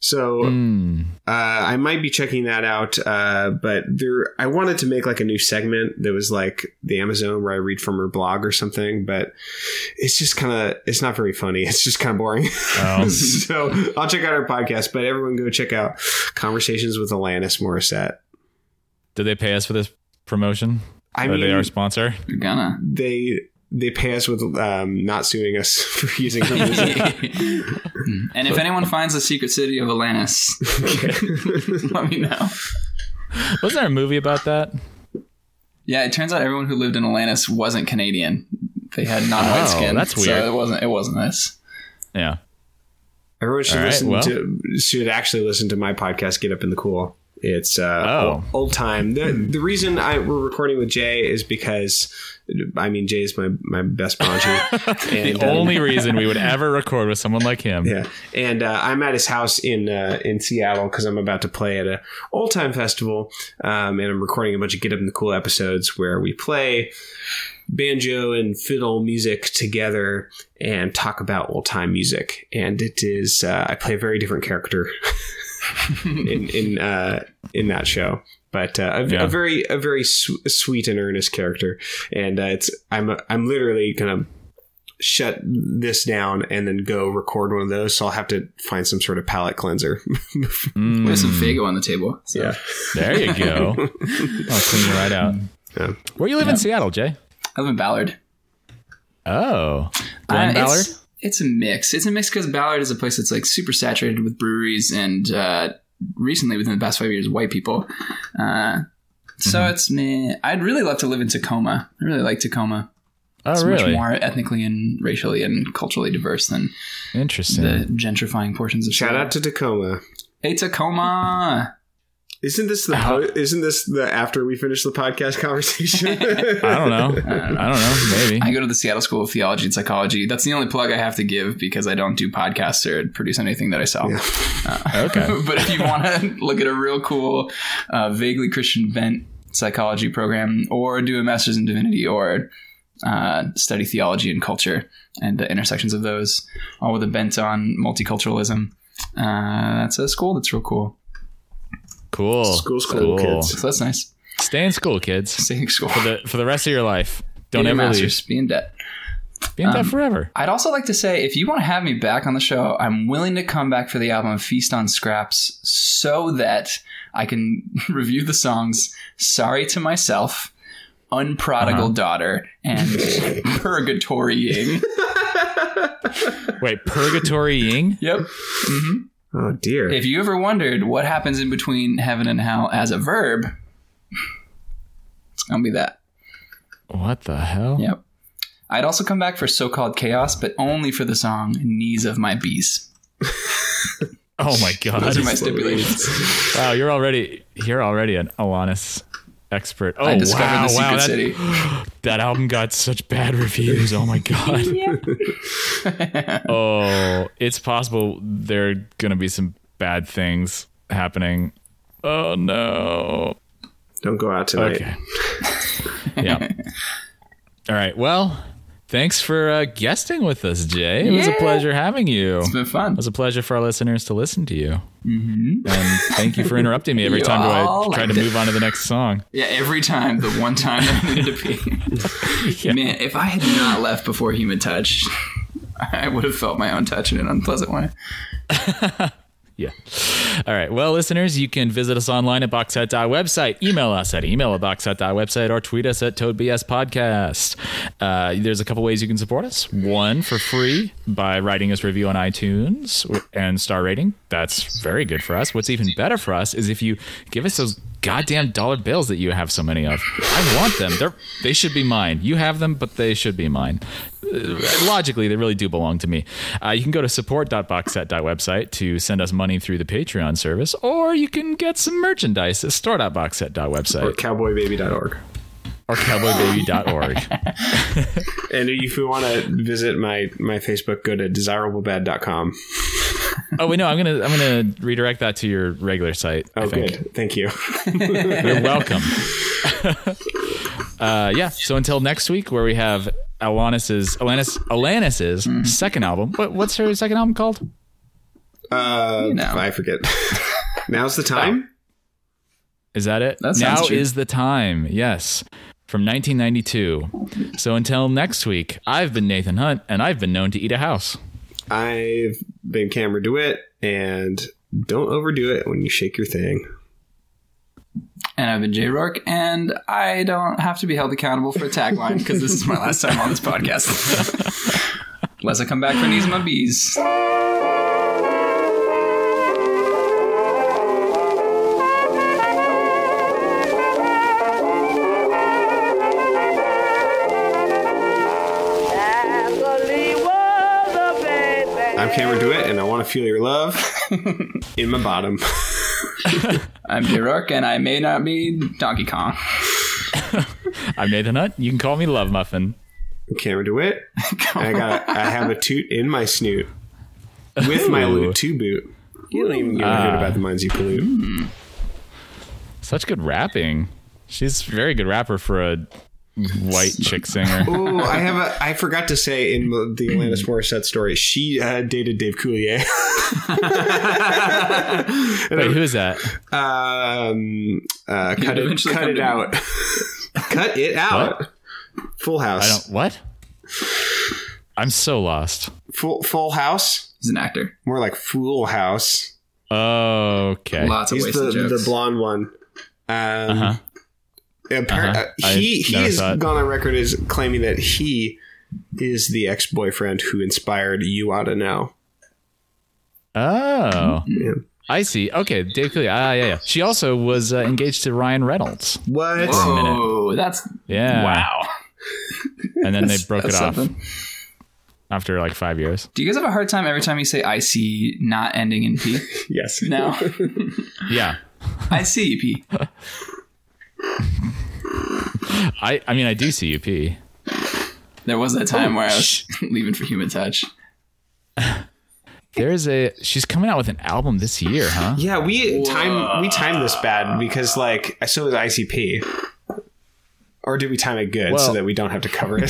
Speaker 2: so
Speaker 1: Hmm.
Speaker 2: uh, I might be checking that out. Uh, but there, I wanted to make like a new segment that was like the Amazon where I read from her blog or something, but it's just kind of, it's not very funny. It's just kind of boring.
Speaker 1: Oh.
Speaker 2: so I'll check out her podcast, but everyone go check out Conversations with Alanis Morissette.
Speaker 1: Did they pay us for this promotion?
Speaker 2: I
Speaker 1: Are
Speaker 2: mean,
Speaker 1: they our sponsor?
Speaker 3: You're gonna.
Speaker 2: they, they pay us with um, not suing us for using her music.
Speaker 3: and if anyone finds the secret city of Alanis, let me know.
Speaker 1: Wasn't there a movie about that?
Speaker 3: Yeah, it turns out everyone who lived in Alanis wasn't Canadian. They had non-white
Speaker 1: Oh,
Speaker 3: skin.
Speaker 1: that's weird.
Speaker 3: So it wasn't. It wasn't this.
Speaker 1: Yeah.
Speaker 2: Everyone should
Speaker 1: All right,
Speaker 2: listen
Speaker 1: well.
Speaker 2: to should actually listen to my podcast. Get up in the cool. It's uh,
Speaker 1: Oh.
Speaker 2: old, old time. The the reason I we're recording with Jay is because I mean Jay is my my best Bonji. and,
Speaker 1: The
Speaker 2: um,
Speaker 1: only reason we would ever record with someone like him.
Speaker 2: yeah, and uh, I'm at his house in uh, in Seattle because I'm about to play at a old time festival, um, and I'm recording a bunch of Get Up in the Cool episodes where we play banjo and fiddle music together and talk about old time music. And it is uh, I play a very different character in in uh, in that show. But uh, a,
Speaker 1: Yeah.
Speaker 2: a very a very su- sweet and earnest character, and uh, it's I'm I'm literally gonna shut this down and then go record one of those. So I'll have to find some sort of palate cleanser.
Speaker 3: We have some Fago on the table. So.
Speaker 1: Mm, There you go. I'll clean you right out.
Speaker 2: Yeah.
Speaker 1: Where you live in Seattle, Jay?
Speaker 3: I live in Ballard.
Speaker 1: Oh, Glen
Speaker 3: Uh,
Speaker 1: Ballard.
Speaker 3: It's, it's a mix. It's a mix because Ballard is a place that's like super saturated with breweries and uh, recently, within the past five years, white people. Uh, so
Speaker 1: Mm-hmm.
Speaker 3: it's me. I'd really love to live in Tacoma. I really like Tacoma.
Speaker 1: Oh,
Speaker 3: It's much
Speaker 1: really?
Speaker 3: more ethnically and racially and culturally diverse than
Speaker 1: Interesting.
Speaker 3: the gentrifying portions of
Speaker 2: Shout
Speaker 3: Seattle.
Speaker 2: out to Tacoma.
Speaker 3: Hey Tacoma!
Speaker 2: Isn't this the po- isn't this the after we finish the podcast conversation?
Speaker 1: I don't know. I don't know. Maybe.
Speaker 3: I go to the Seattle School of Theology and Psychology. That's the only plug I have to give because I don't do podcasts or produce anything that I sell.
Speaker 1: okay.
Speaker 3: but if you want to look at a real cool, uh, vaguely Christian bent psychology program, or do a master's in divinity, or uh, study theology and culture and the intersections of those, all with a bent on multiculturalism, uh, that's a school that's real cool.
Speaker 1: Cool.
Speaker 2: School's cool, kids.
Speaker 3: So that's nice.
Speaker 1: Stay in school, kids,
Speaker 3: Staying school.
Speaker 1: for the for the rest of your life.
Speaker 3: Get
Speaker 1: Don't
Speaker 3: your
Speaker 1: ever
Speaker 3: master's, Be in debt.
Speaker 1: leave. Be in debt forever.
Speaker 3: I'd also like to say if you want to have me back on the show, I'm willing to come back for the album Feast on Scraps so that I can review the songs Sorry to Myself, Unprodigal
Speaker 1: Uh-huh.
Speaker 3: Daughter, and Purgatorying.
Speaker 1: Wait, Purgatory Ying.
Speaker 3: Yep.
Speaker 2: oh dear.
Speaker 3: If you ever wondered what happens in between heaven and hell as a verb, it's going to be that.
Speaker 1: What the hell?
Speaker 3: Yep. I'd also come back for so called chaos, but only for the song Knees of My Bees.
Speaker 1: Oh my god.
Speaker 3: Those are my stipulations.
Speaker 1: Wow, you're already you're already an Alanis expert. Oh
Speaker 3: I discovered
Speaker 1: wow,
Speaker 3: the secret
Speaker 1: wow, that,
Speaker 3: city.
Speaker 1: that album got such bad reviews. Oh my god. oh, it's possible there are gonna be some bad things happening. Oh no.
Speaker 2: don't go out tonight.
Speaker 1: Okay. yeah. All right. Well, thanks for uh, guesting with us, Jay. It was a
Speaker 3: Yeah.
Speaker 1: pleasure having you.
Speaker 3: It's been fun.
Speaker 1: It was a pleasure for our listeners to listen to you. And thank you for interrupting me every
Speaker 3: Mm-hmm. You
Speaker 1: time I
Speaker 3: all
Speaker 1: try to
Speaker 3: liked it.
Speaker 1: move on to the next song.
Speaker 3: Yeah, every time, the one time that I needed to pee. Man, if I had not left before human touch, I would have felt my own touch in an unpleasant way.
Speaker 1: Yeah. All right. Well, listeners, you can visit us online at boxset.website, email us at email at boxset.website, or tweet us at toadbspodcast. Uh, there's a couple ways you can support us. One, for free by writing us a review on iTunes and star rating. That's very good for us. What's even better for us is if you give us those goddamn dollar bills that you have so many of. I want them. They're, they should be mine. You have them, but they should be mine logically, they really do belong to me. Uh, you can go to support.boxset.website to send us money through the Patreon service, or you can get some merchandise at
Speaker 2: Or
Speaker 1: store.boxset.website
Speaker 2: cowboybaby.org.
Speaker 1: or cowboybaby.org.
Speaker 2: And if you want to visit my my Facebook, go to desirablebad.com.
Speaker 1: oh, wait, no, I'm gonna I'm gonna redirect that to your regular site. I
Speaker 2: Oh,
Speaker 1: think.
Speaker 2: good. Thank you.
Speaker 1: You're welcome. uh, yeah. So until next week, where we have Alanis's Alanis Alanis's second album. What, what's her second album called?
Speaker 2: Uh,
Speaker 3: You know.
Speaker 2: I forget. Now's the time.
Speaker 1: Is that it?
Speaker 3: That sounds
Speaker 1: now
Speaker 3: true.
Speaker 1: is the time. Yes. From 1992. So until next week, I've been Nathan Hunt, and I've been known to eat a house.
Speaker 2: I've been Cameron DeWitt, and don't overdo it when you shake your thing.
Speaker 3: And I've been Jay Rourke, and I don't have to be held accountable for a tagline because this is my last time on this podcast. Unless I come back for knees and my bees.
Speaker 5: Thank
Speaker 2: Cameron DeWitt, and I want to feel your love in my bottom.
Speaker 3: I'm J. Rourke, and I may not be Donkey Kong.
Speaker 1: I'm Nathan Hunt. You can call me Love Muffin.
Speaker 2: Cameron DeWitt. I got. I have a toot in my snoot with my
Speaker 1: Ooh.
Speaker 2: loot to boot. You don't even give a hoot about the minds you pollute.
Speaker 1: Such good rapping. She's a very good rapper for a white chick singer.
Speaker 2: Oh, I have a. I forgot to say in the Alanis Morissette story, she uh, dated Dave Coulier.
Speaker 1: Wait, who is that?
Speaker 2: um, uh, cut it,
Speaker 3: eventually
Speaker 2: cut
Speaker 3: come
Speaker 2: it
Speaker 3: to me.
Speaker 2: out. cut it out. Full
Speaker 1: I
Speaker 2: House.
Speaker 1: don't. What? I'm so lost.
Speaker 2: Full Full House.
Speaker 3: He's an actor.
Speaker 2: More like Fool House.
Speaker 1: Okay.
Speaker 3: Lots of
Speaker 2: He's
Speaker 3: wasted
Speaker 2: the, the
Speaker 3: jokes.
Speaker 2: blonde one. Um,
Speaker 1: Uh-huh.
Speaker 2: appar-
Speaker 1: Uh-huh.
Speaker 2: uh,
Speaker 1: I
Speaker 2: he he
Speaker 1: never
Speaker 2: has
Speaker 1: saw it.
Speaker 2: gone on record as claiming that he is the ex boyfriend who inspired You Ought to Know.
Speaker 1: Oh,
Speaker 2: Yeah.
Speaker 1: I see. Okay, Dave Coulier. Ah, yeah, yeah. She also was uh, engaged to Ryan Reynolds.
Speaker 2: What?
Speaker 3: Whoa, that's
Speaker 1: Yeah.
Speaker 3: wow.
Speaker 1: And then they Uh, broke it
Speaker 3: That's
Speaker 1: off
Speaker 3: something.
Speaker 1: after like five years.
Speaker 3: Do you guys have a hard time every time you say "I see" not ending in p?
Speaker 2: Yes.
Speaker 3: No,
Speaker 1: Yeah.
Speaker 3: I see p.
Speaker 1: I. I mean, I do see you pee.
Speaker 3: There was that time where I was leaving for human touch.
Speaker 1: There's a. She's coming out with an album this year, huh?
Speaker 2: Yeah, we time we timed this bad because like so was ICP. Or did we time it good so
Speaker 1: Well-
Speaker 2: that we don't have to cover it?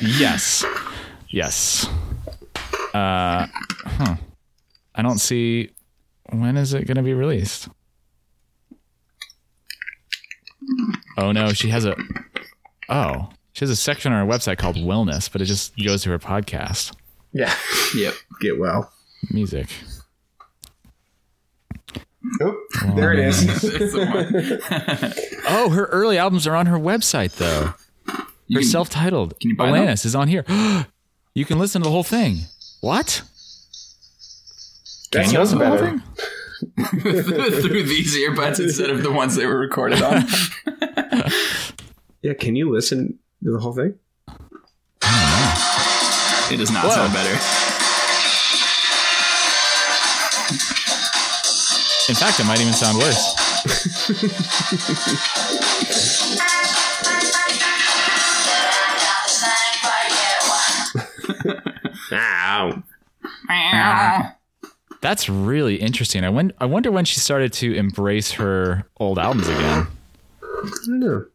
Speaker 1: Yes. Yes. Uh, huh. I don't see. When is it going to be released? Oh no, she has a. Oh, she has a section on her website called Wellness, but it just goes to her podcast
Speaker 2: yeah.
Speaker 3: Yep.
Speaker 2: Get well.
Speaker 1: music.
Speaker 2: Oh, there it is.
Speaker 3: That's the one.
Speaker 1: Oh, her early albums are on her website though. Her
Speaker 3: can-
Speaker 1: self-titled
Speaker 3: you buy them?
Speaker 1: Alanis is on here. you can listen to the whole thing. What?
Speaker 2: That
Speaker 1: Can you
Speaker 2: sounds
Speaker 1: listen to the whole
Speaker 2: better.
Speaker 1: thing?
Speaker 3: Through these earbuds instead of the ones they were recorded on.
Speaker 2: Yeah, can you listen to the whole thing?
Speaker 3: It does not sound better.
Speaker 1: In fact, it might even sound worse.
Speaker 2: Ow.
Speaker 1: That's really interesting. I, won- I wonder when she started to embrace her old albums again.
Speaker 2: I don't know.